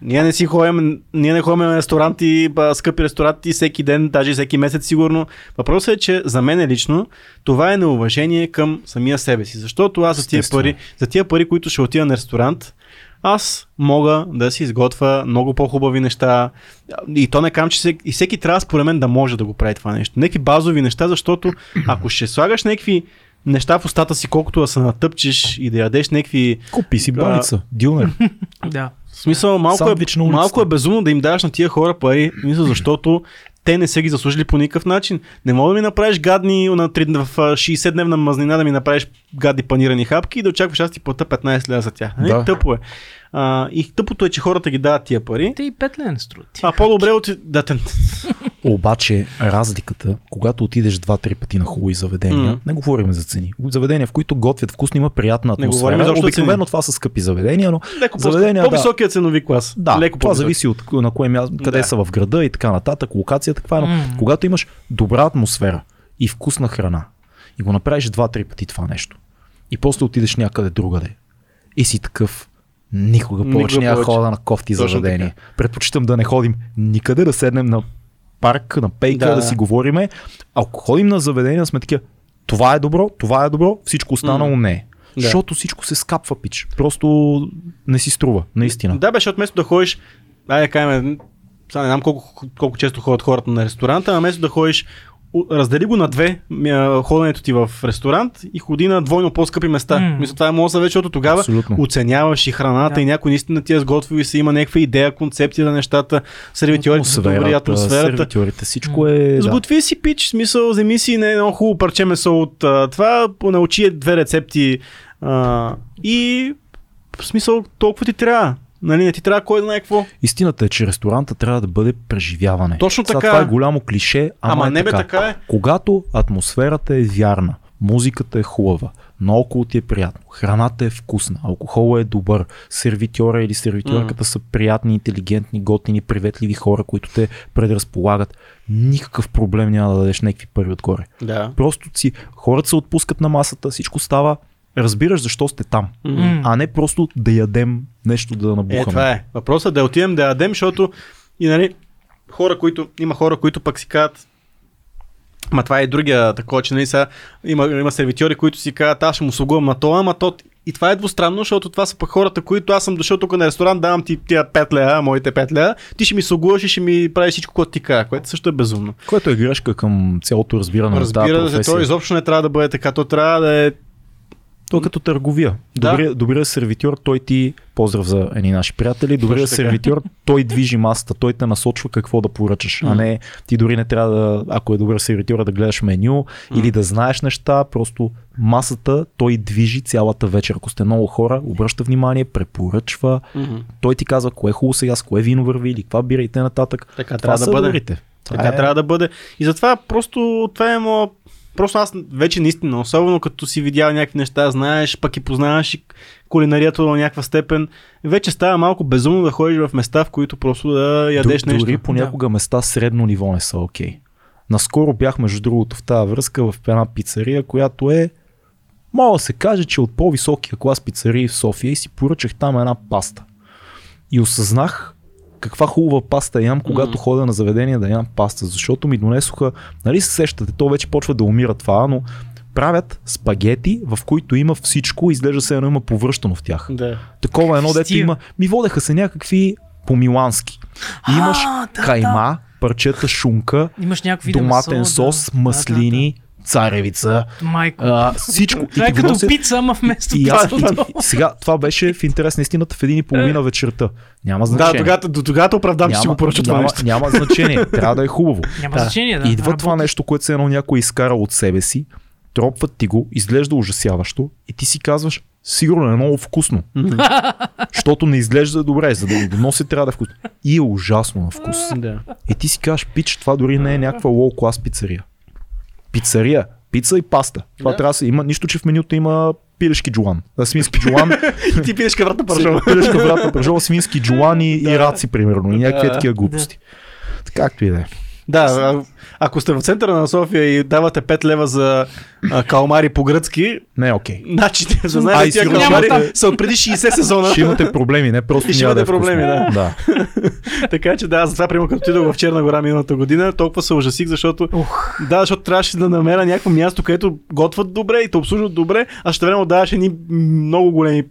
A: ние не си ходим, ние не ходим на ресторанти, ба, скъпи ресторанти всеки ден, даже всеки месец сигурно. Въпросът е, че за мен лично това е неуважение към самия себе си. Защото аз за тия
B: Естествено.
A: пари, за тия пари, които ще отида на ресторант, аз мога да си изготвя много по-хубави неща. И то не кам, че всеки, и всеки трябва според мен да може да го прави това нещо. Някакви базови неща, защото ако ще слагаш някакви неща в устата си, колкото да се натъпчеш и да ядеш някакви...
B: Купи си
A: Да.
B: баница, дюнер.
C: Да.
A: В смисъл, малко е,
B: Сандвич на улицата.
A: малко е безумно да им даваш на тия хора пари, мисля, защото те не са ги заслужили по никакъв начин. Не мога да ми направиш гадни на три- в 60-дневна мазнина да ми направиш гадни панирани хапки и да очакваш аз ти плата 15 лева за тях. Да.
B: Да.
A: Тъпо е. А, и тъпото е, че хората ги дават тия пари.
C: Те и пет лена струват.
A: А по-добре от... Да, те...
B: Обаче разликата, когато отидеш два-три пъти на хубави заведения,
A: М.
B: не говорим за цени. Заведения, в които готвят вкусно, има приятна
A: Не
B: атмосфера.
A: говорим изобщо за цени.
B: Обикновено това са скъпи заведения, но
A: Леко
B: Заведения,
A: по- по-високия ценови клас.
B: Да,
A: Леко
B: Леко това
A: по-висок.
B: зависи от на кое място, къде
A: Да.
B: са в града и така нататък, локацията, каква е. Но
C: М.
B: когато имаш добра атмосфера и вкусна храна и го направиш два-три пъти това нещо и после отидеш някъде другаде и си такъв, никога
A: Никога
B: повече няма да
A: повече.
B: хода на кофти
A: Точно
B: заведения. Предпочитам да не ходим никъде, да седнем на парк, на пейка,
A: Да,
B: да,
A: да.
B: да си говориме. Ако ходим на заведения, сме такива, това е добро, това е добро, всичко останало не е.
A: Да.
B: Защото всичко се скапва, пич. Просто не си струва, наистина.
A: Да, беше вместо да ходиш, айде да кажем, сега не знам колко, колко често ходят хората на ресторанта, а вместо да ходиш, у- раздели го на две ми, а, ходенето ти в ресторант и ходи на двойно по-скъпи места.
C: М.
A: Мисля, това е моят съвет, защото тогава
B: Абсолютно.
A: оценяваш и храната
C: Да.
A: и някой наистина ти е сготвил и се има някаква идея, концепция на нещата, сервитьорите са добри, атмосферата.
B: сервитьорите, всичко е... Да.
A: Сготви си пич, в смисъл, вземи си не едно хубаво парче месо от а, това, научи две рецепти а, и в смисъл толкова ти трябва. Нали, не ти трябва кой да знае какво.
B: Истината е, че ресторанта трябва да бъде преживяване.
A: Точно
B: Сега
A: така.
B: Това е голямо клише, ама,
A: Ама
B: е
A: не бе,
B: така.
A: така е.
B: Когато атмосферата е вярна, музиката е хубава, наоколо ти е приятно, храната е вкусна, алкохолът е добър, сервитьора или сервитьорката са приятни, интелигентни, готини, приветливи хора, които те предразполагат. Никакъв проблем няма да дадеш някакви пари отгоре.
A: Да.
B: Просто си, хората се отпускат на масата, всичко става, разбираш защо сте там.
C: М.
B: а не просто да ядем нещо да набухаме.
A: Е, това е. Въпросът е да отидем да ядем, защото и, нали, хора, които, има хора, които пък си казват, Ма това е и другия такова, че нали, сега има, има сервитьори, които си казват, аз ще му слугувам на това, ама то... И това е двустранно, защото това са пък хората, които аз съм дошъл тук на ресторант, давам ти тия 5 лея, моите 5 лея, ти ще ми слугуваш и ще ми правиш всичко, което ти кажа, което също е безумно.
B: Което е грешка към цялото разбиране на
A: Разбира се,
B: тази
A: е то
B: професия. То,
A: изобщо не трябва да бъде така, то трябва да е
B: е като търговия.
A: Да.
B: Добрия, добрия сервитьор, той ти, поздрав за едни наши приятели, добрия
A: Точно така.
B: сервитьор, той движи масата, той те насочва какво да поръчаш, а
A: М.
B: не ти дори не трябва да, ако е добър сервитьор, да гледаш меню или да знаеш неща, просто масата той движи цялата вечер. Ако сте много хора, обръща внимание, препоръчва, той ти казва кое е хубаво сега, с кое вино върви или каква бира и т.н. нататък.
A: Така
B: Това
A: трябва да
B: са
A: бъде.
B: добрите. Това
A: Така
B: е-
A: трябва да бъде. И затова просто това е моят Просто аз вече наистина, особено като си видял някакви неща, знаеш, пък и познаваш и кулинарията до някаква степен, вече става малко безумно да ходиш в места, в които просто да ядеш
B: Ду-
A: нещо.
B: Дори понякога места средно ниво не са окей. Наскоро бях, между другото, в тази връзка в една пицария, която е мога да се каже, че е от по-високия клас пицарии в София и си поръчах там една паста. И осъзнах каква хубава паста ям, когато
A: Мгм.
B: ходя на заведение да ям паста, защото ми донесоха, нали се сещате, то вече почва да умира това, но правят спагети, в които има всичко, изглежда се едно има повръщано в тях.
A: Да.
B: Такова едно, дето
C: стил?
B: има. Ми водеха се някакви по-милански.
C: А,
B: Имаш
C: да,
B: кайма, парчета шунка,
C: Имаш някакви
B: доматен сос, маслини, царевица,
C: Майко.
B: а, всичко. И
C: Това е
B: ти
C: като е
B: вносят-
C: пица, ама вместо
B: и аз, и,
C: пица.
B: и- сега, това беше в интерес на истината в един и половина вечерта. Няма
A: Да,
B: значение.
A: тогава, до тогава оправдам, че си го поръча това
B: Значи, няма,
A: нещо.
B: няма значение. Трябва да е хубаво.
C: Няма значение, да.
B: Идва това
C: Работи.
B: нещо, което се едно някой е изкарал от себе си, тропват ти го, изглежда ужасяващо и ти си казваш, сигурно е много вкусно. Защото не изглежда добре, за да го носи трябва да е вкусно. И е ужасно на вкус.
A: Да.
B: И ти си кажеш, пич, това дори не е някаква лоу клас пицария. Пицария, пица и паста. Това
A: Да.
B: трябва да се има, нищо, че в менюто има пилешки джулан. А, Свински джулан,
A: И ти пиеш каврата пържова.
B: пилешка врата, пържова, свински джулан и, и раци, примерно. И някакви е
A: Да.
B: такива глупости. Както и да е.
A: Да, а, ако сте в центъра на София и давате 5 лева за а, калмари по гръцки,
B: Не е окей.
A: значи те за
B: А,
A: знаете,
B: и
A: тия
B: сигурно
A: калмари
B: ще-
A: са от преди 60 сезона.
B: Ще имате проблеми, не просто
A: И ще
B: няма да е
A: имате проблеми,
B: вкусно. да.
A: така че да, затова примерно като отидох в Черна гора миналата година, толкова се ужасих, защото
C: Ух,
A: да, защото трябваше да намеря някакво място, където готвят добре и те обслужват добре, а ще време даваш едни много големи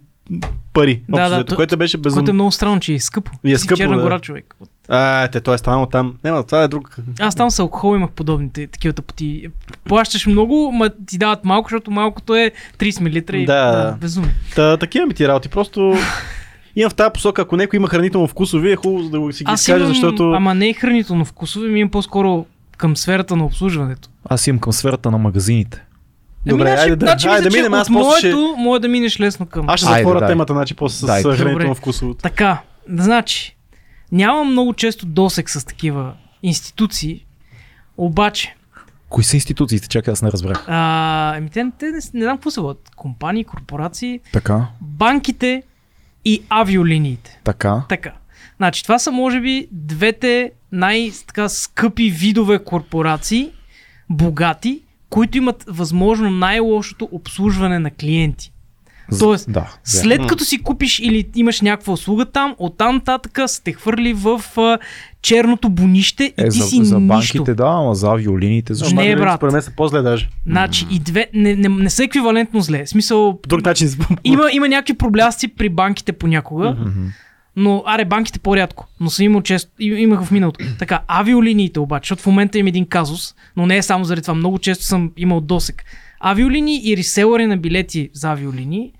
A: пари,
C: Да,
A: общо
C: да,
A: взето,
C: то-
A: което беше
C: което е
A: безумно.
C: много странно, че е скъпо.
A: И е
C: Си в
A: скъпо,
C: Черна
A: да.
C: гора, човек.
A: А, те, той е станал там. Няма, това е друг.
C: Аз там с алкохол имах подобните такива тъпоти. Плащаш много, ма ти дават малко, защото малкото е 30 мл. И,
A: Да.
C: безумие.
A: Та, такива ми ти работи. Просто имам в тази посока, ако някой има хранително вкусови, е хубаво да го си ги
C: Аз
A: изкаже,
C: имам,
A: защото...
C: ама не е хранително вкусове, ми имам по-скоро към сферата на обслужването.
B: Аз имам към сферата на магазините.
A: Добре,
C: Ами,
A: айде да-
C: значи,
A: айде
C: мисля,
A: да
C: че
A: минем, аз
C: от
A: после
C: моето
A: ще-
C: може да минеш лесно към.
A: Аз ще
B: Айде,
A: затворя
B: дай.
A: темата, значи, после с
B: Дай.
A: а, хранително
C: Добре.
A: вкусовото.
C: Така, значи, нямам много често досек с такива институции, обаче,
B: Кои са институциите? Чакай, аз не разбрах.
C: а, еми, те, те не, с- не знам какво са бъдат. Компании, корпорации,
B: Така,
C: банките и авиолиниите.
B: така.
C: Така. Значи, това са, може би, двете най-така скъпи видове корпорации, богати, които имат възможно най-лошото обслужване на клиенти.
B: З-
C: Тоест,
B: да, след...
C: След като си купиш или имаш някаква услуга там, оттам нататък се те хвърли в а, черното бонище и
B: Е,
C: ти
B: за,
C: си
B: за
C: нищо.
B: банките, да, ама за авиолиниите, защо?
C: Не, брат.
A: Според мен са по-зле даже.
C: Значи и две не, не, не са еквивалентно зле. В смисъл,
A: По друг начин.
C: има, има някакви проблясти при банките понякога, но аре, банките по-рядко. Но съм имал често, и- имах в миналото. Така, авиолиниите обаче, защото в момента има един казус, но не е само заради това. Много често съм имал досек. Авиолинии и реселъри на билети за авиолинии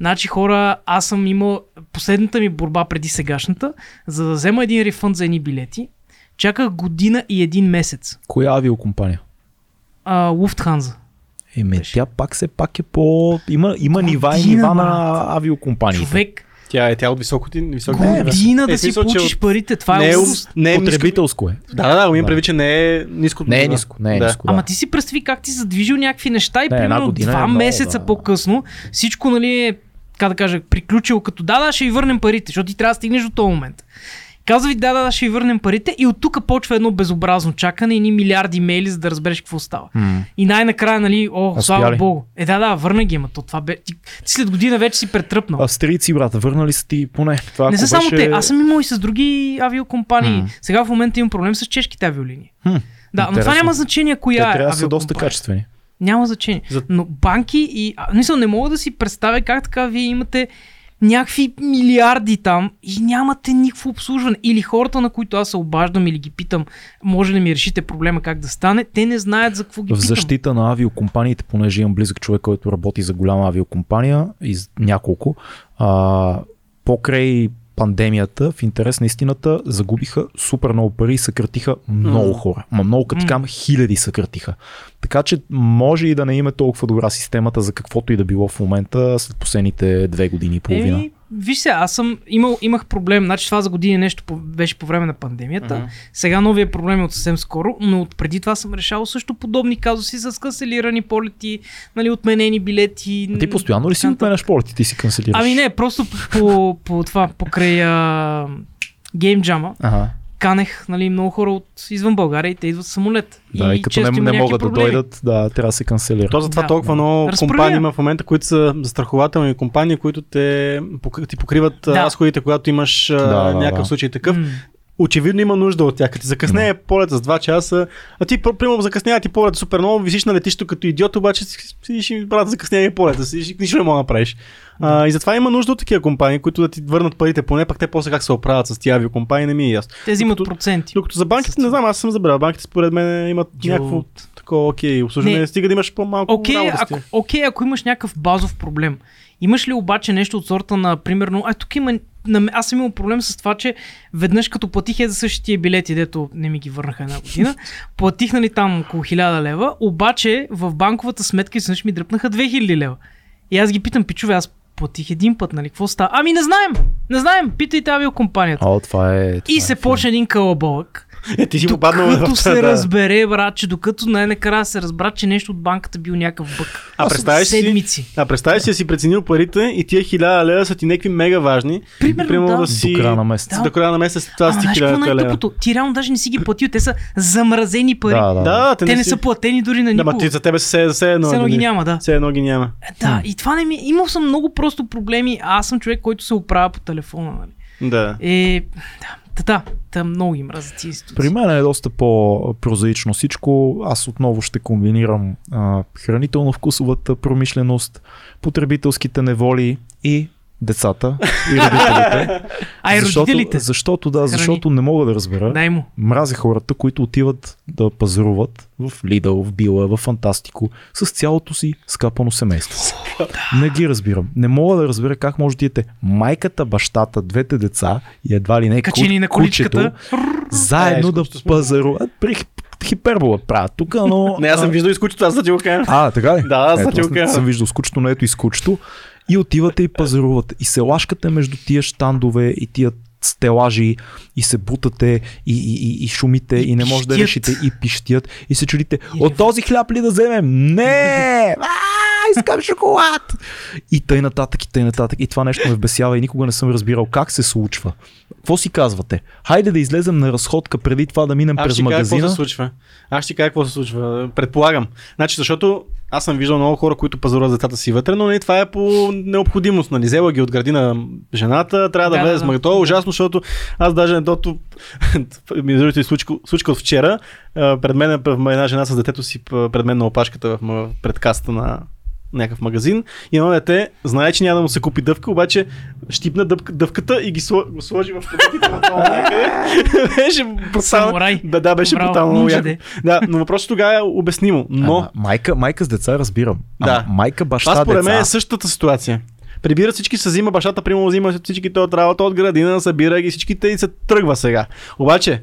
C: Значи хора, аз съм имал последната ми борба преди сегашната, за да взема един рефънд за едни билети. Чаках година и един месец.
B: Коя авиокомпания?
C: А, Луфтханза.
B: Еме, тя пак се пак е по... Има, има нива и
C: Година,
B: нива на
C: брат.
B: авиокомпаниите.
C: е Човек,
A: Тя е, тя е от високо ти. Е, Високо
C: година да си получиш парите. Това
A: не
C: е
A: е,
C: ужас.
A: не е ниско.
B: Потребителско е.
A: Да, да, да, имам
B: Да.
A: предвид, че не е ниско.
B: Не е
A: да.
B: ниско, не е
A: да.
B: ниско. Да.
C: Ама ти си представи как ти задвижил някакви неща и
B: Не, една
C: примерно
B: година е
C: два
B: много,
C: месеца
B: да.
C: по-късно всичко нали е, как да кажа, приключило като да, да, ще ви върнем парите, защото ти трябва да стигнеш до този момент. Казва ви, да, да, да, ще ви върнем парите и от тук почва едно безобразно чакане и ни милиарди мейли, за да разбереш какво става.
B: М.
C: И най-накрая, нали, о,
B: А
C: слава
B: спя ли?
C: богу. Е, да, да, върна ги, ама то това бе. Ти, ти след година вече си претръпнал.
B: Австрийци, брат, върнали са ти поне. Това,
C: не
B: ако
C: са само
B: беше...
C: те, аз съм имал и с други авиокомпании.
B: М.
C: Сега в момента имам проблем с чешките авиолинии.
B: Хм,
C: Да, но
B: интересно.
C: това няма значение
B: Те
C: коя е.
B: трябва да са доста
C: авиокомпания.
B: качествени.
C: Няма значение.
A: За-
C: Но банки и... а, Мисля, не мога да си представя как така вие имате някакви милиарди там и нямате никакво обслужване. Или хората, на които аз се обаждам или ги питам, може ли ми решите проблема как да стане, те не знаят за какво ги
B: В
C: питам.
B: защита на авиокомпаниите, понеже имам близък човек, който работи за голяма авиокомпания, из няколко, а, покрай пандемията, в интерес на истината, загубиха супер много пари и съкратиха много
A: М.
B: хора. Ма много, като
C: М.
B: кам, хиляди съкратиха. Така че може и да не им е толкова добра системата за каквото и да било в момента след последните две години и половина.
C: Еми, Виж сега, аз съм имал, имах проблем. Значи това за години нещо по, беше по време на пандемията.
A: Мгм.
C: Сега новия проблем е от съвсем скоро, но от преди това съм решавал също подобни казуси с канцелирани полети, нали, отменени билети.
B: А ти постоянно ли си
C: Така нататък.
B: отменяш полети? Ти си канцелираш?
C: Ами не, просто по, по това, покрай а, Game Jam-а,
B: Ага.
C: канех нали, много хора от извън България и те идват с самолет.
B: Да, и, като не,
C: често има
B: не
C: някакви
B: могат да
C: проблеми.
B: дойдат, да, трябва да се канцелира.
A: То затова
C: Да.
A: толкова много
C: Разпределя.
A: компании има в момента, които са застрахователни компании, които те, пок- ти покриват а,
C: Да.
A: разходите, когато имаш да,
B: Да, да,
A: някакъв
B: да.
A: случай такъв.
C: М.
A: Очевидно има нужда от тях. Като ти закъснее полет с 2 часа, а ти, пр- примерно, закъснява ти полет супер много, висиш на летището като идиот, обаче си- седиш и брат, закъснява и полета, седиш и нищо не мога да направиш. А, и затова има нужда от такива компании, които да ти върнат парите, поне пък те после как се оправят с тия авиокомпании, не ми е ясно.
C: Те взимат
A: Докато-
C: проценти.
A: Докато за банките, не знам, аз съм забравял. Банките според мен имат
C: Джо.
A: някакво такова окей, обслужване,
C: Не.
A: стига да имаш по-малко
C: Окей,
A: работа с
C: ако,
A: тях.
C: окей, ако имаш някакъв базов проблем. Имаш ли обаче нещо от сорта на, примерно, а тук има, на, мен- аз съм имал проблем с това, че веднъж като платих е за същия билети, дето не ми ги върнаха една година, платих нали там около 1000 лева, обаче в банковата сметка изведнъж ми дръпнаха 2000 лева. И аз ги питам, пичове, аз платих един път, нали, какво става? Ами не знаем, не знаем, питайте авиокомпанията.
B: О, това е... Това
C: И
B: е
C: се
B: филм.
C: почна един кълъбълък.
A: Е, ти си попаднал в
C: Докато се
A: да.
C: разбере, брат, че докато най-накрая се разбра, че нещо от банката бил някакъв бък.
A: А представяш си-
C: Седмици.
A: А представи си, да си преценил парите и тия хиляда лева са ти някакви мега важни.
C: Примерно,
A: и примерно
C: да.
A: да си...
B: До края на месеца.
A: До края на месец това
C: Ама
A: си
C: знаеш какво е
A: хиляда лева.
C: най-тъпото? Ти реално даже не си ги платил, те са замразени пари.
B: Да, да. да.
A: Да,
C: те, не
A: си-
C: са платени дори на
A: Да,
C: никого.
A: ма ти за тебе се все едно.
C: Все едно
A: да
C: ги
A: не-
C: няма, да.
A: Все едно ги няма.
C: Е, Да, и това не ми... Имал съм много просто проблеми, а аз съм човек, който се оправя по телефона, нали?
A: Да.
C: Е, да, та, да, та много им мразят тия институции.
B: При мен е доста по-прозаично всичко. Аз отново ще комбинирам а, хранително-вкусовата промишленост, потребителските неволи и децата и родителите.
C: А и
B: Защото,
C: родителите,
B: защото да, защото не мога да разбера.
C: дай му.
B: Мразя хората, които отиват да пазаруват в Лидъл, в Била, в Фантастико, с цялото си скапано семейство. Не ги разбирам. Не мога да разбера как може да отидете майката, бащата, двете деца и едва ли не
C: Качени
B: ку-
C: на количката.
A: Е,
B: заедно да
A: изкуство
B: пазаруват. При хип- хипербола правят тук, но...
A: Не, аз съм виждал изкучето, аз да ти го кажа.
B: А, така ли?
A: Да, аз съм
B: ето,
A: ти
B: аз
A: го
B: не
A: казвам.
B: съм виждал с кучето, но ето и с кучето. И отивате и пазарувате. И се лашкате между тия щандове и тия стелажи и се бутате и, и, и, и шумите и,
C: И
B: и не може да
C: пищят.
B: решите и пищят и се чудите
C: И
B: от този хляб ли да вземем? Не! А, искам шоколад! И тъй нататък и тъй нататък и това нещо ме вбесява и никога не съм разбирал как се случва. Какво си казвате? Хайде да излезем на разходка преди това да минем
A: Аз
B: през
A: ще кажа какво
B: магазина.
A: се случва. Аз ще кажа какво се случва. Предполагам. Значи, защото аз съм виждал много хора, които пазаруват децата си вътре, но не, това е по необходимост. Нали? Взела ги от градина жената, трябва да, да
C: Да, да,
A: влезе с
C: да.
A: магазина. То е ужасно, защото аз даже едното ми другото и случка, случка от вчера. а, Пред мен е една жена с детето си п- пред мен на опашката в м- пред каста на някакъв магазин и едно дете знае, че няма да му се купи дъвка, обаче щипна дъвка, дъвката и ги сло- го сложи в кабинетите на това някъде. Беше брутално.
C: Самурай.
A: Да, да, беше
C: Браво,
A: брутално много
C: нинджа
A: яко.
C: де.
A: Да, но въпросът тогава е обяснимо. Но
B: Ама, майка, майка с деца разбирам.
A: Да.
B: Ама, майка, баща,
A: това според
B: деца.
A: мен е същата ситуация. Прибира всички, се взима бащата, примерно взима всичките от работа, от градина, събира ги всичките и се тръгва сега. Обаче,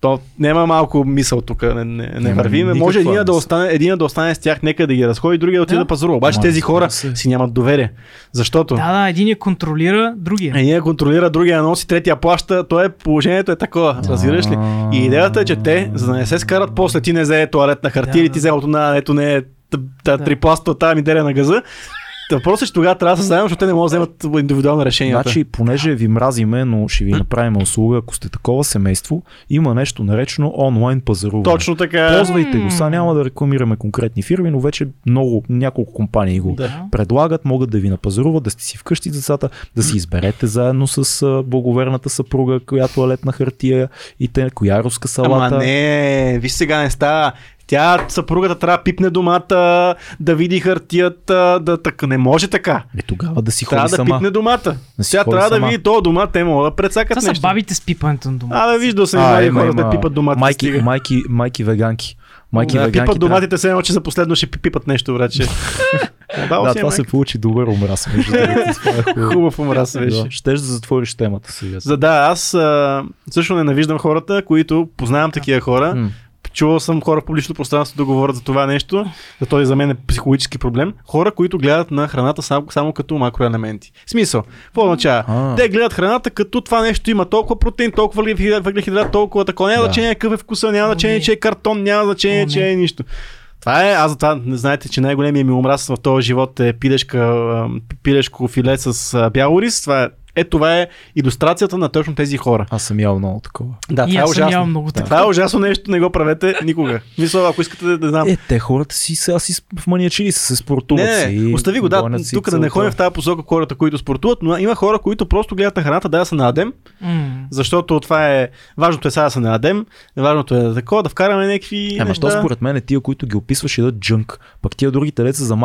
A: то няма малко мисъл тук, не, не, не
B: Няма
A: вървиме.
B: никаква
A: Може един да,
B: мисъл.
A: остане, един да остане с тях, нека да ги разходи, другия да отиде
C: Да.
A: да пазарува. Обаче
B: Ама,
A: тези хора
B: разбира се.
A: си нямат доверие. Защото
C: Да, да, един я контролира, другия.
B: Е,
A: Единия Е, контролира, другия носи, третия плаща. То е положението е такова. Разбираш ли? И идеята е, че те, за да не се скарат, после ти не взе туалетна
C: Да,
A: хартия или
C: да.
A: ти взе от една, ето не е т- та-
C: Да.
A: трипластова тази миделя на газа. Та Въпросът е, че тогава трябва да се заедно, защото те не могат да вземат индивидуално решение.
B: Значи, понеже ви мразиме, но ще ви направим услуга, ако сте такова семейство, има нещо наречено онлайн пазаруване.
A: Точно така.
B: Ползвайте го. Сега няма да рекламираме конкретни фирми, но вече много, няколко компании го
C: Да.
B: предлагат, могат да ви напазаруват, да сте си вкъщи с децата, да си изберете заедно с а, благоверната съпруга, която е летна хартия и те, коя е руска салата.
A: Ама не, виж сега не става. Тя, съпругата трябва да пипне домата, да види хартията, да така. Не може така.
B: Е, тогава да си ходи
A: Трябва да
B: сама.
A: пипне домата.
B: Да си
A: Тя
B: ходи
A: трябва да
B: сама.
A: види то дома, те могат да прецакат
C: Това са
A: нещо.
C: бабите с пипането на дома.
A: Абе, виждал съм а, хората да пипат домати.
B: майки,
A: стига.
B: майки, майки веганки. Майки
A: да,
B: веганки.
A: пипат
B: трябва-
A: доматите, се едно, че за последно ще пи- пипат нещо, враче. е
B: Да, това се получи добър умраз. между другото. Това е хубаво.
A: Хубав умраз беше.
B: Да. Щеш да затвориш темата сега.
A: За да, аз а, също ненавиждам хората, които познавам такива хора,
B: М.
A: Чувал съм хора в публично пространство да говорят за това нещо, за този за мен е психологически проблем. Хора, които гледат на храната само, само като макроелементи. В Смисъл, какво означава?
B: А.
A: Те гледат храната като това нещо има толкова протеин, толкова въглехидрат, въглехидрат толкова такова. Няма
B: Да.
A: значение какъв е вкуса, няма
C: О,
A: значение,
C: не.
A: че е картон, няма значение,
C: О,
A: че
C: не.
A: е нищо. Това е, аз затова не знаете, че най-големият ми омраз в този живот е пилешка, а, пилешко филе с а, бял рис. Това е, е, това е илюстрацията на точно тези хора.
B: Аз съм ял много такова.
A: Да,
C: И
A: това е
C: аз съм
A: ужасно.
C: нямам много
A: Да.
C: така.
A: Това е ужасно нещо, не го правете никога. Мисля, ако искате да, да знам.
B: Е, те хората си сега си сп- в маниачили са се спортуват
A: Не,
B: си.
A: не, не, остави го, да,
B: гонят си
A: тук да не
B: целта.
A: ходим в тази посока хората, които спортуват, но има хора, които просто гледат на храната, да да се наадем,
C: М.
A: защото това е, важното е сега да се наадем, важното е да такова, да вкараме някакви
B: Ама що
A: неща.
B: според мен е тия, които ги описваш, ядат джънк. Пък тия другите деца за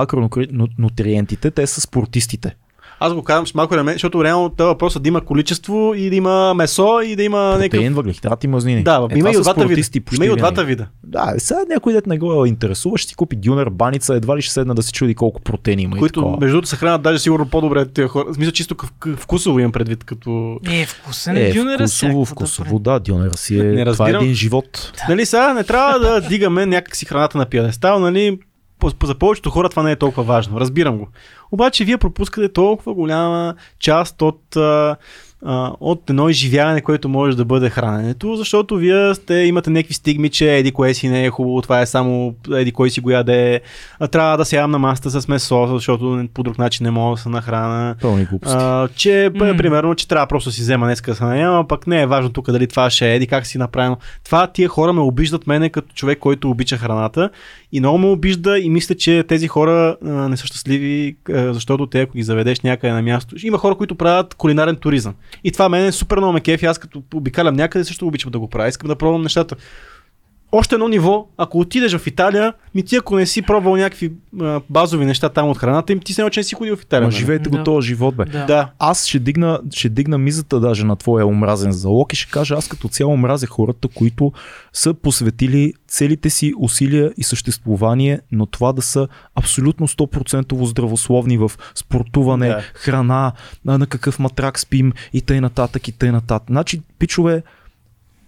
B: макронутриентите, те са спортистите.
A: Аз го казвам с малко елемент, защото реално това въпрос е да има количество и да има месо и да има някакъв...
B: Протеин, въглехидрати и мазнини.
A: Да,
B: е,
A: има
B: това
A: и от
B: са
A: двата вида.
B: спортисти почти
A: Има и от
B: винаги.
A: двата вида.
B: Да, сега някой дет не го интересува, ще си купи дюнер, баница, едва ли ще седна да се чуди колко протеини има и
A: Които,
B: Е, такова.
A: между другото, се хранят даже сигурно по-добре от тия хора. В Смисъл, чисто къв- вкусово имам предвид, като
C: Е, вкусен е,
B: Е,
C: дюнера
B: вкусово,
C: всякаква
B: вкусово, да, дюнера си е,
A: Не
B: това е
A: разбирам.
B: един живот.
A: Нали сега не трябва да дигаме някакси храната на пиедестал, нали? По- по- За повечето хора това не е толкова важно, разбирам го. Обаче вие пропускате толкова голяма част от, а, а, от едно изживяване, което може да бъде храненето, защото вие сте, имате някакви стигми, че еди кое си не е хубаво, това е само еди кой си го яде, а, трябва да се ям на масата с месо, защото по друг начин не мога да се нахрана.
B: Пълни глупости.
A: А, че, бе,
C: М.
A: примерно, че трябва просто да си взема днес да се наяма, пък не е важно тук дали това ще е, еди как си направено. Това тия хора ме обиждат мене като човек, който обича храната и много ме обижда и мисля, че тези хора а, не са щастливи, а, защото те ако ги заведеш някъде на място. Има хора, които правят кулинарен туризъм. И това мене е супер много ме кефи, аз като обикалям някъде също обичам да го правя, искам да пробвам нещата още едно ниво, ако отидеш в Италия, ми ти ако не си пробвал някакви а, базови неща там от храната им, ти се не си ходил в Италия.
B: Ма
A: нали?
B: живейте го
C: Да.
B: този живот, бе.
C: Да.
A: Да.
B: Аз ще дигна, ще дигна мизата даже на твоя омразен залог и ще кажа, аз като цяло мразя хората, които са посветили целите си усилия и съществувание, но това да са абсолютно 100% здравословни в спортуване,
A: Да.
B: да. храна, на на какъв матрак спим и тъй нататък и тъй нататък. Значи, пичове,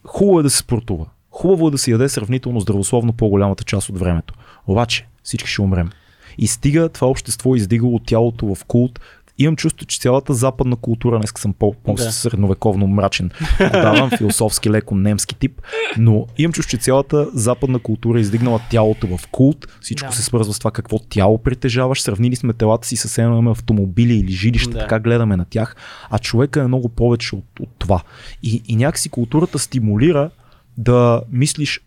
B: хубаво е да се спортува. Хубаво е да се яде сравнително здравословно по-голямата част от времето. Обаче, всички ще умрем. И стига това общество е издигало тялото в култ. Имам чувство, че цялата западна култура, днес съм по-
A: Да.
B: по-средновековно мрачен, ако давам философски леко немски тип, но имам чувство, че цялата западна култура е издигнала тялото в култ. Всичко
C: Да.
B: се свързва с това какво тяло притежаваш. Сравнили сме телата си с едно автомобили или жилища,
A: Да.
B: да. така гледаме на тях, а човека е много повече от, от това. И, и някакси културата стимулира да мислиш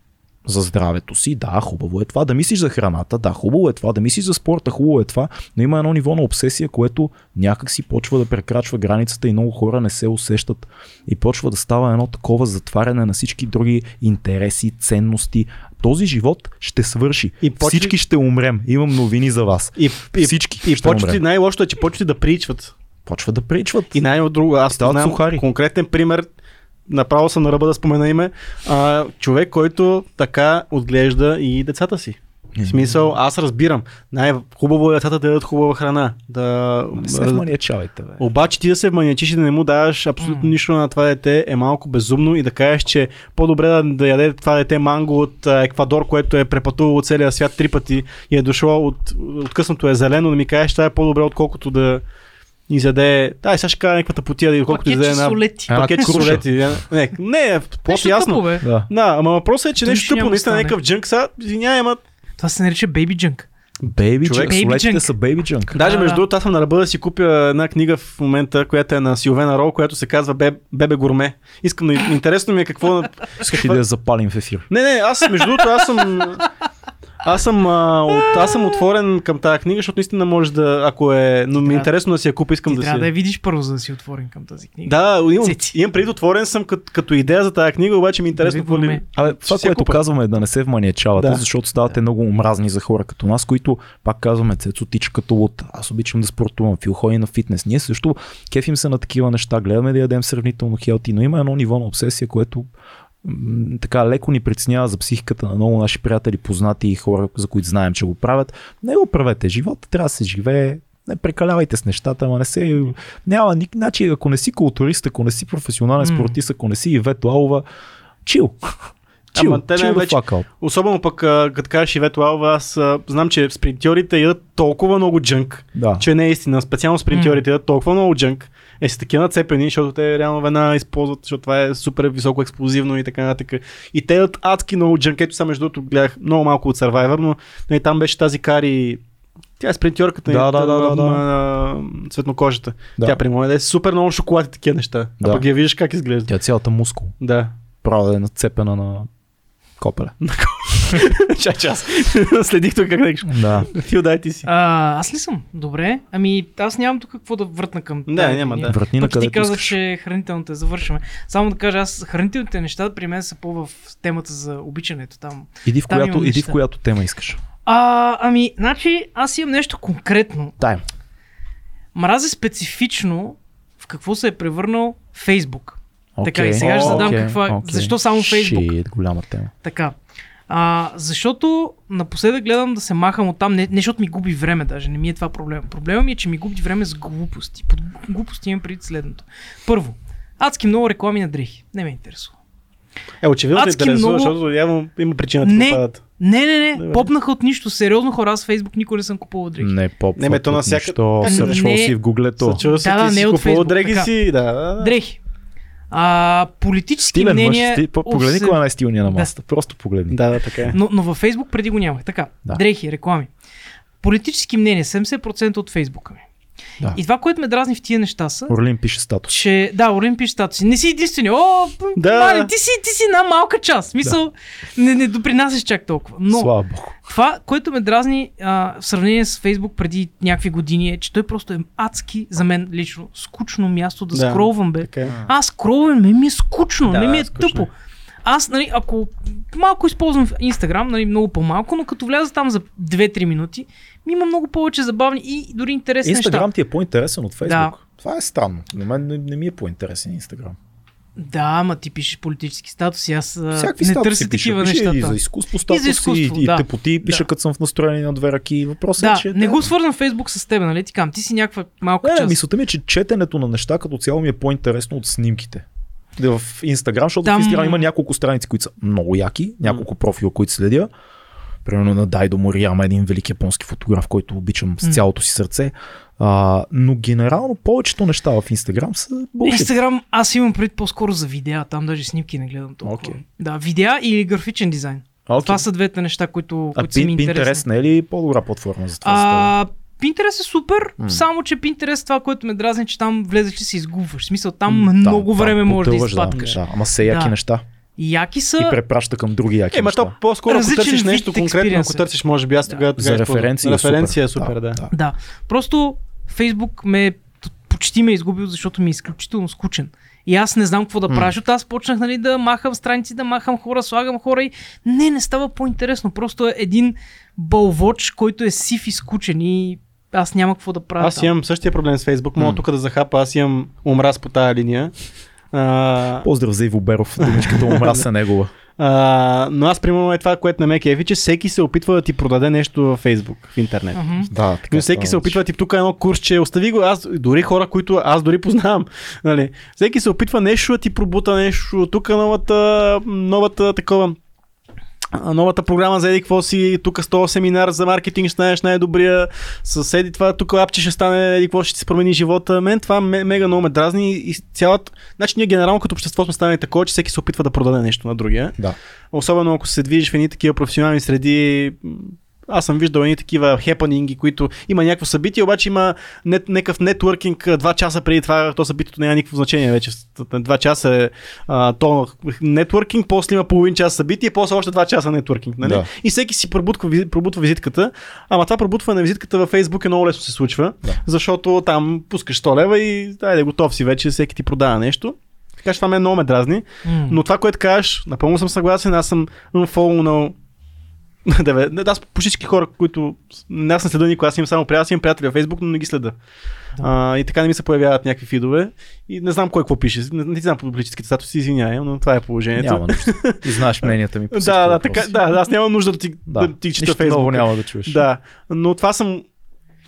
B: за здравето си, да, хубаво е това, да мислиш за храната, да, хубаво е това, да мислиш за спорта, хубаво е това, но има едно ниво на обсесия, което някак си почва да прекрачва границата и много хора не се усещат и почва да става едно такова затваряне на всички други интереси, ценности. Този живот ще свърши.
A: И
B: И
A: почли-
B: Всички ще умрем. Имам новини за вас.
A: И, и,
B: Всички
A: И
B: ще
A: почти,
B: умрем.
A: най-лошото е, че почти да причват.
B: Почва да причват.
A: И най-друго, аз
B: Стават
A: знам
B: сухари.
A: конкретен пример, направо съм на ръба да спомена име, а, човек, който така отглежда и децата си.
B: Е.
A: В смисъл, аз разбирам. Най-хубаво е децата да ядат хубава храна. Да,
B: Не се вманячавайте, бе.
A: Е. обаче ти да се вманячиш и да не му даваш абсолютно
C: М.
A: нищо на това дете е малко безумно и да кажеш, че по-добре да, да яде това дете манго от а, Еквадор, което е препътувало целия свят три пъти и е дошло от, откъснато е зелено, да ми кажеш, това е по-добре отколкото да изяде. Да, сега ще кажа някаква тъпотия, да отколкото
C: Пакетче
A: изяде една...
C: солети.
B: А,
A: Пакет
B: круша.
A: солети. е, Не, не,
C: Нещо
A: просто е ясно.
C: тъпо, бе.
B: Да.
A: Да, ама въпросът е, че
C: Той
A: нещо
C: ще
A: тъпо,
C: няма
A: наистина
C: остане.
A: някакъв джънк, сега, извиняй, ама
C: Това се нарича бейби джънк.
B: Бейби
A: Човек-
B: джънк.
C: Baby
B: Солетите
C: junk.
B: са бейби джънк.
A: Даже
C: Да,
A: между
C: е, да.
A: другото, аз съм на ръба да си купя една книга в момента, която е на Силвена Рол, която се казва Бе- Бебе Гурме. Искам да. Интересно ми е какво.
B: Искаш ли да я запалим в ефир?
A: Не, не, аз между другото, аз съм. Аз съм, а, от, аз съм отворен към тази книга, защото наистина може да, ако е, но ми е
C: трябва-
A: интересно да си я купя, искам
C: Ти
A: да си.
C: трябва да я
A: я-
C: видиш първо, за да си отворен към тази книга.
A: Да, имам,
C: Цици.
A: имам преди отворен съм като, като идея за тази книга, обаче ми е интересно
C: Бебе
A: какво ли...
C: гурме.
B: Абе, това,
A: си я
B: което
A: купа.
B: казваме е да не се вманячавате,
A: Да.
B: да. защото ставате много омразни за хора като нас, които пак казваме, Цецо тича като лут. Аз обичам да спортувам, Фил ходи на фитнес. Ние също кефим се на такива неща, гледаме да ядем сравнително хелти, но има едно ниво на обсесия, което м, така леко ни притеснява за психиката на много наши приятели, познати и хора, за които знаем, че го правят. Не го правете. Живота трябва да се живее не прекалявайте с нещата, ама не се... Няма ник... Значи, ако не си културист, ако не си професионален
C: М.
B: спортист, ако не си Ивет Лалова, чил. Чил,
A: Ама те
B: чил
A: най-вече-
B: да
A: Особено пък, а, като кажеш Ивет Лалва, аз а, знам, че спринтьорите ядат толкова много джънк,
B: Да.
A: че не е истина. Специално спринтьорите ядат толкова много джънк. Е, са такива нацепени, защото те реално веднага използват, защото това е супер високо експлозивно и така нататък. И те ядат адски много джънк. Ето сега, между другото, гледах много малко от Survivor, но нали, там беше тази Кари. Тя е спринтьорката
B: Да,
A: и,
B: да, да, да, да.
A: а, цветнокожата.
B: Да.
A: Тя при да е супер много шоколад и такива неща.
B: Да.
A: А пък я виждаш как изглежда.
B: Тя е цялата мускул.
A: Да.
B: Право да е нацепена на копеле.
A: Чай, час. Следих тук как нещо.
B: Да.
A: Фил, дай ти си.
C: А, аз ли съм? Добре. Ами аз нямам тук какво да въртна към
A: Да,
C: тази
A: няма,
C: линия.
A: да.
B: Вратни на
C: Пък ти
B: където
C: каза,
B: искаш.
C: че хранителните завършваме. Само да кажа, аз хранителните неща при мен са по-в темата за обичането там.
B: Иди в,
C: Там
B: която,
C: имам
B: иди в
C: неща.
B: която тема искаш.
C: А, ами, значи аз имам нещо конкретно.
B: Тайм.
C: Мрази специфично в какво се е превърнал Фейсбук. Така, и
B: Окей.
C: сега
A: ще задам
B: Окей,
C: каква-
B: окей.
C: защо само Facebook?
B: Shit, голяма тема.
C: Така. А, защото напоследък гледам да се махам от там, не, не защото ми губи време даже, не ми е това проблема. Проблема ми е, че ми губи време с глупости. Под глупости имам преди следното. Първо, адски много реклами на дрехи. Не ме интересува.
A: Е, очевидно те
C: Адски
A: интересува,
C: много-
A: защото явно има причина да ти
C: Не.
A: попадат.
C: Не, не, не,
A: Добре.
C: попнаха от нищо. Сериозно хора, аз в Фейсбук никога не съм купувал дрехи.
B: Не, поп.
A: Не, бе, то навсяка-
B: Нищо,
C: Е, Не.
B: сърчвал си в гуглето.
A: Съчува се,
C: Да, да,
A: ти
C: не е
A: си
C: от
A: купувал
C: Facebook,
A: дреги
C: така.
A: си. Да, да, да.
C: Дрехи. А, политически
B: Стилен мъж.
C: мнения...
B: Ти, по- погледни
C: осъ-
B: кой е най-стилния на
C: Да.
B: масата. Просто погледни.
A: Да, да, така е.
C: но, но във Фейсбук преди го нямах. Така,
B: Да.
C: дрехи, реклами. Политически мнения, 70% от Фейсбука ми.
B: Да.
C: И това, което ме дразни в тия неща са,
B: Орлин пише статус.
C: че да, Орлин пише статуси. Не си единствени. О,
A: Да.
C: да. Мали, ти, си, ти си една малка част. Мисъл, да. не, не допринасяш чак толкова. Но
B: Слава богу.
C: това, което ме дразни а, в сравнение с Фейсбук преди някакви години е, че той просто е адски за мен лично. Скучно място да,
A: Да.
C: да. скролвам, бе.
A: Така е.
C: Аз скролвам, не ми е скучно,
A: Да,
C: не ми е
A: скучно е.
C: тъпо. Аз, нали, ако малко използвам Инстаграм, нали, много по-малко, но като вляза там за 2-3 минути, ми има много повече забавни и дори интересни неща.
B: Инстаграм ти е по-интересен от Фейсбук.
C: Да.
B: Това е странно. На мен не, не ми е по-интересен Инстаграм.
C: Да, ма ти пишеш политически статуси, аз а,
B: Всякакви
C: не
B: статуси
C: търся
B: пише.
C: такива
B: Пише
C: неща.
B: И за
C: там.
B: изкуство статуси, и,
C: изкуство,
B: и
C: да.
B: тъпоти пиша,
C: Да.
B: като съм в настроение на две ръки. Въпросът е,
C: Да,
B: че...
C: не го свързвам Фейсбук с теб, нали? Ти кам, ти си някаква малка
B: Не, не,
C: част.
B: мисълта ми е, че четенето на неща като цяло ми е по-интересно от снимките. Да, В Инстаграм, защото в
C: Там-
B: Инстаграм има няколко страници, които са много яки, няколко профила, които следя. Примерно на Дайдо Морияма, един велик японски фотограф, който обичам с
C: М.
B: цялото си сърце. А, но генерално повечето неща в Инстаграм са bullshit.
C: Инстаграм аз имам пред по-скоро за видеа, там даже снимки не гледам толкова.
B: Окей.
C: Да, видеа или графичен дизайн.
B: Окей.
C: Това са двете неща, които,
B: А
C: които са ми
B: Пин- Pinterest
C: интересни.
B: не е ли по-добра платформа за това? за
C: А, Pinterest е супер,
B: М.
C: само че Pinterest това, което ме дразни, че там влезеш и се изгубваш. В смисъл, там
B: теб? М,
C: много време може да
B: потъваш,
C: изпаткаш.
B: Да, ама се яки
C: Да.
B: неща
C: И Яки са...
B: и препраща към други яки
A: Е, ма
B: неща.
A: то по-скоро, ако
C: Различен
A: търсиш
C: вид
A: нещо конкретно, ако
C: експириенс е.
A: търсиш, може би аз тогава
B: За
A: тогава използвам.
B: референция е супер.
A: Референция е супер, да.
C: Да. Просто Фейсбук ме т- почти ме е изгубил, защото ми е изключително скучен. И аз не знам какво да
B: М.
C: правя, защото аз почнах нали, да махам страници, да махам хора, слагам хора и не, не става по-интересно. Просто е един бълвоч, който е сив и скучен и аз няма какво да правя.
A: Аз
C: там.
A: имам същия проблем с Фейсбук,
B: М.
A: мога тук да захапа, аз имам омраз по тая линия. А,
B: Поздрав за Иво Беров, думичката омраз е негова.
A: а, но аз примерно е това, което не ме кефи, че всеки се опитва да ти продаде нещо във Фейсбук, в интернет.
C: Мгм.
B: Да, така
A: Но всеки се
B: става,
A: опитва ти тук е едно курсче, остави го, аз дори хора, които аз дори познавам. Нали? Всеки се опитва нещо да ти пробута нещо, тук е новата, новата такова а, новата програма за еди какво си, тук с този семинар за маркетинг ще станеш най-добрия, с еди това, тук апче ще стане еди какво ще ти промени живота. Мен това ме, мега много ме дразни и цялата... Значи ние генерално като общество сме станали такова, че всеки се опитва да продаде нещо на другия.
B: Да.
A: Особено ако се движиш в едни такива професионални среди, м, аз съм виждал едни такива хепанинги, които има някакво събитие, обаче има нет, някакъв нетворкинг а, два часа преди това, то събитието няма никакво значение вече. С- на Два часа е а, то нетворкинг, после има половин час събитие, после още два часа нетворкинг. Нали?
B: Да.
A: И всеки си пробутва, ви- пробутва визитката, ама това пробутване на визитката във Facebook е много лесно се случва,
B: Да.
A: защото там пускаш 100 лева и айде готов си вече, всеки ти продава нещо. Така че това мен много ме дразни.
C: М.
A: Но това, което кажеш, напълно съм съгласен. Аз съм unfollownal. Деве- не, Аз по всички хора, които... не, Аз не следа никога, аз имам само приятели, аз имам приятели във Facebook, но не ги следа. А, и така не ми се появяват някакви фидове. И не знам кой какво пише. Не, не ти знам публическите статуси, извинявай, но това е положението.
B: Няма нищо. Ти знаеш мненията ми. по всички
A: да, да,
B: въпроси.
A: така, да, да, аз нямам нужда да ти, да. Да ти чета
B: Нищо ново
A: Facebook.
B: няма да чуеш.
A: Да, но това съм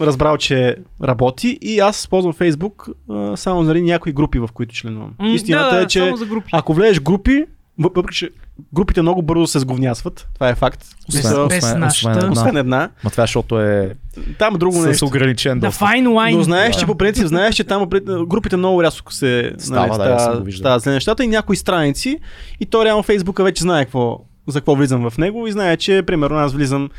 A: разбрал, че работи и аз ползвам Фейсбук а, само заради някои групи, в които членувам.
C: М,
A: Истината
C: да,
A: е, че
C: Само за групи.
A: ако влезеш в групи, въпреки че групите много бързо се сговнясват. Това е факт.
C: Без-
A: Освен-
C: без нашата.
A: Освен една.
B: Ма това, защото е
A: Там друго
B: с
A: нещо.
B: ограничен
C: The
B: достъп.
C: fine wine.
A: Но знаеш,
C: Да.
A: че по принцип, знаеш, че там пред- групите много рязко се
B: Става, да, аз съм го виждал.
A: стават зле нещата и някои страници. И то реално Фейсбука вече знае какво, за какво влизам в него и знае, че примерно аз влизам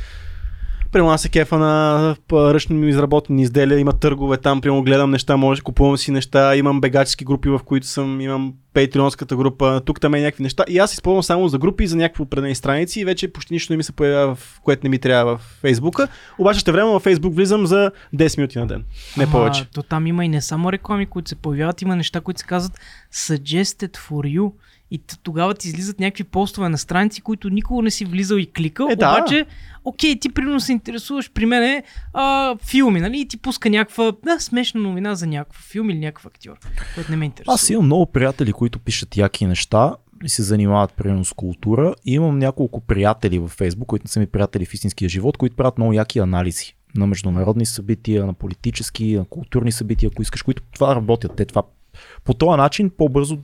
A: Примерно аз се кефа на п- ръчно ми изработени изделия, има търгове там, примерно гледам неща, може купувам си неща, имам бегачески групи, в които съм, имам патреонската група, тук там е някакви неща и аз използвам само за групи и за някакви определени страници и вече почти нищо не ми се появява, в което не ми трябва в Фейсбука. Обаче ще време във Фейсбук влизам за 10 минути на ден, не
C: Ама,
A: повече.
C: То там има и не само реклами, които се появяват, има неща, които се казват suggested for you. И т- тогава ти излизат някакви постове на страници, които никога не си влизал и кликал.
A: Е, да.
C: Обаче, окей, ти примерно се интересуваш при мен е, а, филми, нали? И ти пуска някаква да, смешна новина за някакъв филм или някакъв актьор, което не ме интересува.
B: Аз имам много приятели, които пишат яки неща и се занимават примерно с култура. И имам няколко приятели във Фейсбук, които не са ми приятели в истинския живот, които правят много яки анализи на международни събития, на политически, на културни събития, ако искаш, които това работят. Те това по този начин по-бързо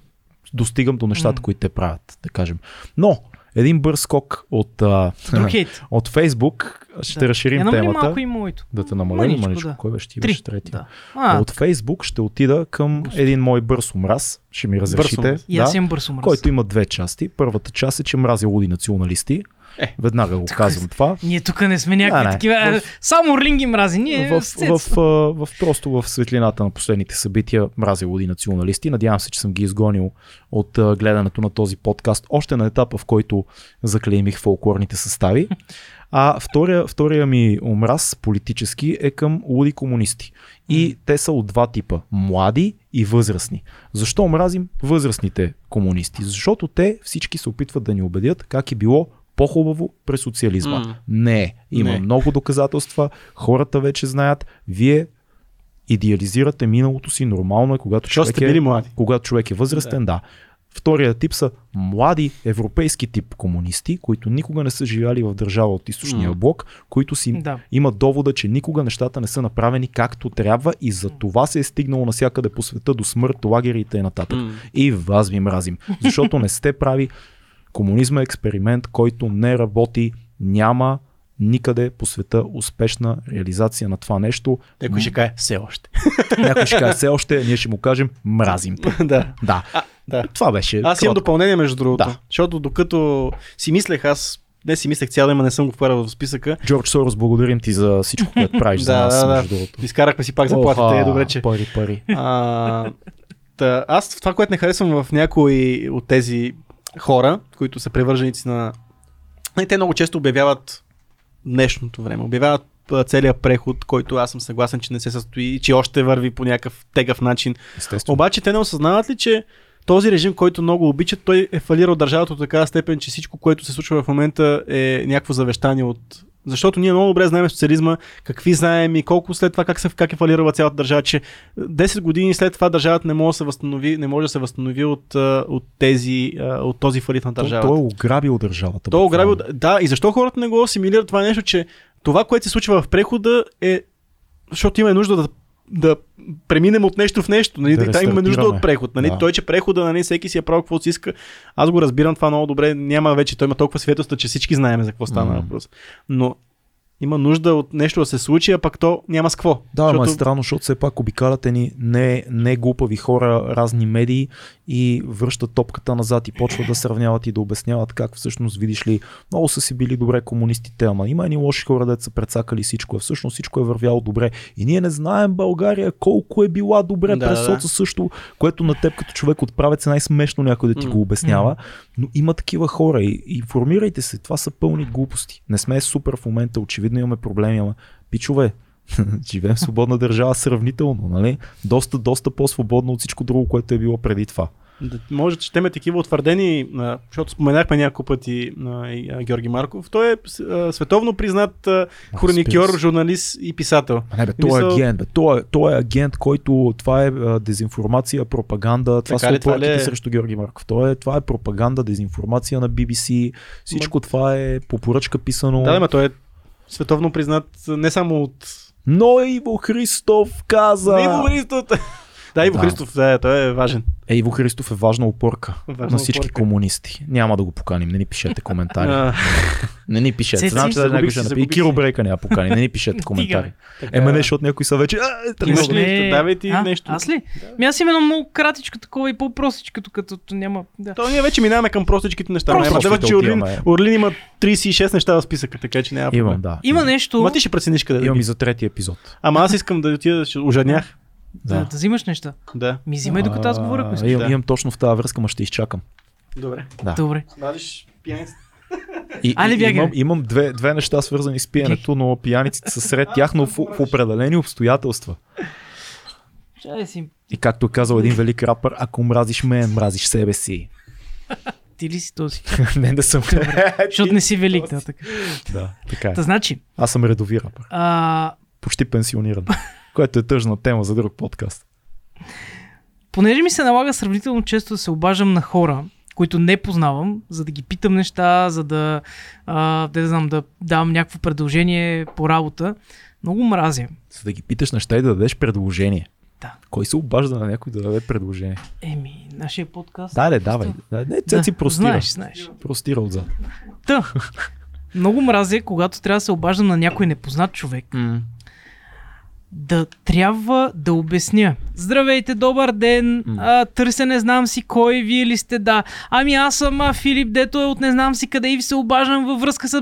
B: достигам до нещата,
C: М.
B: които те правят, да кажем. Но един бърз скок от, а,
C: Друг хейт.
B: от Фейсбук ще разширим
C: Е, намали
B: темата.
C: малко и моето.
B: Да те намалим
C: Мъничко,
B: маничко. маничко.
C: да.
B: Кой беше ти?
C: Три.
B: Беше трети.
C: Да.
B: А,
C: А,
B: от Фейсбук ще отида към един мой бърз омраз. Ще ми разрешите.
A: омраз.
C: и аз
B: Да,
C: имам бързо мръс.
B: който има две части. Първата част е, че мразя луди националисти.
A: Е.
B: Веднага го
C: Така е.
B: казвам това.
C: Ние тук не сме някакви
B: Да, не.
C: такива. а, Само Орлинги мрази. Ние
B: В,
C: сцец.
B: в, в, в, просто в светлината на последните събития мразя луди националисти. Надявам се, че съм ги изгонил от а, гледането на този подкаст, още на етапа, в който заклеймих фолклорните състави. А втория, втория ми омраз политически е към луди комунисти. И те са от два типа млади и възрастни. Защо мразим възрастните комунисти? Защото те всички се опитват да ни убедят как е било по-хубаво през социализма.
A: М.
B: Mm. Не, има
A: Не.
B: не. много доказателства, хората вече знаят, вие идеализирате миналото си, нормално е, когато
A: Защото
B: човек
A: сте
B: е,
A: били млади.
B: когато човек е възрастен, да. да. Втория тип са млади европейски тип комунисти, които никога не са живяли в държава от източния
A: М.
B: блок, които си
C: Да.
B: има довода, че никога нещата не са направени както трябва и за това се е стигнало насякъде по света до смърт, лагери и т.н.
A: М.
B: И вас ви мразим, защото не сте прави. Комунизма е експеримент, който не работи, няма никъде по света успешна реализация на това нещо.
A: Някой ще каже, все още.
B: Някой ще каже все още, ние ще му кажем мразим те.
A: да.
B: Да.
A: А, да.
B: Това беше.
A: Аз имам
B: кратко.
A: допълнение, между другото.
B: Да.
A: Защото докато си мислех, аз не си мислех цял ден, ама не съм го вкарал в списъка.
B: Джордж Сорос, благодарим ти за всичко, което правиш за
A: Да,
B: нас,
A: да, да.
B: между другото.
A: Изкарахме си пак заплатите.
B: Оха,
A: Е, добре, че.
B: Пари, пари.
A: А, та, аз това, което не харесвам в някои от тези хора, които са привърженици на... И те много често обявяват днешното време. Обявяват а, целият преход, който аз съм съгласен, че не се състои, че още върви по някакъв тегъв начин.
B: Естествено.
A: Обаче те не осъзнават ли, че този режим, който много обичат, той е фалирал държавата до такава степен, че всичко, което се случва в момента е някакво завещание от... Защото ние много добре знаем социализма, какви заеми, колко след това как, се, как е фалирала цялата държава, че 10 години след това държавата не може да се възстанови, не може да се възстанови от, а, от, тези, а, от този фалит на
B: Той,
A: държавата. е
B: той е ограбил държавата.
A: То ограби.
B: буквално.
A: Да, и защо хората не го асимилират това е нещо, че това, което се случва в прехода е. Защото имаме нужда да, да преминем от нещо в нещо. Нали?
B: Да
A: Да, имаме нужда
B: рестартираме.
A: от преход. Нали?
B: Да.
A: Той, че прехода, нали, всеки си е правил каквото си иска. Аз го разбирам това много добре. Няма вече. Той има толкова светост, че всички знаем за какво стана
B: М.
A: въпрос. Но има нужда от нещо да се случи, а пък то няма с какво.
B: Да, защото... ама е странно, защото все пак обикалят ни не, не глупави хора, разни медии и връщат топката назад и почват да сравняват и да обясняват как всъщност, видиш ли, много са си били добре комунистите, ама има едни лоши хора, дето са прецакали всичко, а всъщност всичко е вървяло добре. И ние не знаем България колко е била добре
A: Да,
B: да, през
A: да, да.
B: соца също, което на теб като човек от правец е най-смешно някой да ти
A: М.
B: го обяснява, но има такива хора и и информирайте се, това са пълни глупости. Не сме супер в момента, очевидно имаме проблеми, ама пичове, живеем в свободна държава сравнително, нали? Доста, доста по-свободно от всичко друго, което е било преди това.
A: Да, може да четеме такива утвърдени, а, защото споменахме няколко пъти а, и, а, Георги Марков. Той е с- а, световно признат а, хроникьор,
B: спирс.
A: журналист и писател.
B: Ма Не, бе, той е
A: Мисъл-
B: агент, бе. Той, е, той е агент, който това е а, дезинформация, пропаганда, това
A: Така
B: са
A: ли, това ли
B: опорките
A: е?
B: срещу Георги Марков. Той е, това е пропаганда, дезинформация на BBC, всичко това е по поръчка писано.
A: Да, да, ма той е световно признат а, не само от...
B: Но Иво Христов каза...
A: Да. Иво Христов! Да, Иво
B: Да.
A: Христов, да, той е важен.
B: Е, Иво Христов е важна опорка
A: Важна
B: на всички
A: опорка.
B: комунисти. Няма да го поканим, не ни пишете коментари.
A: А,
B: не ни пишете.
C: Цеци,
B: Знам, че даже някой
A: загубих
B: ще
A: се,
B: напи. И
A: загубих
B: Киро
A: се.
B: Брейка няма покани, не ни пишете коментари.
A: така.
B: Е, ме не, защото някои са вече... а, е, трябва
A: Имаш
B: да-
A: ли? Давай ти нещо.
C: Аз ли? Ми аз имам едно много кратичко такова и по-просичкото, като няма... Да.
A: То ние вече минаваме към простичките неща.
B: Просто
A: Няма да
B: простите
A: че Орлин,
B: отиваме.
A: Орлин има 36 неща в списъка, така че няма
B: Имам,
A: проблем.
B: да.
C: Има нещо...
A: Ма ти ще прецениш къде да
B: Имам и
A: ги.
B: за трети епизод.
A: Ама аз искам да отида, да ще ожаднях.
C: Да, да,
B: Да.
C: взимаш неща.
A: Да.
C: Ми взимай докато аз говоря, ако
B: А,
C: искаш.
B: имам,
A: да.
B: имам точно в тази връзка, ма ще изчакам.
A: Добре.
B: Да.
C: Добре.
A: Младиш пиянец.
B: И,
C: Али,
B: и-
C: бягай.
B: имам, имам две, две неща свързани с пиенето, но пияниците са сред тях, но в, в определени обстоятелства.
C: Чай си.
B: И както е казал един велик рапър, ако мразиш мен, мразиш себе си.
C: Ти ли си този?
B: не да съм.
C: Защото не си велик. Да, така.
B: да, така е.
C: Та значи,
B: Аз съм редови рапър.
C: а,
B: Почти пенсиониран. Което е тъжна тема за друг подкаст.
C: понеже ми се налага сравнително често да се обаждам на хора, които не познавам, за да ги питам неща, за да, а, да, знам, да давам някакво предложение по работа, много мразя.
B: За да ги питаш неща и да дадеш предложение.
C: Да.
B: Кой се обажда на някой да даде предложение?
C: Еми, нашия подкаст.
B: Да, да, давай. Да, не, да, си простира.
C: Знаеш, знаеш.
B: Простира отзад.
C: Та, много мразя, когато трябва да се обаждам на някой непознат човек, да трябва да обясня. Здравейте, добър ден,
B: М.
C: а, търся не знам си кой, вие ли сте, да. Ами аз съм а, Филип, дето е от не знам си къде и ви се обаждам във връзка с...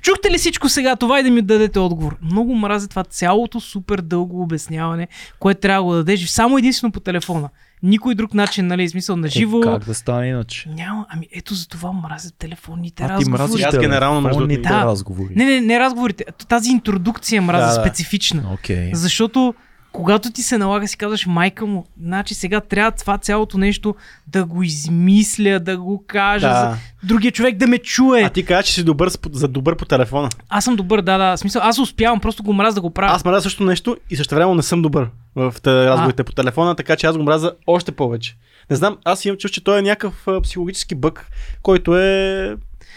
C: Чухте ли всичко сега това и да ми дадете отговор? Много мразя това цялото супер дълго обясняване, което трябва да го дадеш само единствено по телефона. Никой друг начин, нали, смисъл на
B: Е,
C: живо.
B: как да стане иначе?
C: Няма, ами ето за това мразя телефонните
B: А ти
C: разговори.
B: мразиш
A: Аз генерално, между
B: телефонните
C: другото. Да.
B: разговори.
C: Не, не, не разговорите. Тази интродукция мразя
B: Да, да.
C: специфична.
A: е.
B: Окей.
C: Защото когато ти се налага, си казваш майка му, значи сега трябва това цялото нещо да го измисля, да го кажа,
A: Да.
C: за другия човек да ме чуе.
A: А ти каза, че си добър с- за добър по телефона.
C: Аз съм добър, да, да. в Смисъл, аз успявам, просто го мразя да го правя.
A: Аз мразя също нещо и също време не съм добър в те- разговорите по телефона, така че аз го мразя още повече. Не знам, аз имам чувство, че той е някакъв а, психологически бък, който е...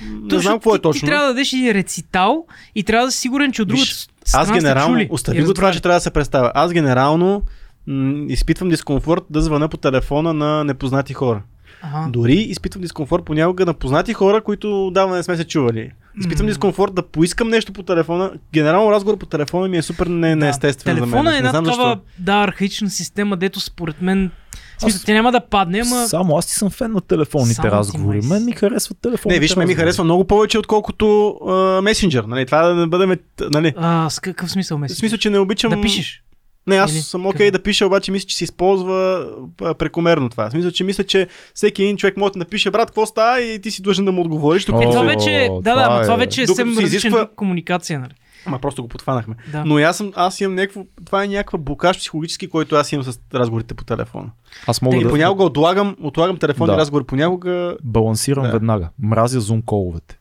A: м, Не знам
C: Точно
A: какво
C: ти,
A: е точно.
C: Ти трябва да дадеш един рецитал и трябва да си сигурен, че от другата
A: Виж,
C: страна
A: Аз
C: сте
A: генерално,
C: чули Е, и
A: остави го това,
C: разбрали.
A: че трябва да се представя. Аз генерално м- изпитвам дискомфорт да звъна по телефона на непознати хора.
C: Ага.
A: Дори изпитвам дискомфорт понякога на познати хора, които отдавна не сме се чували. Изпитвам
C: М.
A: дискомфорт да поискам нещо по телефона. Генерално разговор по телефона ми е супер не, неестествен за мен.
C: Телефона е една
A: не знам
C: такава,
A: защо.
C: да, архаична система, дето според мен... в Смисъл, тя няма да падне, ама...
B: Само аз ти съм фен на телефонните
C: Само ти,
B: разговори.
C: май си.
B: Мен ми харесват
A: Не,
B: телефонните
A: виж, ме ми
B: разговори.
A: харесва много повече, отколкото а, месенджер. Нали? Това да не бъдем... т- Нали?
C: А, с какъв смисъл
A: В
C: месец?
A: смисъл, че не обичам...
C: Да пишеш.
A: Не, аз
C: Или
A: съм окей
C: какво?
A: да пиша, обаче мисля, че се използва а, прекомерно това. В смисъл, че мисля, че всеки един човек може да напише, брат, какво става и ти си длъжен да му отговориш.
B: О,
C: Е,
A: Докато...
C: това вече,
B: това
C: да, да, ама това
B: е.
C: вече е
A: Докато
C: съвсем
A: се
C: различен
A: изисква-
C: тип комуникация, нали?
A: Ама просто го подхванахме.
C: Да.
A: Но и аз, съм, аз имам някакво, това е някаква блокаж психологически, който аз имам с разговорите по телефона.
B: Аз
A: Мога
B: мога
A: и
B: да
A: понякога отлагам, отлагам телефонни
B: Да.
A: разговори, понякога...
B: балансирам
A: Да.
B: веднага. Мразя зумколовете.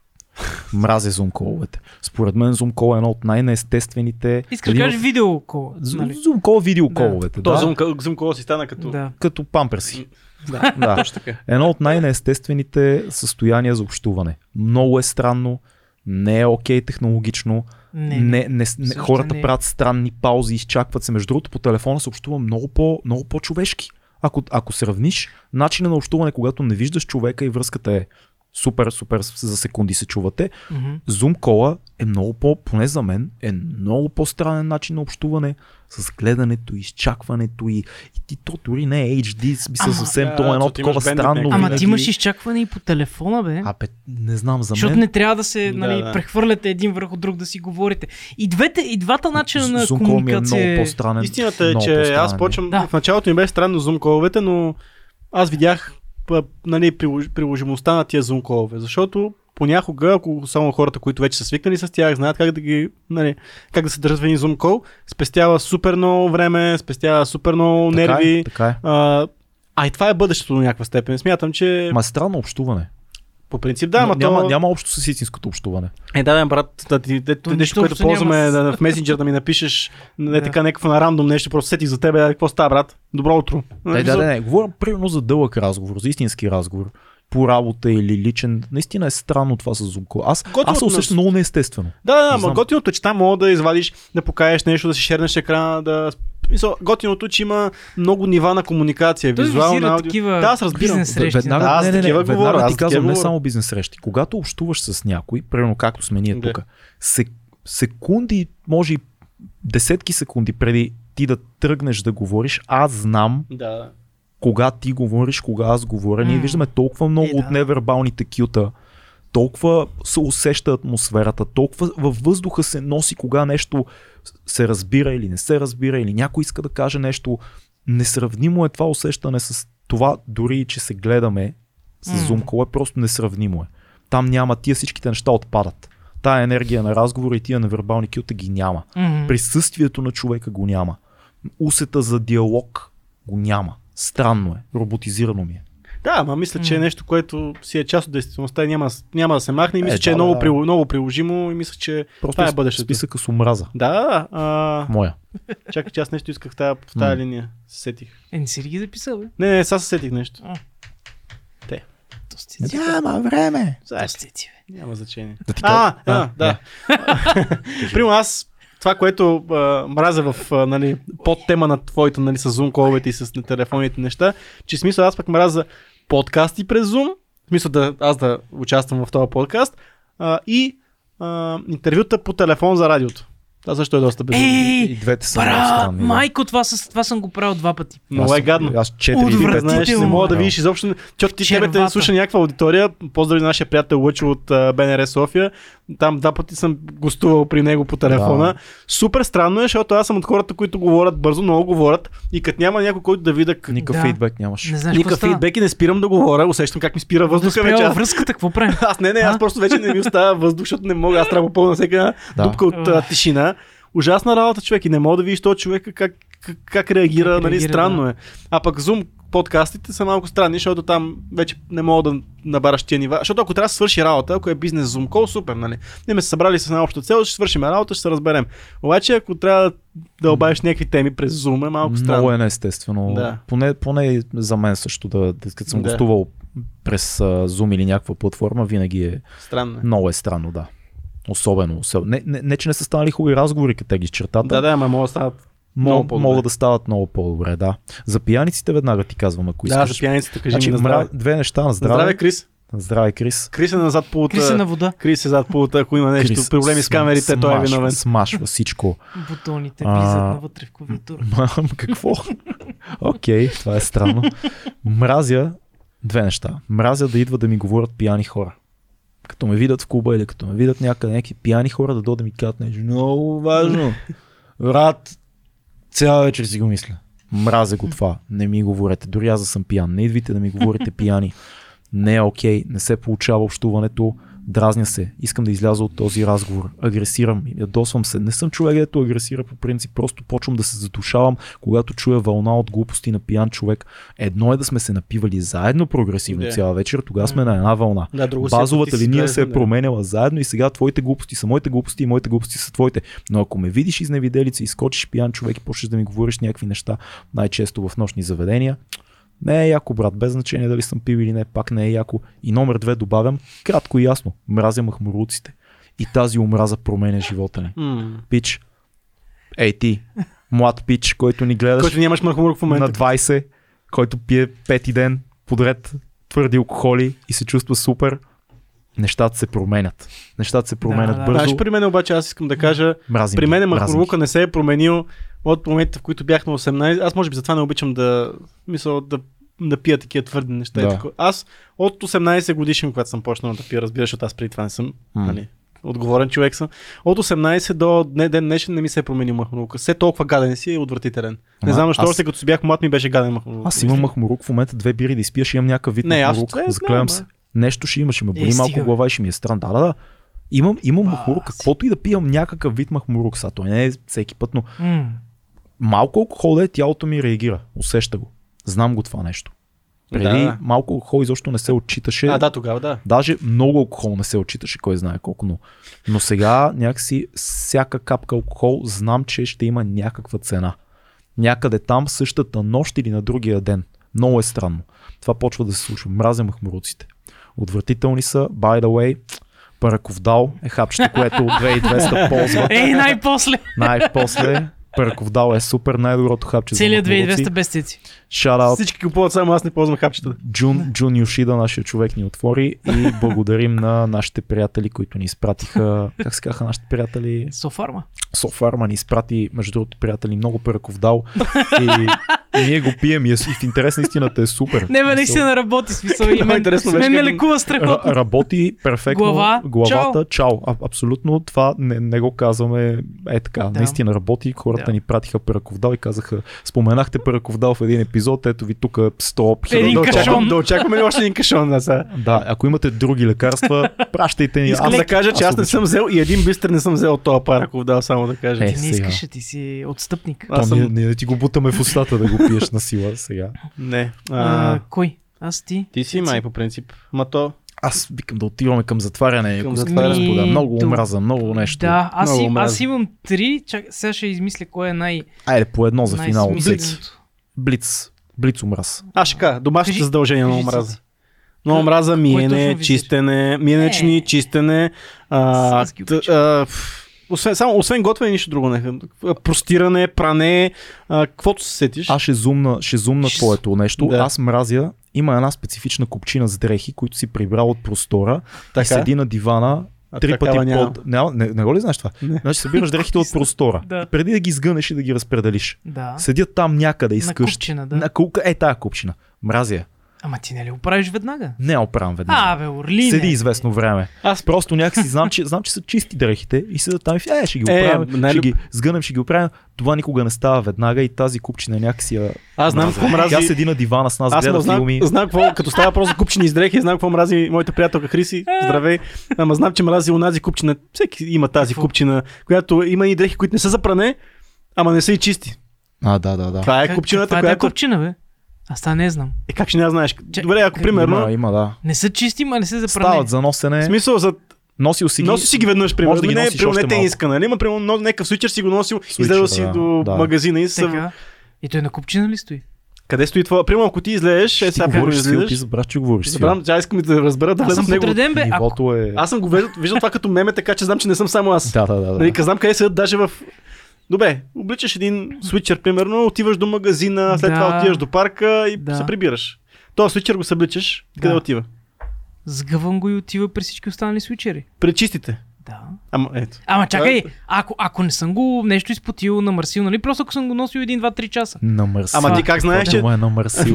B: Мразя зумколовете. Според мен зумкол е едно от най-неестествените.
C: Искаш да
B: един
C: кажеш
B: от-
C: видео кол,
B: Зу-
C: нали? е
B: Зумкол, видеоколовете.
A: То
B: Да.
A: зум, зум кола си стана като...
C: Да.
B: Като памперси.
A: да.
B: Да.
A: Точно така.
B: Едно от най-неестествените състояния за общуване. Много е странно, не е окей технологично,
C: Не.
B: не, не, не, не,
C: Също
B: хората
C: не.
B: правят странни паузи, изчакват се. Между другото, по телефона се общува много, по, много по-човешки. Ако, ако сравниш начина на общуване, когато не виждаш човека и връзката е супер, супер, за секунди се чувате,
C: Мгм.
B: Zoom кола е много по, поне за мен, е много по-странен начин на общуване с гледането, изчакването и, и ти то дори не е HD, смисъл
C: Ама-
B: съвсем,
A: Да,
B: то е едно
A: защото
B: такова
A: имаш бенди
B: странно.
A: някакви.
C: Ама
B: винаги-
C: ти имаш изчакване и по телефона, бе.
B: Абе, не знам, за
C: защото
B: мен...
C: не трябва да се
A: Да,
C: нали,
A: да.
C: прехвърляте един върху друг да си говорите. И, двете, и двата начина на
B: Zoom call ми е
C: комуникация
B: много по-странен.
A: Истината е,
B: много
A: че
B: по-странен
A: аз
B: ми.
A: почвам...
C: Да.
A: В началото ми беше странно зумколовете, но аз видях а, нали, прилож- приложимостта на тия зумколове, защото понякога, ако само хората, които вече са свикнали с тях, знаят как да ги, нали, как да се държат в един зумкол, спестява супер много време, спестява супер много
B: Така е,
A: нерви.
B: Така е.
A: А, а и това е бъдещето до някаква степен. Смятам, че
B: Ма е странно общуване.
A: по принцип да,
B: Н-
A: ама
B: няма,
A: то...
B: няма общо с истинското общуване.
A: Е, да, да, брат, да, ти, да,
C: То
A: то нещо,
C: нищо
A: което
C: общо няма
A: ползваме
C: с-
A: е да, в месенджер да ми напишеш
C: Да.
A: да. така някакво на рандом нещо, просто сетих за тебе, да, какво става, брат? Добро утро.
B: Не, да, не, не. Говоря примерно за дълъг разговор, за истински разговор. по работа или личен. Наистина е странно това с звука. Аз,
A: Готино
B: аз се
A: от нас.
B: усещам много неестествено.
A: Да, да,
B: Не
A: ама
B: знам.
A: готиното, е, че там мога да извадиш, да покажеш нещо, да си шернеш екрана, да... Мисъл, готиното, е, че има много нива на комуникация,
C: Той
A: визуална
C: визира
A: аудио.
C: такива
A: Да, аз разбирам.
C: бизнес срещи.
B: Веднага,
A: Да, аз
B: не, не, не,
A: такива
B: веднага
A: говоря, аз
B: ти
A: такива
B: казвам не
A: говоря.
B: само бизнес срещи. Когато общуваш с някой, примерно както сме ние
A: Да.
B: тук, сек, секунди, може и десетки секунди преди ти да тръгнеш да говориш, аз знам
A: Да.
B: кога ти говориш, кога аз говоря. Ние
C: М.
B: виждаме толкова много
C: Е, да.
B: от невербалните кюта, толкова се усеща атмосферата, толкова във въздуха се носи кога нещо се разбира или не се разбира, или някой иска да каже нещо. Несравнимо е това усещане с това, дори и че се гледаме с
C: М.
B: Zoom call, е просто несравнимо е. Там няма, тия всичките неща отпадат. Тая енергия на разговора и тия невербални кюта ги няма.
C: Мгм.
B: Присъствието на човека го няма. Усета за диалог го няма. Странно е. Роботизирано ми е.
A: Да, ама мисля, че е
C: М.
A: нещо, което си е част от действителността и няма, няма да се махне. И
B: Е,
A: мисля, че е
B: да, бе,
A: много,
B: да.
A: при, много приложимо и мисля, че
B: Просто
A: това е
B: сп-
A: бъдещето.
B: списъка с омраза.
A: Да, а,
B: Моя.
A: чакай, че аз нещо исках в тази, в тази
B: М.
A: линия. Се Сетих.
C: Е, не си ли ги записал, бе?
A: Не, не, сега се сетих нещо.
C: То сте ти, бе.
B: Няма време.
A: Заед,
C: То сте ти, бе.
A: е, няма значение.
B: Да ти
A: А,
B: кажа- е.
A: а, да. Прямо аз това, което а, мразя в а, нали, подтема на твоето нали, с Zoom коловете и с на телефонните неща, че в смисъл аз пък мразя подкасти през Zoom, в смисъл да, аз да участвам в този подкаст а, и а, интервюта по телефон за радиото. Това също е доста безумно.
B: И
C: Ей,
B: двете са много
C: бра,
B: странни. да.
C: майко, това, с, това съм го правил два пъти.
A: Много
B: Аз-
A: е гадно. е.
B: Аз четири или пет
C: Отвратително.
A: Знаеш, не мога да видиш изобщо. Чок, ти тебе те
C: Червата.
A: слуша някаква аудитория. Поздрави на нашия приятел Лъчо от а, БНР София. Там два пъти съм гостувал при него по телефона.
B: Да.
A: Супер странно е, защото аз съм от хората, които говорят бързо, много говорят. И като няма някой, който да видя как...
B: Никакъв
C: Да.
B: фейдбек нямаш.
C: Не знаеш какво
A: никакъв
C: става.
A: фидбек и не спирам да говоря. Усещам как ми спира
C: Да
A: въздуха вече.
C: спряла
A: Аз,
C: връзката, какво правим?
A: аз не, не, аз
C: А?
A: просто вече не ми остава въздух, защото не мога. Аз трябва да попълна всеки една
B: Да.
A: дупка от а,
C: Ох.
A: тишина. Ужасна работа, човек. И не мога да видиш този човек как, как, как реагира.
C: Как
A: нали,
C: реагира,
A: странно
C: да.
A: е. А пък Zoom подкастите са малко странни, защото там вече не мога да набараш тия нива. Защото ако трябва да се свърши работа, ако е бизнес Zoom call, супер, нали? Ние сме се събрали с една обща цел, ще свършим работа, ще се разберем. Обаче, ако трябва да обадиш някакви теми през Zoom, е малко странно.
B: Много е неестествено.
A: Да.
B: Поне, поне за мен също, да, да- като съм
A: Да.
B: гостувал през а, Zoom или някаква платформа, винаги е
A: Странно е.
B: много е странно, да. Особено. особ- Не, не, не че не са станали хубави разговори, като те ги с чертата.
A: Да, да, ама мога да стават. много
B: Мог,
A: по-добре.
B: могат да стават много по-добре, да. За пияниците веднага ти казвам, ако
A: Да,
B: искаш.
A: за пияниците, кажи
B: Значи,
A: ми на
B: мра...
A: здраве.
B: две неща на здраве.
A: Здраве, Крис.
B: На здраве, Крис.
A: Крис е назад полута.
C: Криса на вода,
A: Крис е зад полута, ако има нещо,
B: Крис
A: проблеми с
B: см-
A: камерите, той е
B: смашва-
A: виновен.
B: Смашва всичко.
C: бутоните
B: А.
C: влизат навътре в клавиатура.
B: Мам, какво? Окей, това е странно. Мразя две неща. Мразя да идва да ми говорят пияни хора. Като ме видят в клуба или като ме видят някъде някакви пияни хора, да дойдат да ми кажат нещо много важно. Брат, цяла вечер си го мисля. Мразя го това. Не ми говорете. Дори аз да съм пиян. Не идвайте да ми говорите пияни. Не е окей. Не се получава общуването. Дразня се. Искам да изляза от този разговор. Агресирам. Ядосвам се. Не съм човек, дето агресира по принцип. Просто почвам да се задушавам, когато чуя вълна от глупости на пиян човек. Едно е да сме се напивали заедно прогресивно
A: Да.
B: цяла вечер. Тогава сме на една вълна.
A: Да, друго си е,
B: Базовата
A: ти си
B: линия се е
A: свързан, да.
B: променяла заедно и сега твоите глупости са моите глупости и моите глупости са твоите. Но ако ме видиш изневиделица, изкочиш пиян човек и почнеш да ми говориш някакви неща, най-често в нощни заведения, не е яко, брат, без значение дали съм пил или не, пак не е яко. И номер две добавям, кратко и ясно, мразя махмуруците. И тази омраза променя живота ни.
A: М.
B: Пич, ей ти, млад пич, който ни гледаш
A: Който нямаш мърхомрук в
B: на
A: момента.
B: 20, който пие пети ден подред твърди алкохоли и се чувства супер, нещата се променят. Нещата се променят
C: да.
B: да, бързо.
A: Знаеш, при мен обаче аз искам да кажа,
B: Мразим
A: при
B: ги,
A: мен
B: мразим
A: махмурлука не се е променил от момента, в които бях на 18. Аз може би затова не обичам да мисля да, да пия такива твърди неща.
B: Да.
A: Да. Аз от 18 годишен, когато съм почнал да пия, разбираш, защото аз преди това не съм.
B: М.
A: Нали, отговорен човек съм. От 18 до дне- ден днешен не ми се е променил махмурлука. Все толкова гаден си е и отвратителен.
B: Ама
A: Не знам защо,
B: аз-
A: още като си бях млад ми беше гаден махмурлук.
B: Аз имам махмурук в момента две бири да изпиеш, имам някакъв вид
A: Не, аз
B: махмурук.
A: не,
B: Заклевам
A: не,
B: се.
A: ама.
B: Нещо ще има, ще ме
C: Е,
B: боли малко
C: стига, бе.
B: глава и ще ми е странно. Да, да, да. Имам, имам
C: Баси.
B: махмурук, каквото и да пиям някакъв вид махмурук. Са, той не е всеки път, но
C: М.
B: малко алкохол да е, тялото ми реагира. Усеща го. Знам го това нещо. Преди
A: Да, да.
B: малко алкохол изобщо не се отчиташе.
A: А, да, тогава, да.
B: Даже много алкохол не се отчиташе, кой знае колко, но, но сега някакси всяка капка алкохол знам, че ще има някаква цена. Някъде там същата нощ или на другия ден. Много е странно. Това почва да се случва. Мразя махмуруците. Отвратителни са, by the way, Параковдал е хапчето, което 2200 ползва.
C: Ей, най-после!
B: Най-после Параковдал е супер, най-доброто хапче за
C: Целият
B: махмуруци.
C: 2200 без цици.
B: Shout out
A: Всички купуват, само аз не ползвам хапчета.
B: Джун, Джун Юшида, нашия човек ни отвори и благодарим на нашите приятели, които ни изпратиха, как се казаха нашите приятели,
C: Софарма.
B: Софарма ни изпрати, между другото приятели, много параков дал и ние го пием и, е, с- и в интерес на истината е супер.
C: Не, бе,
B: Мисъл,
C: наистина работи смисъл. И
A: Много
C: мен,
A: интересно
C: мен
A: беше
C: ме
A: като-
C: лекува страхотно.
B: ра- Работи перфектно.
C: Глава,
B: главата, чао. чао. А, абсолютно това не, не го казваме е така.
C: Да.
B: Наистина работи. Хората
C: Да.
B: ни пратиха параковдал и казаха, споменахте параковдал в един епизод, ето ви тук 100
C: Един
A: да,
B: хиляда
C: кашон.
A: очаквам, да очакваме ли още един кашон на сега?
B: Да, ако имате други лекарства, пращайте ни.
A: Искам да кажа, че аз не съм взел и един бистър не съм взел от този параков, да, само да кажа.
B: Е.
C: Ти не
B: сега.
C: искаш, а ти си отстъпник.
A: аз
B: Аз
A: съм-
B: съм... ние, ние да ти го бутаме в устата да го пиеш на сила сега.
A: Не. А,
C: А, кой? Аз ти?
A: ти си май по принцип. Ма то.
B: Аз викам да отиваме към затваряне.
A: Към
B: ако
A: затваряне.
B: сте, господа.
C: Ми,
B: Много
C: да.
B: омраза, много нещо.
C: Да, аз,
A: Много
C: им, аз
A: мразя.
C: имам три. Чак, сега ще измисля кое е най-
B: Айде, по едно за финал. Блиц.
C: най-смисленото.
B: Блиц. Блиц омраз.
A: А, ще кажа, домашните
C: Кажи-
A: задължения на
C: кажи
A: омраза.
C: си.
A: Но омраза,
C: точно
A: миене,
C: виждаш?
A: чистене, миене, чини,
C: Е.
A: чистене. А,
C: Аз ги
A: т-
C: обичам.
A: а, ф- освен, само, освен готвене, нищо друго не. Простиране, пране, а, каквото се сетиш.
B: Аз ще зумна, ще зумна
C: Ще-
B: твоето нещо.
A: Да.
B: Аз мразя. Има една специфична купчина с дрехи, които си прибрал от простора. Така? И
A: Така.
B: седи на дивана.
A: А
B: Три
A: такава
B: пъти
A: нямам.
B: под... Не, не, не го ли знаеш това?
A: Не.
B: Значи събираш дрехите от простора.
C: Да.
B: И преди да ги изгънеш и да ги разпределиш.
C: Да.
B: Седят там някъде
C: На
B: изкъщи.
C: купчина, да.
B: На кулка, е тая купчина. Мразя. я.
C: Ама ти не ли оправиш веднага?
B: Не я оправям веднага.
C: А, е. бе, Орлине.
B: Седи известно време.
A: Аз
B: Просто някакси знам, че, знам, че са чисти дрехите и седят там и в- е, ще ги
A: Е,
B: оправим, ще
A: най-люб-
B: ги сгънем, ще ги оправим. Това никога не става веднага и тази купчина е някакси я...
A: Аз знам какво мрази.
B: Тя седи на дивана с нас,
A: Аз
B: гледа
A: му знам,
B: филми.
A: знам какво, като става просто купчени издрехи, знам какво мрази моята приятелка Хриси.
B: Е.
A: Здравей. Ама знам, че мрази онази купчина. Всеки има тази
C: Какво?
A: купчина, която има и дрехи, които не са за пране, ама не са и чисти.
B: А, да, да, да.
A: Това е
C: Как-
A: купчината,
C: каква е тая
A: която...
C: купчина, бе? Аз това не знам.
A: Е, как ще не я знаеш?
C: Че-
A: Добре, ако
C: как-
B: Има,
A: примерно...
B: има, е? да.
C: Не са чисти, ма не са за пране.
B: Стават за
A: В
B: носене.
A: смисъл, за...
B: Носил си ги.
A: носи си ги веднъж, примерно.
B: Може да ги
A: не,
B: носиш
A: примерно,
B: още
A: не те
B: малко.
A: иска, нали? Има, примерно, но- някакъв свичър си го носил,
B: Свичър,
A: излезъл си
B: да,
A: до
B: да.
A: магазина и са...
C: Така. И той е на купчина ли стои?
A: Къде стои това? Примерно, ако ти излезеш, е,
B: Ти
A: сега примерно
B: говориш с Фил, ти
A: излезеш.
B: забраш, че говориш с Фил.
A: Забравям, сега искам да разбера да
C: Аз
A: влеза
C: съм
A: в него.
C: подреден, бе. Ако
B: Нивото е...
A: Аз съм го виждал, виждал това като меме, така че знам, че не съм само аз.
B: Да, да, да. да.
A: Нали, ка- знам къде седят даже в... Добре, обличаш един свичер, примерно, отиваш до магазина, след
C: Да.
A: това отиваш до парка и
C: Да.
A: се прибираш. То свичер го събличаш, къде
C: Да.
A: отива?
C: сгъвам го и отива при всички останали свичери.
A: Пречистите.
C: Да.
A: Ама, ето.
C: Ама чакай,
A: Това
C: ако, ако не съм го нещо изпотил, намърсил, нали? Просто ако съм го носил един, два, три часа.
B: Намърсил.
A: Ама ти как
B: Това
A: знаеш, че...
B: дума е намърсил.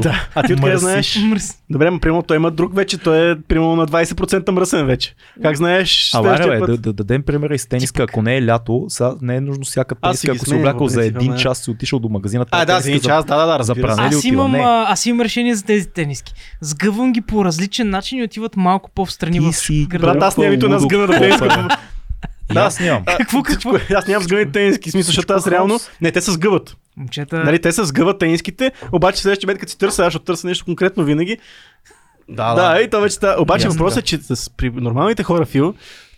A: Да. А ти откъде
B: Мърсиш.
A: знаеш?
C: Мърс.
A: Добре, ма примерно той има друг вече, той е примерно на 20% мръсен вече. Как знаеш,
B: Ама
A: следващия
B: бе,
A: път-
B: да, да дадем пример и с тениска. Ако не е лято, сега не е нужно всяка
A: Аз си
B: тениска.
A: ги
B: Ако си
A: сменям,
B: облякал
A: по
B: за
A: принцип,
B: един
A: ама-
B: час, си отишъл до магазина.
A: А, да,
B: тази тениска
A: за един час, да, да, да,
B: за
A: разбира се.
B: пране. ли
C: Аз
B: отива?
C: имам,
B: Не.
C: а, аз имам решение за тези тениски. Сгъвам ги по различен начин и отиват малко по-встрани
B: Ти
C: в
B: си
C: града.
A: Брат, аз нямам нито на
B: Лудо,
A: сгъна да те
B: какво
A: искам.
B: Да, аз нямам.
C: Какво, какво?
A: е- Аз нямам сгънати тениски, в смисъл, защото аз реално... Не, те се сгъват.
C: Момчета,
A: Нали, те са сгъват тениските, обаче следващия бед, като си търся, аз ще търся нещо конкретно винаги. Да, и то вече става. Обаче
B: Ясно,
A: въпросът е, че с, при нормалните хора, Фил,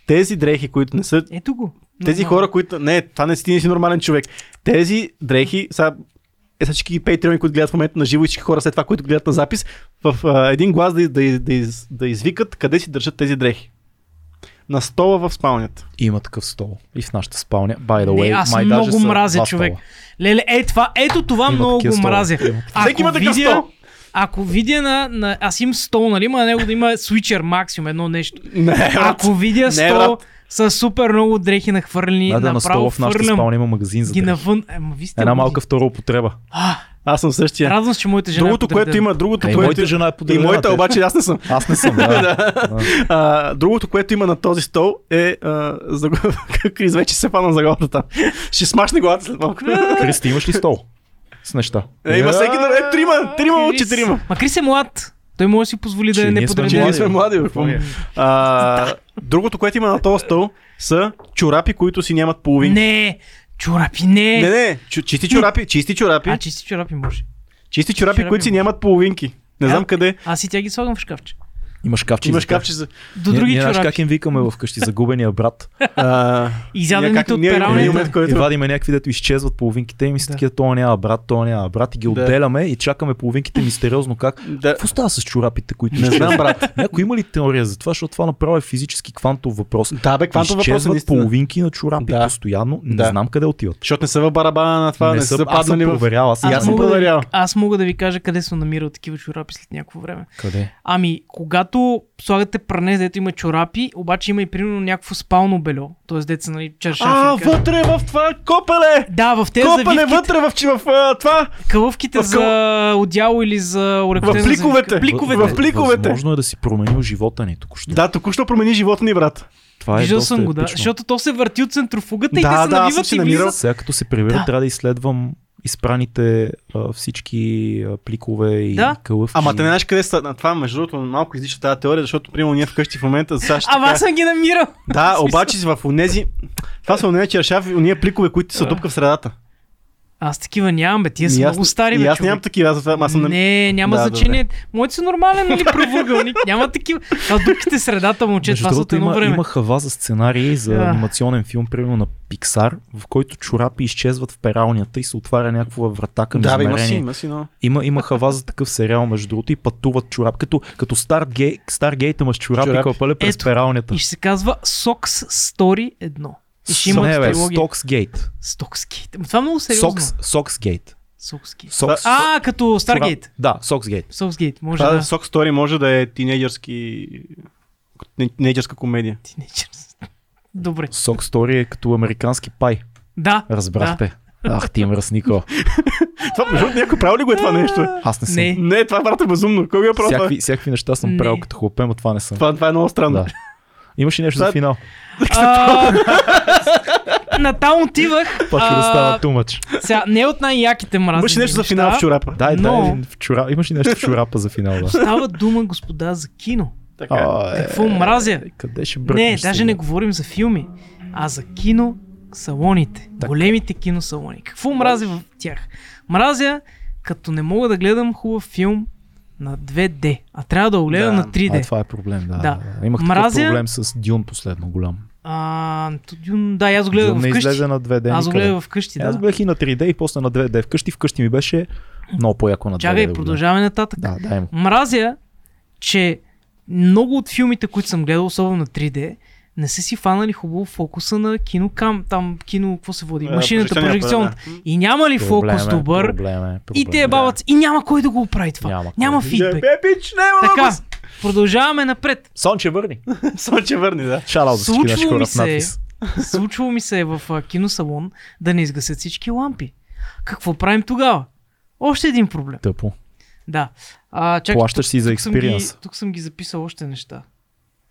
A: тези дрехи, които не са...
C: ето го.
A: Тези
C: Нормално.
A: хора, които... Не, това не си, ти не си нормален човек. Тези дрехи, са, е, всички пейтриони, които гледат в момента на живо и всички хора след това, които гледат на запис, в а, един глас да, из- да, из- да, из- да извикат къде си държат тези дрехи. На стола в спалнята.
B: Има такъв стол. И в нашата спалня. By the
C: Не,
B: way,
C: аз
B: май
C: много
B: даже са
C: мразя
B: два
C: човек.
B: стола.
C: Леле, е, това, ето това
B: Има
C: много
B: такива
C: го
B: столове.
C: мразя.
B: Има такива.
A: Всеки има такъв
C: видя,
A: стол.
C: ако видя на, на... Аз имам стол, нали? Ма на него да има свичер максимум, едно нещо.
A: Е, Не,
C: Ако видя стол
A: брат.
C: с супер много дрехи нахвърлени,
B: Да, да, на
C: направо
B: стола в нашата
C: хвърлям
B: спалня има магазин за
C: ги
B: дрехи.
C: навън. Ема, ви сте
B: Една
C: луди.
B: малка втора употреба.
C: А,
A: Аз съм същия.
C: радвам се, че моята жена... е
A: Другото,
C: подредена.
A: което има, другото,
B: А и
A: което
B: моята жена е
A: И
B: подредена,
A: моята,
B: те-
A: обаче аз не съм.
B: Аз не съм, да.
A: А, другото, което има на този стол е... А, за... Крис вече се пана за главата там. Ще смашне главата след малко.
B: Кристи, имаш ли стол? С неща.
A: Е, има всеки... на- Е, трима, трима от
C: Крис.
A: четирима.
C: Ма Крис е млад. Той може да си позволи да
B: Че ние
C: е
B: сме
A: Че
C: неподреден.
A: ние сме млади. бе, какво ми е? А, другото, което има на този стол са чорапи, които си нямат половинки.
C: Не, чорапи, не.
A: Не, не, чу- чисти чорапи, чисти чорапи,
C: А, чисти чорапи може.
A: чисти чорапи,
C: чорапи
A: които си
C: може.
A: нямат половинки. Не
C: Е,
A: знам къде.
C: Аз и тя ги слагам в шкафче.
B: Имаш капче.
A: Имаш
B: за тях.
A: капче за...
C: До
B: Ние-
C: други
B: ние, знаеш
C: чорапи.
B: как им викаме вкъщи, загубения брат.
A: А,
C: Изядените
A: ние как-
C: от
A: ние- ние
B: Ами,
C: пералнята.
A: Е, имаме такова-
B: И вадиме някакви, дето изчезват половинките и
C: Да.
B: мислят, да. то няма брат, то няма брат и ги
A: Да.
B: отделяме и чакаме половинките мистериозно как.
A: Да.
B: Какво става с чорапите, които
A: Не знам,
B: изчезват?
A: брат.
B: Някой има ли теория за това, защото това направо е физически квантов въпрос.
A: Да, бе, квантов въпрос е
B: Изчезват
A: наистина.
B: половинки на чорапи
A: Да.
B: постоянно, не
A: Да.
B: знам къде отиват.
A: Защото не са в барабана на това, не, са
B: аз съм
A: паднали в...
B: проверял, аз
A: И
B: съм
A: аз съм
C: мога да ви-
A: проверял.
C: Аз мога да ви кажа къде съм намирал такива чорапи след някакво време.
B: Къде?
C: Ами, когато слагате пране, дето има чорапи, обаче има и примерно някакво спално бельо, т.е. деца, нали,
A: А,
C: чаршафинка.
A: вътре в това копеле!
C: Да, в тези
A: Копеле
C: завивките,
A: вътре в, в, в а, това!
C: кълъвките
A: в къл-
C: за одяло или за орехотена
A: В пликовете.
C: завивка. Пликовете.
A: В- в- пликовете.
B: Възможно е да си променил живота ни току-що.
A: Да, току-що промени живота ни, брат.
B: Това е
C: Виждал
B: доста
C: съм го, да.
B: епично.
C: Защото то се върти от центрофугата и
A: Да,
C: те се
A: да, аз
C: навиват
A: съм си
C: и
A: намирал.
C: влизат.
B: Сега като се прибера,
C: Да.
B: трябва да изследвам изпраните а, всички а, пликове и
C: Да.
B: кълъвки.
A: Ама те не знаеш къде са. На това, между другото, малко излича тази теория, защото примерно ние вкъщи в момента за САЩ.
C: Ама аз съм ги намирал.
A: Да, обаче в унези. Това са унези чершафи, уния пликове, които са дупка в средата.
C: Аз такива нямам, бе. Тия
A: И
C: са
A: Ами аз-
C: много стари,
A: и
C: бе.
A: Аз
C: човек.
A: нямам такива, аз затова- аз съм на-
C: Не, няма
A: Да,
C: значение. Моите са нормален или правоъгълник. няма такива. А дупките средата, момче,
B: Между
C: това са от
B: другото,
C: едно
B: има,
C: време.
B: има хава за сценарии за
C: Да.
B: анимационен филм, примерно на Пиксар, в който чорапи изчезват в пералнята и се отваря някаква врата към
A: Да, бе, има си,
B: измерение.
A: има си, но.
B: Има, има хава за такъв сериал, между другото, и пътуват чорап. Като, като Старгей, Старгейт имаш чорапи,
A: Чорапи.
B: чорапи. капале през
C: Ето.
B: пералнята.
C: И ще се казва Socks Story 1. И ще има
B: не, Е, бе,
C: трилогия.
B: Стоксгейт.
C: Стокски. Ама Това е много сериозно.
B: Сокс, Соксгейт.
C: Сокски.
B: Сокс,
C: А, като Старгейт.
B: Да, Соксгейт.
C: Соксгейт, може
A: Това
C: да.
A: сок стори може да е тинейджърски. Тинейджърска комедия.
C: Тинейджърс. Добре.
B: Сок Стори е като американски пай.
C: Да.
B: Разбрахте. Ах, ти мръснико.
A: Това, между другото, някой правил ли го е това нещо?
B: Аз не съм.
C: Не.
A: Не, това брат е безумно. Кой го е правил? това?
B: Всякакви, всякакви неща съм
C: Не.
B: правил като хлопе, но това не съм.
A: Това, това е много странно.
B: Да. Имаше нещо за
A: Това-
B: финал.
C: А, Натам отивах.
B: Пачо да
C: а,
B: става тумач.
C: Сега, не е от най-яките мрази.
A: Имаше нещо за финал в чорапа.
B: Дай,
C: но-
B: дай, един в чора... имаш ли нещо в чорапа за финал? Да?
C: Става дума, господа, за кино.
A: Така.
B: А, е,
C: Какво мразя?
B: Къде ще бръкнеш?
C: Не, даже
B: сега?
C: не говорим за филми, а за кино салоните. Големите киносалони. Какво мразя в тях? Мразя, като не мога да гледам хубав филм на 2D, а трябва да го гледам
A: Да.
C: на 3D.
B: А, това е проблем, да.
C: Да.
B: да. Имах
C: Мразя-
B: такъв проблем с Дюн последно голям.
C: А, то Дюн, да, и аз го гледах
B: Дюн не
C: вкъщи.
B: излезе на 2D.
C: Аз го
B: никъде.
C: гледах вкъщи,
B: Аз
C: да.
B: гледах и на 3D и после на 2D. Вкъщи, вкъщи ми беше много по-яко на 2D. да
C: Чакай,
B: го
C: продължаваме нататък.
B: гледам. Да, дай му.
C: Мразя, че много от филмите, които съм гледал, особено на 3D, не са си фанали хубаво фокуса на кинокам, там кино, какво се води,
A: А,
C: машината,
A: прожекционния апарат,
C: прожекционната.
A: Е, да.
C: И няма ли фокус
B: Проблем е,
C: добър?
B: Проблем е,
C: И
B: проблем
C: те
B: е.
C: бават. И няма кой да го оправи това. Няма,
B: Няма
C: няма
B: кой.
C: фидбек.
A: Е, пич, няма
C: Така,
A: много.
C: продължаваме напред.
B: Сонче върни.
A: Сонче върни, да.
B: Шалал за всички наши
C: Случвало
B: хора
C: ми
B: в
C: се. е-
B: надпис.
C: Случвало ми се е в а, киносалон да не изгасят всички лампи. Какво правим тогава? Още един проблем.
B: Тъпо.
C: Да. А, чакай,
B: Плащаш си за
C: тук съм, ги,
B: експириенс.
C: тук съм ги записал още неща.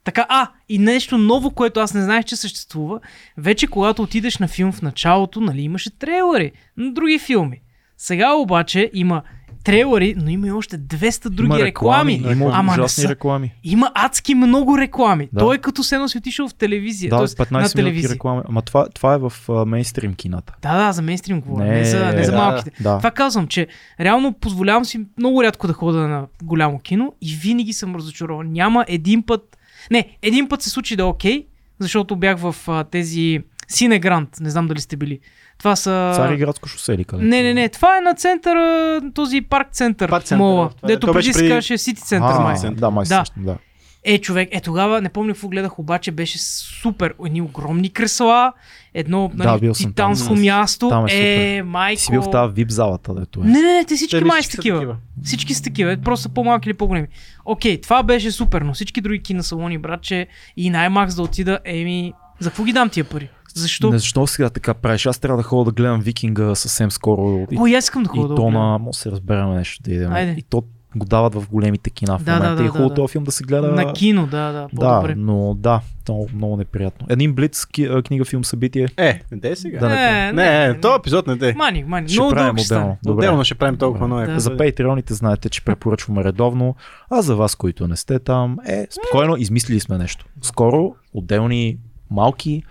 C: Така, а, и нещо ново, което аз не знаех, че съществува. Вече когато отидеш на филм в началото, нали, имаше трейлери на други филми. Сега обаче има трейлери, но има и още 200 други реклами.
B: Има
C: Ама не
B: ужасни
C: са
B: реклами.
C: Има адски много реклами. Да.
B: Да.
C: Той е като се едно си отишъл в телевизия.
B: Да,
C: Е, тоест, на
B: 15 минути
C: телевизия.
B: реклами. Ама това, това е в а, мейнстрим кината.
C: Да, да, за мейнстрим говоря, не, не, за, не за
A: да,
C: малките.
B: Да.
C: Това казвам, че реално позволявам си много рядко да хода на голямо кино и винаги съм разочарован. Няма един път... Не, един път се случи да е окей, защото бях в а, тези... Синегрант, не знам дали сте били. Това са...
B: Цариградско шосе или къде?
C: Не, не, не, това е на центъра, този парк център,
A: Парк център,
C: мола,
A: това е.
C: дето
A: То
C: преди
A: беше
C: се
A: при-
C: казваше Сити център,
B: А,
C: май.
B: Да, май
C: Да.
B: също, да.
C: Е, човек, е тогава, не помня какво гледах, обаче беше супер. Едни огромни кресла, едно
B: Да,
C: нали,
B: бил съм там.
C: титанско място.
B: Там е
C: е,
B: Ти
C: майко.
B: си бил в тази вип залата, дето е.
C: Не, не, не, те всички
A: Те
C: май
A: мисля,
C: са
A: че са
C: такива.
A: такива.
C: Всички са такива, е, просто са по-малки или по-големи. Окей, това беше супер, но всички други киносалони, братче, и най-макс да отида, еми, за какво ги дам тия пари? Защо?
B: Не, защо сега така правиш? Аз трябва да ходя да гледам Викинга съвсем скоро. И,
C: О, и аз искам да
B: и
C: ходя да го
B: то
C: гледам.
B: на... Може да се разберем нещо да идем.
C: Айде.
B: И то го дават в големите кина в
C: Да, да,
B: момента.
C: да,
B: и хубаво
C: да,
B: този филм да се гледа
C: на кино, да, да,
B: Да,
C: по-добре.
B: но да, много, много неприятно. Един блиц ки- а, книга, филм, събитие.
A: Е, не дей сега.
B: Да,
A: Не,
B: не
A: не, не, този епизод не дей.
C: Мани, мани,
B: Ще
C: много
B: правим
C: дълго ще стане.
B: отделно. Добре.
A: Отделно ще правим толкова много
C: Да.
A: епизоди.
B: Е, За патреоните знаете, че препоръчваме редовно, а за вас, които не сте там, е спокойно, измислили сме нещо. Скоро отделни малки,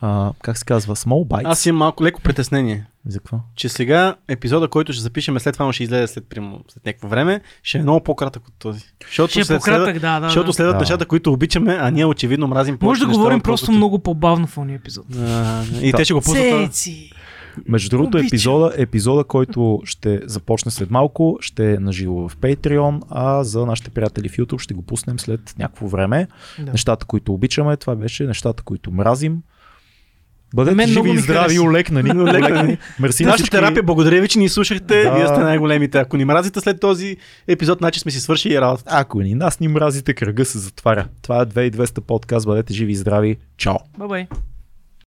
B: а, как се казва, small bites.
A: Аз имам малко леко притеснение.
D: За какво?
A: че сега епизода, който ще запишем след това, но ще излезе след, примерно, след някакво време, ще е много по-кратък от този. Защото
C: Ще е
A: след-
C: по-кратък,
A: следва-
C: да, да.
A: Защото
C: да.
A: следват
B: Да.
A: нещата, които обичаме, а ние очевидно мразим
C: Може
A: повече
C: да
A: неща,
C: говорим
A: отколкото-
C: просто много по-бавно в този епизод.
A: А, и те ще го пуснат.
C: Цеци!
B: Между другото,
C: Обичам.
B: епизода, епизода, който ще започне след малко, ще е наживо в Patreon, а за нашите приятели в YouTube ще го пуснем след някакво време.
C: Да.
B: Нещата, които обичаме, това беше нещата, които мразим. Бъдете
C: Мен много
B: живи и
C: ми
B: здрави,
C: хареса.
B: улекнани. улекнани. Мерси
A: Ти
B: на
A: нашата
B: всички.
A: терапия, благодаря ви, че ни слушахте.
B: Да.
A: Вие сте най-големите. Ако ни мразите след този епизод, значи сме си свършили работата.
B: Ако ни нас ни мразите, кръга се затваря. Това е 2200 подкаст. Бъдете живи и здрави. Чао!
C: Бабай!